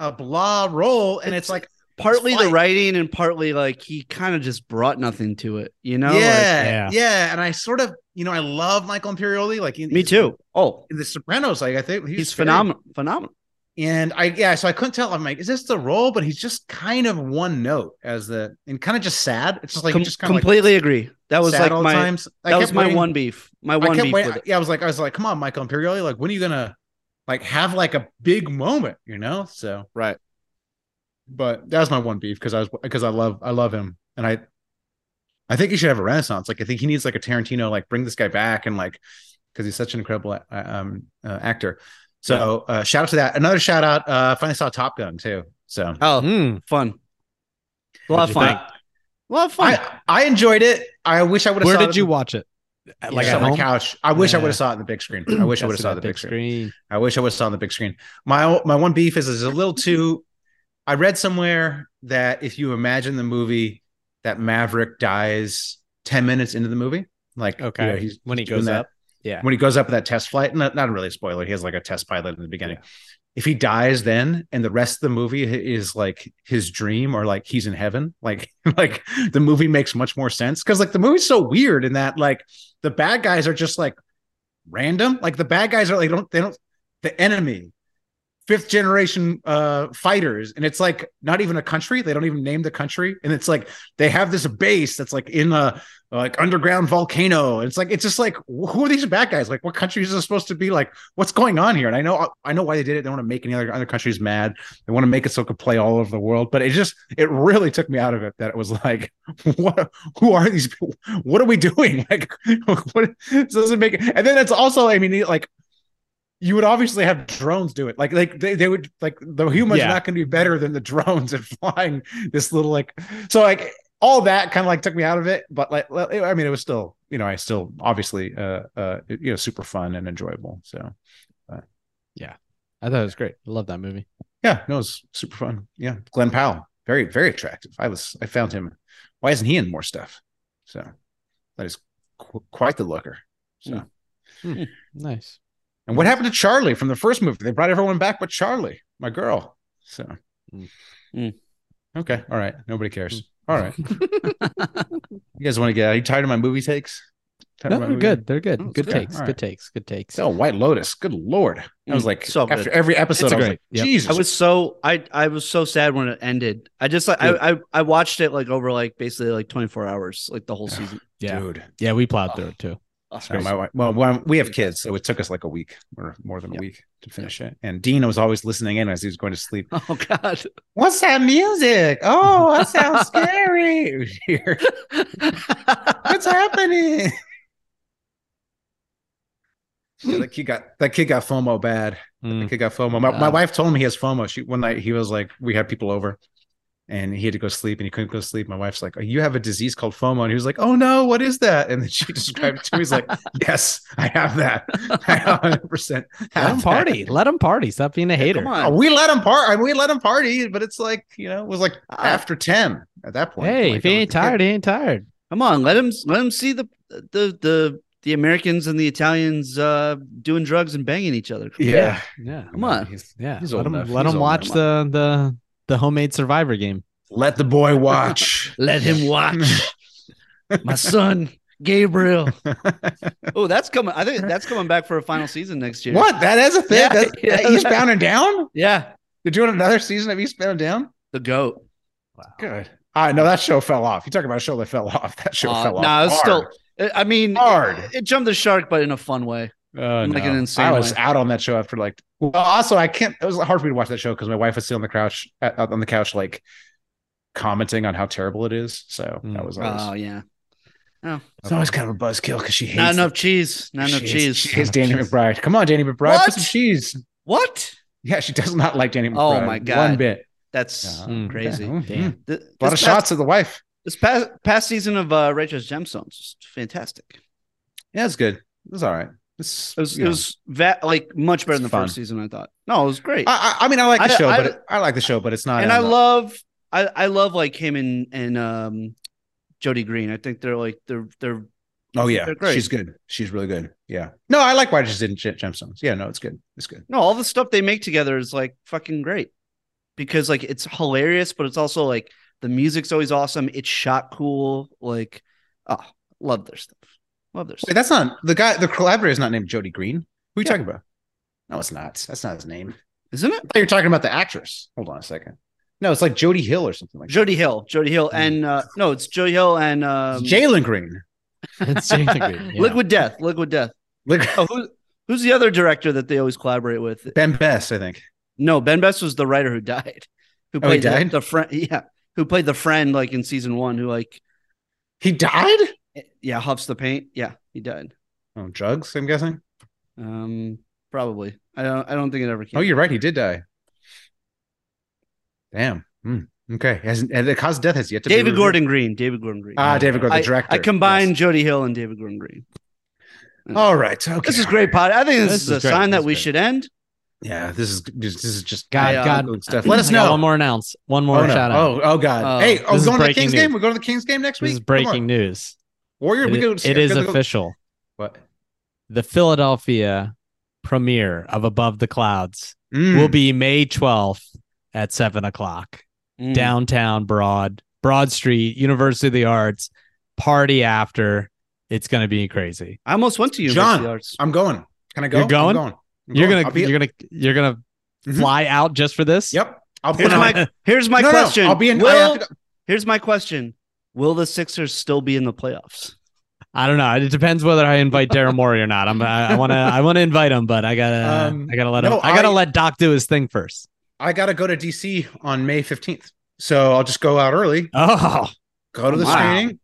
Speaker 3: a blah role and it's, like
Speaker 4: Partly the
Speaker 3: fine.
Speaker 4: writing and partly like he kind of just brought nothing to it, you know? Like,
Speaker 3: yeah,
Speaker 2: yeah.
Speaker 3: yeah and i sort of you know i love michael imperioli like he-
Speaker 4: me
Speaker 3: he's-
Speaker 4: too. Oh,
Speaker 3: in the sopranos like i think he's,
Speaker 4: he's,
Speaker 3: great.
Speaker 4: phenomenal. Phenomenal.
Speaker 3: and i yeah so i couldn't tell i'm like is this the role but he's just kind of one note as the and kind of just sad it's just like
Speaker 4: Com-
Speaker 3: just kind of like
Speaker 4: completely agree. That was
Speaker 3: sad
Speaker 4: like
Speaker 3: all
Speaker 4: my
Speaker 3: the times I
Speaker 4: that
Speaker 3: kept
Speaker 4: was my
Speaker 3: waiting-
Speaker 4: one beef. My
Speaker 3: I
Speaker 4: one
Speaker 3: kept
Speaker 4: beef
Speaker 3: waiting.
Speaker 4: with it.
Speaker 3: Yeah, I was like, I was like, come on, Michael Imperioli, like, when are you gonna like have like a big moment? You know, so
Speaker 4: Right.
Speaker 3: But that was my one beef because I was because I love I love him and I I think he should have a renaissance. Like I think he needs like a Tarantino like bring this guy back and like because he's such an incredible uh, um uh, actor. So uh, shout out to that. Another shout out. Uh, I finally saw Top Gun too. So
Speaker 4: Oh,
Speaker 2: Hmm.
Speaker 4: fun. A lot
Speaker 2: What'd you
Speaker 4: of fun.
Speaker 2: think?
Speaker 4: A lot of fun.
Speaker 3: I I enjoyed it. I wish I would have.
Speaker 2: Oh, Where
Speaker 3: saw
Speaker 2: did
Speaker 3: it
Speaker 2: you watch it?
Speaker 3: Like
Speaker 2: Like
Speaker 3: on
Speaker 2: at
Speaker 3: my
Speaker 2: home?
Speaker 3: couch. I wish I
Speaker 2: Yeah.
Speaker 3: would have saw it on the big screen. I wish I would have saw it on the big screen. I wish I would have saw on the big screen. My my one beef is is a little too. I read somewhere that if you imagine the movie that Maverick dies ten minutes into the movie, like
Speaker 2: Okay.
Speaker 3: you know, he's
Speaker 2: when he
Speaker 3: doing
Speaker 2: goes
Speaker 3: that-
Speaker 2: up. Yeah.
Speaker 3: when he goes up in that test flight. Not not really a spoiler. He has like a test pilot in the beginning. If he dies then, and the rest of the movie hi- is like his dream, or like he's in heaven, like like the movie makes much more sense because like the movie's so weird in that like the bad guys are just like random. Like the bad guys are like don't they don't the enemy, fifth generation uh fighters, and it's like not even a country. They don't even name the country, and it's like they have this base that's like in a like underground volcano. It's like it's just like wh- who are these bad guys? Like what country is this supposed to be? Like what's going on here? And I know I know why they did it. They want to make any other other countries mad. They want to make it so it could play all over the world. But it just it really took me out of it that it was like what who are these people? What are we doing? Like what this doesn't make it. And then it's also I mean like you would obviously have drones do it. Like like they, they would like the humans
Speaker 2: Yeah.
Speaker 3: are not going to be better than the drones at flying this little like so like all that kind of like took me out of it but like le- i mean it was still you know i still obviously uh uh you know super fun and enjoyable so
Speaker 2: I thought it was great. I love that movie.
Speaker 3: yeah no it was super fun yeah glenn powell very very attractive i was i found him why isn't he in more stuff so that is qu- quite the looker
Speaker 2: Hmm.
Speaker 3: so
Speaker 2: Nice.
Speaker 3: and what happened to charlie from the first movie they brought everyone back but charlie my girl so
Speaker 2: Mm.
Speaker 4: Mm.
Speaker 3: okay all
Speaker 2: Hmm.
Speaker 3: right nobody cares all right you guys want to get are you tired of my movie takes
Speaker 2: No,
Speaker 3: Talking
Speaker 2: they're
Speaker 3: about-
Speaker 2: good. They're good.
Speaker 3: Oh, it's
Speaker 2: good,
Speaker 3: good.
Speaker 2: takes.
Speaker 3: All
Speaker 2: Good
Speaker 3: right.
Speaker 2: takes. Good takes.
Speaker 3: Oh, White Lotus. Good lord. I was
Speaker 4: Mm,
Speaker 3: like,
Speaker 4: so good.
Speaker 3: after every episode,
Speaker 2: Hmm. It's
Speaker 3: I was
Speaker 2: great.
Speaker 3: like,
Speaker 2: Yep.
Speaker 3: Jesus.
Speaker 4: I was so I I was so sad when it ended. I just like I, I I watched it like over like basically like 24 hours, like the whole season.
Speaker 2: Yeah.
Speaker 3: dude.
Speaker 2: Yeah, we plowed through it too.
Speaker 3: Yeah, my wife, well, when- we have kids, so it took us like a week or more than a week to finish it. And Dean was always listening in as he was going to sleep.
Speaker 4: Oh god.
Speaker 3: What's that music? Oh, that sounds scary. We hear, What's happening? yeah, that kid got that kid got FOMO bad.
Speaker 2: Mm.
Speaker 3: The kid got FOMO. My, my
Speaker 4: Wow.
Speaker 3: wife told him he has FOMO. She one night he was like, we had people over, and he had to go sleep, and he couldn't go to sleep. My wife's like, oh, you have a disease called FOMO, and he was like, oh no, what is that? And then she described it to me. He's like, yes, I have that. I 100 percent
Speaker 2: Let them party. Let them party. Stop being a hater.
Speaker 4: Come
Speaker 3: Oh,
Speaker 4: on.
Speaker 3: we let him part. I mean, we let him party, but it's like you know, it was like after ten at that point.
Speaker 2: Ah. Hey,
Speaker 3: Like,
Speaker 2: if he
Speaker 3: I was
Speaker 2: ain't
Speaker 3: a kid.
Speaker 2: tired, he ain't tired.
Speaker 4: Come on. Let him let him see the the the the Americans and the Italians uh doing drugs and banging each other.
Speaker 3: yeah.
Speaker 2: Yeah.
Speaker 4: Come on.
Speaker 3: He's-
Speaker 2: Yeah.
Speaker 3: He's
Speaker 2: let
Speaker 3: old
Speaker 2: him
Speaker 3: enough.
Speaker 2: let
Speaker 3: He's
Speaker 2: him
Speaker 3: old
Speaker 2: watch
Speaker 3: enough.
Speaker 2: the the the homemade survivor game.
Speaker 3: Let the boy watch.
Speaker 4: Let him watch my son Gabriel. Oh, that's coming. I think that's coming back for a final season next year.
Speaker 3: what? That is a thing.
Speaker 4: Yeah.
Speaker 3: That's,
Speaker 4: Yeah.
Speaker 3: Eastbound and Down.
Speaker 4: Yeah,
Speaker 3: They're doing another season of Eastbound and Down.
Speaker 4: the goat.
Speaker 3: Good. I know that show fell off. You talking about a show that fell off? That show
Speaker 4: Uh,
Speaker 3: fell off.
Speaker 4: nah, it's
Speaker 3: hard.
Speaker 4: still. I- I mean,
Speaker 3: Hard.
Speaker 4: It, it jumped the shark, but in a fun way.
Speaker 3: Oh,
Speaker 4: like an insane
Speaker 3: I was
Speaker 4: way.
Speaker 3: out on that show after like. Well, also I can't. It was hard for me to watch that show because my wife was still on the couch, out on the couch, like commenting on how terrible it is. So that
Speaker 2: Mm.
Speaker 3: was always.
Speaker 4: Oh yeah,
Speaker 3: it's always kind of a buzzkill because she hates.
Speaker 4: not enough cheese. Not
Speaker 3: she
Speaker 4: enough
Speaker 3: hates-
Speaker 4: cheese.
Speaker 3: She hates Danny McBride. Come on, Danny McBride. Put
Speaker 4: What?
Speaker 3: some cheese.
Speaker 4: What?
Speaker 3: Yeah, she does not like Danny
Speaker 4: Oh,
Speaker 3: McBride.
Speaker 4: my
Speaker 3: One
Speaker 4: God.
Speaker 3: bit.
Speaker 4: That's
Speaker 3: Yeah.
Speaker 2: Mm.
Speaker 4: crazy.
Speaker 3: Yeah. Mm.
Speaker 2: Damn.
Speaker 3: Mm.
Speaker 4: Th-
Speaker 3: A lot of
Speaker 4: this past-
Speaker 3: shots of the wife.
Speaker 4: This past past season of uh, Rachel's Gemstones, was fantastic.
Speaker 3: Yeah, it's good. It's all right. It's,
Speaker 4: It was
Speaker 3: you
Speaker 4: it
Speaker 3: know.
Speaker 4: was va- like much better
Speaker 3: It's
Speaker 4: than the
Speaker 3: fun.
Speaker 4: first season. I thought. No, it was great.
Speaker 3: I, I I mean, I like the
Speaker 4: I-
Speaker 3: show,
Speaker 4: I-
Speaker 3: but it, I like the show, but it's not.
Speaker 4: and
Speaker 3: on
Speaker 4: I
Speaker 3: the-
Speaker 4: love I, I love like him and and um Jody Green. I think they're like they're they're
Speaker 3: Oh yeah,
Speaker 4: They're great.
Speaker 3: she's good. She's really good. Yeah. No, I like why she didn't Gem- gemstones. Yeah, no, it's good. It's good.
Speaker 4: no all the stuff they make together is like fucking great because like it's hilarious, but it's also like the music's always awesome. It's shot cool. Like oh, love their stuff. Love their
Speaker 3: Wait,
Speaker 4: stuff.
Speaker 3: that's not the guy. The collaborator is not named Jody Green. Who are you
Speaker 4: Yeah.
Speaker 3: talking about? No, it's not. That's not his name.
Speaker 4: Isn't
Speaker 3: I
Speaker 4: it?
Speaker 3: thought you were talking about the actress. Hold on a second. No, it's like Jody Hill or something like that.
Speaker 4: Jody Hill. Jody Hill and uh no, it's Jody Hill and um
Speaker 3: It's Jalen Green.
Speaker 2: It's Jalen Green, yeah.
Speaker 4: Liquid Death. Liquid Death.
Speaker 3: Look,
Speaker 4: Oh, who, who's the other director that they always collaborate with?
Speaker 3: Ben Best, I think.
Speaker 4: No, Ben Best was the writer who died. Who
Speaker 3: Oh, he
Speaker 4: played the-
Speaker 3: died?
Speaker 4: the, friend? Yeah, who played the friend like in season one? Who like
Speaker 3: He died.
Speaker 4: yeah huffs the paint? Yeah, he died.
Speaker 3: Oh, drugs. I'm guessing.
Speaker 4: Um, probably. I don't. I don't think it ever came.
Speaker 3: Oh, you're right. He did die. Damn. Hmm. Okay. Hasn't and the cause of death has yet to be
Speaker 4: David
Speaker 3: revealed.
Speaker 4: Gordon Green. David Gordon Green.
Speaker 3: Ah, David Gordon,
Speaker 4: I,
Speaker 3: the director.
Speaker 4: I combined
Speaker 3: Yes.
Speaker 4: Jody Hill and David Gordon Green.
Speaker 3: All right. Okay.
Speaker 4: This is great pod. I think this,
Speaker 2: This
Speaker 4: is,
Speaker 2: is
Speaker 4: a
Speaker 2: great.
Speaker 4: sign
Speaker 2: This
Speaker 4: that
Speaker 2: is
Speaker 4: we
Speaker 2: great.
Speaker 4: should end.
Speaker 3: Yeah, this is this is just
Speaker 2: God,
Speaker 4: I, uh,
Speaker 2: God.
Speaker 3: good stuff. Let us
Speaker 2: I got
Speaker 3: know.
Speaker 2: One more announce. One more
Speaker 3: oh, no.
Speaker 2: shout out.
Speaker 3: oh, oh God.
Speaker 4: Oh,
Speaker 3: hey, oh,
Speaker 2: this
Speaker 3: we're
Speaker 2: is
Speaker 3: going to the
Speaker 2: breaking
Speaker 3: Kings
Speaker 2: news.
Speaker 3: game. We're going to the Kings game next
Speaker 2: this
Speaker 3: week.
Speaker 2: is
Speaker 3: Come
Speaker 2: breaking
Speaker 3: on.
Speaker 2: news.
Speaker 3: Warrior, we
Speaker 2: It-
Speaker 3: go.
Speaker 2: it is
Speaker 3: go- go-
Speaker 2: official.
Speaker 3: What?
Speaker 2: The Philadelphia premiere of Above the Clouds
Speaker 3: Mm. Hmm.
Speaker 2: will be May 12th at 7 o'clock,
Speaker 3: Hmm.
Speaker 4: Mm.
Speaker 2: downtown Broad, Broad Street, University of the Arts, party after. It's going to be crazy.
Speaker 4: I almost went to you,
Speaker 3: John.
Speaker 4: Arts.
Speaker 3: I'm going. Can I go?
Speaker 2: You're going?
Speaker 3: I'm going. I'm
Speaker 2: You're
Speaker 3: going.
Speaker 2: gonna,
Speaker 3: I'll be-
Speaker 2: you're gonna, you're gonna
Speaker 3: Mhm.
Speaker 2: fly out just for this.
Speaker 3: Yep. I'll be
Speaker 4: Here's
Speaker 3: in-
Speaker 4: my here's my
Speaker 3: No, no,
Speaker 4: question.
Speaker 3: I'll be in. I
Speaker 4: Will,
Speaker 3: have to go-
Speaker 4: here's my question. Will the Sixers still be in the playoffs?
Speaker 2: I don't know. It depends whether I invite Daryl Morey or not. I'm, I want to, I want to invite him, but I gotta,
Speaker 3: Um,
Speaker 2: I gotta let
Speaker 3: no,
Speaker 2: him, I gotta
Speaker 3: I-
Speaker 2: let Doc do his thing first.
Speaker 3: I gotta go to DC on May 15th, so I'll just go out early.
Speaker 2: Oh,
Speaker 3: Go to the
Speaker 4: Wow.
Speaker 3: screening.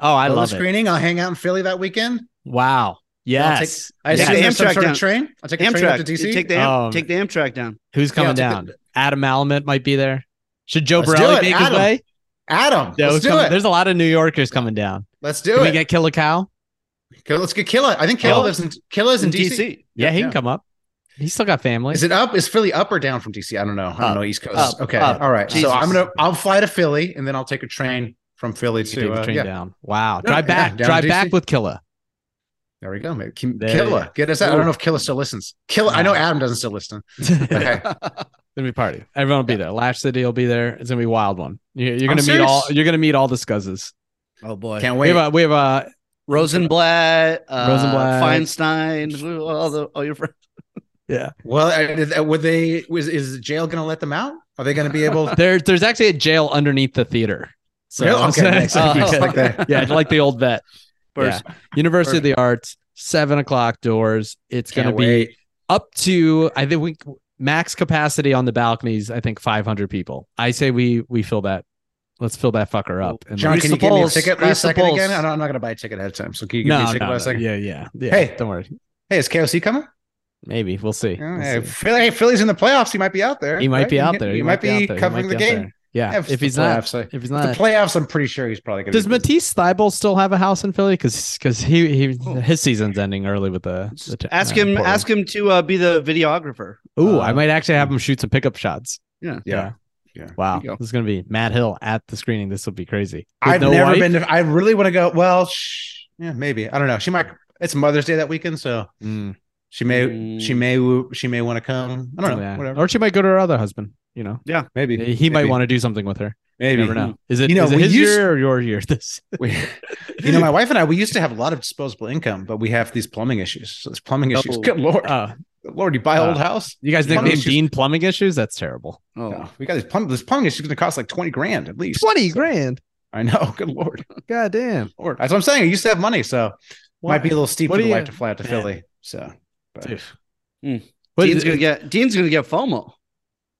Speaker 2: oh, I
Speaker 3: go to
Speaker 2: love
Speaker 3: the
Speaker 2: it.
Speaker 3: screening. I'll hang out in Philly that weekend.
Speaker 2: Wow.
Speaker 3: I'll take-
Speaker 2: Yes.
Speaker 3: I
Speaker 4: Yeah.
Speaker 3: assume
Speaker 4: Take the
Speaker 3: there's some
Speaker 4: Amtrak
Speaker 3: sort
Speaker 4: down.
Speaker 3: of train. I'll take a train up to
Speaker 4: Amtrak.
Speaker 3: DC.
Speaker 4: Take the Am-
Speaker 2: Um,
Speaker 4: take the Amtrak down.
Speaker 2: Who's coming
Speaker 3: Yeah, I'll
Speaker 2: down?
Speaker 3: take the-
Speaker 2: Adam Malamut might be there. Should Joe
Speaker 3: Let's do
Speaker 2: Borelli
Speaker 3: it,
Speaker 2: make
Speaker 3: Adam.
Speaker 2: his way?
Speaker 3: Adam,
Speaker 2: Joe's
Speaker 3: let's do
Speaker 2: coming-
Speaker 3: it.
Speaker 2: There's a lot of New Yorkers coming down.
Speaker 3: Let's do
Speaker 2: Can we
Speaker 3: it.
Speaker 2: get Killer Cow?
Speaker 3: Okay, let's get Killa. I think Killa
Speaker 2: Oh.
Speaker 3: lives in Killa's in DC.
Speaker 2: Yeah,
Speaker 3: Yeah,
Speaker 2: he can
Speaker 3: yeah.
Speaker 2: come up. He's still got family.
Speaker 3: Is it up? Is Philly up or down from DC? I don't know. I don't
Speaker 4: Up,
Speaker 3: know East Coast.
Speaker 4: up,
Speaker 3: okay.
Speaker 4: up.
Speaker 3: All right.
Speaker 4: Jesus.
Speaker 3: So I'm gonna I'll fly to Philly and then I'll take a train from Philly
Speaker 2: You can
Speaker 3: to
Speaker 2: take the
Speaker 3: uh,
Speaker 2: train
Speaker 3: yeah.
Speaker 2: down. Wow.
Speaker 3: No,
Speaker 2: Drive
Speaker 3: yeah,
Speaker 2: back.
Speaker 3: down to
Speaker 2: Drive
Speaker 3: DC.
Speaker 2: back with Killer.
Speaker 3: There we go. Maybe Kim,
Speaker 2: There you
Speaker 3: Killa, get us out. I don't know if Killa still listens. Killa, I know Adam doesn't still listen. But
Speaker 2: it's
Speaker 3: hey,
Speaker 2: gonna be a party. Everyone will be there. Lash City will be there. It's gonna be a wild one. You- You're,
Speaker 3: I'm
Speaker 2: gonna meet all
Speaker 3: serious.
Speaker 2: you're gonna meet all the scuzzes.
Speaker 4: Oh boy.
Speaker 3: can't
Speaker 2: We
Speaker 3: wait.
Speaker 2: have a we have a
Speaker 4: Rosenblatt, uh,
Speaker 2: Rosenblatt.
Speaker 4: Feinstein, all the all your friends.
Speaker 3: Well, uh, would they? Is, is the jail going to let them out? Are they going to be able?
Speaker 2: There, there's actually a jail underneath the theater. So
Speaker 3: Really? Okay, makes sense.
Speaker 2: Uh,
Speaker 3: Like that.
Speaker 2: yeah, like the old vet.
Speaker 4: First,
Speaker 2: University of the Arts, seven o'clock doors. It's going to
Speaker 3: Can't
Speaker 2: be
Speaker 3: wait.
Speaker 2: up to I think we max capacity on the balconies. I think 500 people. I say we we fill that. Let's fill that fucker up. And
Speaker 3: John,
Speaker 4: Reese
Speaker 3: can
Speaker 4: the
Speaker 3: you give me a
Speaker 4: polls.
Speaker 3: ticket
Speaker 4: Reese
Speaker 3: last
Speaker 4: the
Speaker 3: second
Speaker 4: polls.
Speaker 3: again? I don't, I'm not going to buy a ticket ahead of time. So can you give me a
Speaker 2: no,
Speaker 3: ticket
Speaker 2: no,
Speaker 3: last
Speaker 2: no.
Speaker 3: second?
Speaker 2: yeah, yeah, yeah.
Speaker 3: Hey.
Speaker 2: don't worry.
Speaker 3: Hey, is KOC coming?
Speaker 2: Maybe we'll see.
Speaker 3: Oh,
Speaker 2: We'll
Speaker 3: hey,
Speaker 2: see.
Speaker 3: Philly, hey, Philly's in the playoffs. He might be out there.
Speaker 2: He might
Speaker 3: right?
Speaker 2: be out
Speaker 3: can-
Speaker 2: there.
Speaker 3: He, might,
Speaker 2: out
Speaker 3: be
Speaker 2: there. He
Speaker 3: covering
Speaker 2: might
Speaker 3: the
Speaker 2: be out
Speaker 3: game.
Speaker 2: there. Yeah,
Speaker 3: Yeah,
Speaker 2: if,
Speaker 3: it's the
Speaker 2: he's not,
Speaker 3: playoffs, like-
Speaker 2: if he's
Speaker 3: The
Speaker 2: not,
Speaker 3: playoffs, I'm pretty sure he's probably going to.
Speaker 2: does Matisse Thibault still have a house in Philly? Because he, he his season's ending early with the, the t-
Speaker 4: ask
Speaker 2: uh,
Speaker 4: him.
Speaker 2: Portland.
Speaker 4: Ask him to uh, be the videographer.
Speaker 2: Ooh,
Speaker 4: Uh,
Speaker 2: I might actually have him shoot some pickup shots.
Speaker 3: Yeah.
Speaker 2: Wow,
Speaker 4: There you go.
Speaker 2: this is gonna be Matt Hill at the screening. This will be crazy. With
Speaker 3: I've
Speaker 2: no
Speaker 3: never
Speaker 2: wife?
Speaker 3: been. To, I really want to go. Well, sh- yeah, maybe. I don't know. She might. It's Mother's Day that weekend, so
Speaker 2: Mm,
Speaker 3: she may.
Speaker 4: Mm.
Speaker 3: She may. wo- She may want to come. I don't know.
Speaker 2: yeah.
Speaker 3: Whatever.
Speaker 2: Or she might go to her other husband. You know,
Speaker 3: Maybe
Speaker 2: he might
Speaker 3: Maybe.
Speaker 2: want to do something with her. You
Speaker 3: Maybe.
Speaker 2: never know. Is it,
Speaker 3: You know,
Speaker 2: is it
Speaker 3: we
Speaker 2: his
Speaker 3: used-
Speaker 2: year or your year? This
Speaker 3: We- you know, my wife and I, we used to have a lot of disposable income, but we have these plumbing issues. So it's plumbing issues.
Speaker 4: Oh.
Speaker 3: Good lord,
Speaker 2: uh,
Speaker 3: Good lord, you buy an
Speaker 2: uh,
Speaker 3: old house.
Speaker 2: you guys
Speaker 3: Plumbing
Speaker 2: nicknamed
Speaker 3: issues.
Speaker 2: Dean plumbing issues. That's terrible.
Speaker 4: Oh,
Speaker 3: No, we got this plumbing. This plumbing issue is going to cost like twenty grand at least.
Speaker 2: grand.
Speaker 3: I know. Good lord,
Speaker 2: God damn.
Speaker 3: lord. That's what I'm saying. I used to have money, so might be a little steep
Speaker 2: What
Speaker 3: for
Speaker 2: do
Speaker 3: the
Speaker 2: you-
Speaker 3: wife to fly out to
Speaker 2: Man.
Speaker 3: Philly. So, but,
Speaker 2: What
Speaker 4: Dean's
Speaker 2: is
Speaker 4: gonna get. Dean's gonna get FOMO.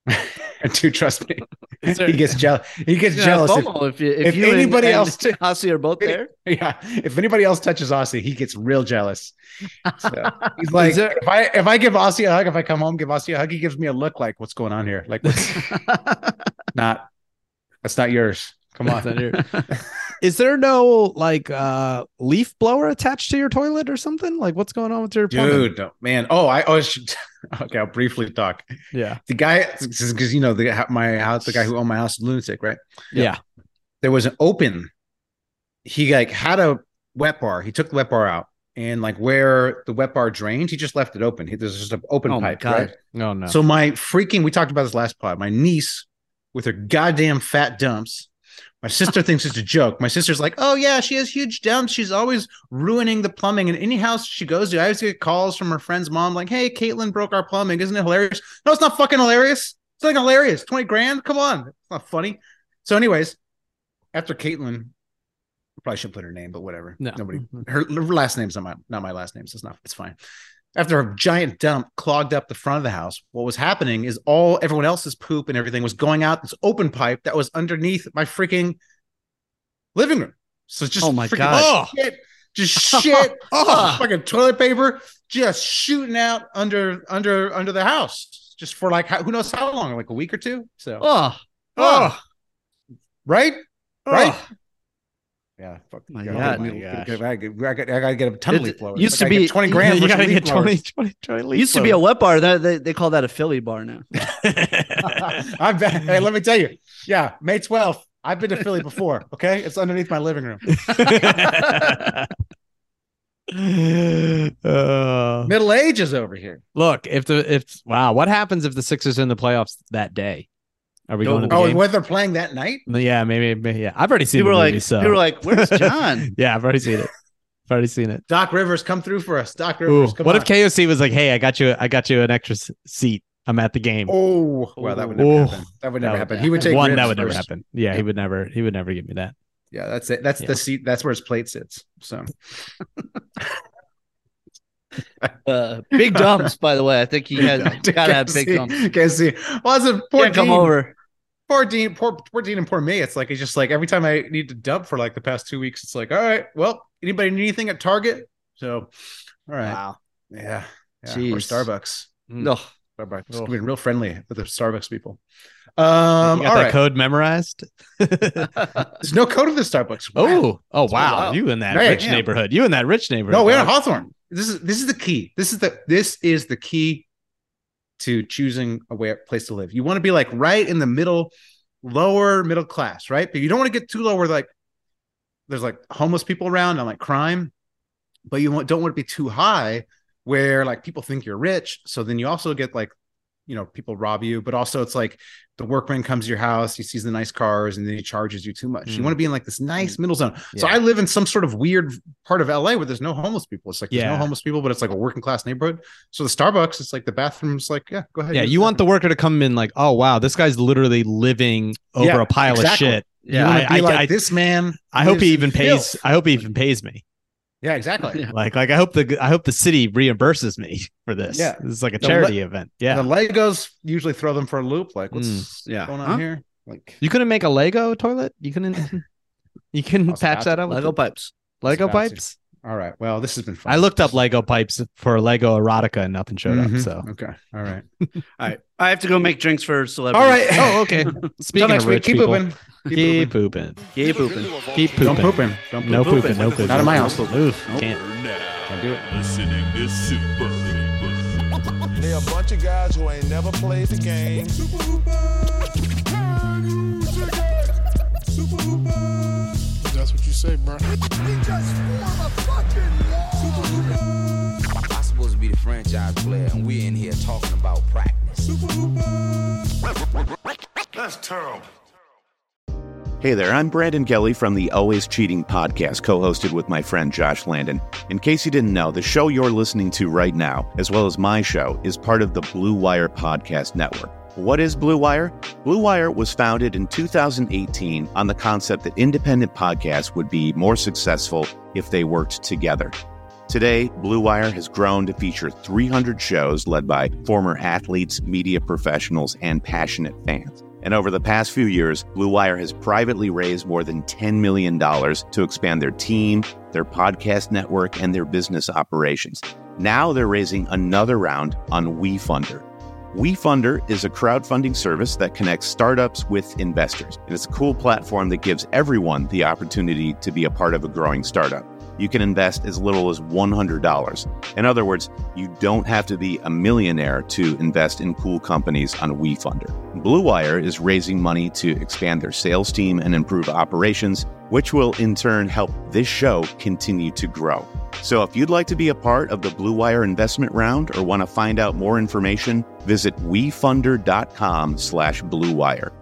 Speaker 3: dude, trust me,
Speaker 2: Is there-
Speaker 3: he gets jealous. He gets
Speaker 4: He's gonna
Speaker 3: jealous.
Speaker 4: have
Speaker 3: if-
Speaker 4: FOMO if, you, if,
Speaker 3: if
Speaker 4: you
Speaker 3: anybody
Speaker 4: and,
Speaker 3: else
Speaker 4: and
Speaker 3: did-
Speaker 4: Hasi are both there.
Speaker 3: Yeah, if anybody else touches Aussie, he gets real jealous. So, he's like,
Speaker 4: Is there-
Speaker 3: if I if I give Aussie a hug, if I come home give Aussie a hug, he gives me a look like, what's going on here? Like, what's not? That's not yours. Come
Speaker 2: Is
Speaker 3: on.
Speaker 2: that your- Is there no like uh leaf blower attached to your toilet or something? Like what's going on with your plumbing?
Speaker 3: Dude, no, man. Oh, I oh, I should, okay. I'll briefly talk.
Speaker 2: Yeah.
Speaker 3: The guy, because you know the my house, the guy who owned my house, lunatic, right?
Speaker 2: Yeah.
Speaker 3: there was an open. He like had a wet bar. He took the wet bar out, and like where the wet bar drained, he just left it open. He, there's just an open
Speaker 4: Oh my
Speaker 3: pipe.
Speaker 4: God.
Speaker 3: right?
Speaker 2: No, no.
Speaker 3: So my freaking, we talked about this last pod. My niece with her goddamn fat dumps. My sister thinks it's a joke. My sister's like, "Oh yeah, she has huge dumps. She's always ruining the plumbing in any house she goes to." I always get calls from her friend's mom, like, "Hey, Caitlin broke our plumbing. Isn't it hilarious?" No, it's not fucking hilarious. It's like hilarious. Twenty grand? Come on, it's not funny. So, anyways, after Caitlin, I probably should put her name, but whatever.
Speaker 2: No.
Speaker 3: Nobody her, her last name's not my not my last name, so it's not it's fine. After a giant dump clogged up the front of the house, what was happening is all everyone else's poop and everything was going out this open pipe that was underneath my freaking living room. So it's just
Speaker 4: Oh my
Speaker 3: freaking-
Speaker 4: God.
Speaker 3: oh, shit, just shit, oh, fucking toilet paper, just shooting out under under under the house, just for like how, who knows how long, like a week or two. So
Speaker 4: Oh,
Speaker 3: Oh. right, right. Yeah, fuck.
Speaker 4: My
Speaker 3: yeah,
Speaker 4: God.
Speaker 3: oh my
Speaker 4: Oh my
Speaker 3: gosh.
Speaker 4: gosh.
Speaker 3: I gotta, I gotta, I gotta get a ton of
Speaker 4: It
Speaker 3: leaf blowers.
Speaker 4: used
Speaker 3: Like,
Speaker 4: to
Speaker 3: I get
Speaker 4: be-
Speaker 3: twenty grand.
Speaker 2: you
Speaker 3: worth of
Speaker 2: gotta
Speaker 3: leaf
Speaker 2: get
Speaker 3: blowers.
Speaker 2: 20, 20, 20 leaf
Speaker 4: used to be a wet bar. That they, they call that a Philly bar now.
Speaker 3: I'm back. Hey, let me tell you. Yeah, May 12th. I've been to Philly before. Okay, it's underneath my living room,
Speaker 2: Uh,
Speaker 3: Middle Ages over here.
Speaker 2: look, if the if wow, what happens if the Sixers in the playoffs that day? Are we going to the
Speaker 3: Oh, and
Speaker 2: game?
Speaker 3: whether they're playing that night.
Speaker 2: Yeah, maybe, maybe- yeah. I've already seen
Speaker 4: Oh, people
Speaker 2: the
Speaker 4: were
Speaker 2: movie,
Speaker 4: like,
Speaker 2: so.
Speaker 4: people were like, "Where's John?"
Speaker 2: yeah, I've already seen it. I've already seen it.
Speaker 3: Doc Rivers, come through for us. Doc
Speaker 2: Ooh,
Speaker 3: Rivers, come
Speaker 2: what
Speaker 3: on.
Speaker 2: if KOC was like, "Hey, I got you, I got you an extra s- seat. I'm at the game."
Speaker 3: Oh, well, that would never
Speaker 2: Oh.
Speaker 3: happen. That would
Speaker 2: That
Speaker 3: never
Speaker 2: would-
Speaker 3: happen. He would take
Speaker 2: One,
Speaker 3: ribs
Speaker 2: that would never
Speaker 3: first.
Speaker 2: happen. Yeah, he would never, he would never give me that.
Speaker 3: Yeah, that's it. That's
Speaker 2: Yeah.
Speaker 3: the seat. That's where his plate sits. So
Speaker 4: Uh, big dumps, by the way. I think he has gotta have big dumps.
Speaker 3: KC. Well, as a poor
Speaker 4: Can't come
Speaker 3: Dean-
Speaker 4: over.
Speaker 3: poor Dean, poor poor Dean, and poor me. It's like it's just like every time I need to dump for like the past two weeks, it's like, all right, well, anybody need anything at Target? So, all right,
Speaker 4: Wow.
Speaker 3: yeah, yeah. or
Speaker 4: Jeez.
Speaker 3: Starbucks.
Speaker 4: No.
Speaker 3: Starbucks,
Speaker 2: Mm. Oh.
Speaker 3: being real friendly with the Starbucks people. Um,
Speaker 2: you
Speaker 3: all
Speaker 2: got that
Speaker 3: right,
Speaker 2: code memorized?
Speaker 3: there's no code of the Starbucks. Wow.
Speaker 2: Oh, oh wow.
Speaker 4: wow.
Speaker 2: You in that
Speaker 3: Man,
Speaker 2: rich
Speaker 3: damn.
Speaker 2: neighborhood? You in that rich neighborhood?
Speaker 3: no, we're in
Speaker 2: dog.
Speaker 3: Hawthorne. This is this is the key. This is the this is the key to choosing a way, place to live. You want to be like right in the middle, lower middle class, right? But you don't want to get too low where like there's like homeless people around and like crime, but you want, don't want to be too high where like people think you're rich. So then you also get like you know people rob you but also it's like the workman comes to your house he sees the nice cars and then he charges you too much you
Speaker 2: Mm.
Speaker 3: want to be in like this nice middle zone so
Speaker 2: Yeah.
Speaker 3: i live in some sort of weird part of la where there's no homeless people it's like there's
Speaker 2: Yeah.
Speaker 3: no homeless people but it's like a working class neighborhood so the starbucks it's like the bathroom's like yeah go ahead
Speaker 2: Yeah,
Speaker 3: use
Speaker 2: you want the worker to come in like, oh wow, this guy's literally living over
Speaker 3: Yeah,
Speaker 2: a pile
Speaker 3: exactly.
Speaker 2: of shit.
Speaker 3: you
Speaker 4: Yeah,
Speaker 3: want
Speaker 2: I-
Speaker 3: to be
Speaker 2: I-
Speaker 3: like
Speaker 2: I-
Speaker 3: this man
Speaker 2: I hope
Speaker 3: lives
Speaker 2: he
Speaker 3: in
Speaker 2: even
Speaker 3: filth."
Speaker 2: pays. I hope he even pays me.
Speaker 3: yeah exactly
Speaker 2: Like, like I hope the I hope the city reimburses me for this.
Speaker 3: Yeah.
Speaker 2: this is like a
Speaker 3: The
Speaker 2: charity event. Yeah,
Speaker 3: the legos usually throw them for a loop like what's
Speaker 4: yeah.
Speaker 3: going on
Speaker 4: Huh?
Speaker 3: here like
Speaker 2: Mm, you couldn't make a Lego toilet. You couldn't. You couldn't
Speaker 3: Also
Speaker 2: patch that up. with
Speaker 4: Lego
Speaker 2: the-
Speaker 4: pipes.
Speaker 2: Lego
Speaker 3: It's fancy.
Speaker 2: pipes.
Speaker 3: all right well this has been fun
Speaker 2: I looked up Lego pipes for Lego erotica and nothing showed
Speaker 3: Mhm.
Speaker 2: up. So
Speaker 3: okay all right
Speaker 4: I have to go make drinks for celebrities.
Speaker 3: all right
Speaker 2: oh okay.
Speaker 3: Till
Speaker 2: Speaking
Speaker 3: next
Speaker 2: of
Speaker 3: week,
Speaker 2: rich
Speaker 3: keep
Speaker 2: people,
Speaker 3: pooping.
Speaker 2: keep pooping.
Speaker 4: Gay pooping.
Speaker 2: Keep pooping.
Speaker 3: Don't pooping. Don't poop.
Speaker 2: No pooping. No pooping.
Speaker 3: Not in my house.
Speaker 2: Oof, can't.
Speaker 6: You're now
Speaker 3: Can't do it.
Speaker 6: listening to Super.
Speaker 5: They a bunch of guys who ain't never played the game.
Speaker 10: That's what you say, bro.
Speaker 8: I'm supposed to be the franchise player, and we're in here talking about practice.
Speaker 10: That's terrible.
Speaker 11: Hey there, I'm Brandon Gelly from the Always Cheating Podcast, co hosted with my friend Josh Landon. In case you didn't know, the show you're listening to right now, as well as my show, is part of the Blue Wire Podcast Network. What is Blue Wire? Blue Wire was founded in 2018 on the concept that independent podcasts would be more successful if they worked together. Today, Blue Wire has grown to feature 300 shows led by former athletes, media professionals, and passionate fans. And over the past few years, Blue Wire has privately raised more than $10 million to expand their team, their podcast network, and their business operations. Now they're raising another round on WeFunder. WeFunder is a crowdfunding service that connects startups with investors. And it's a cool platform that gives everyone the opportunity to be a part of a growing startup. You can invest as little as $100. In other words, you don't have to be a millionaire to invest in cool companies on WeFunder. Blue Wire is raising money to expand their sales team and improve operations, which will in turn help this show continue to grow. So if you'd like to be a part of the Blue Wire investment round or want to find out more information, visit wefunder.com slash Blue Wire.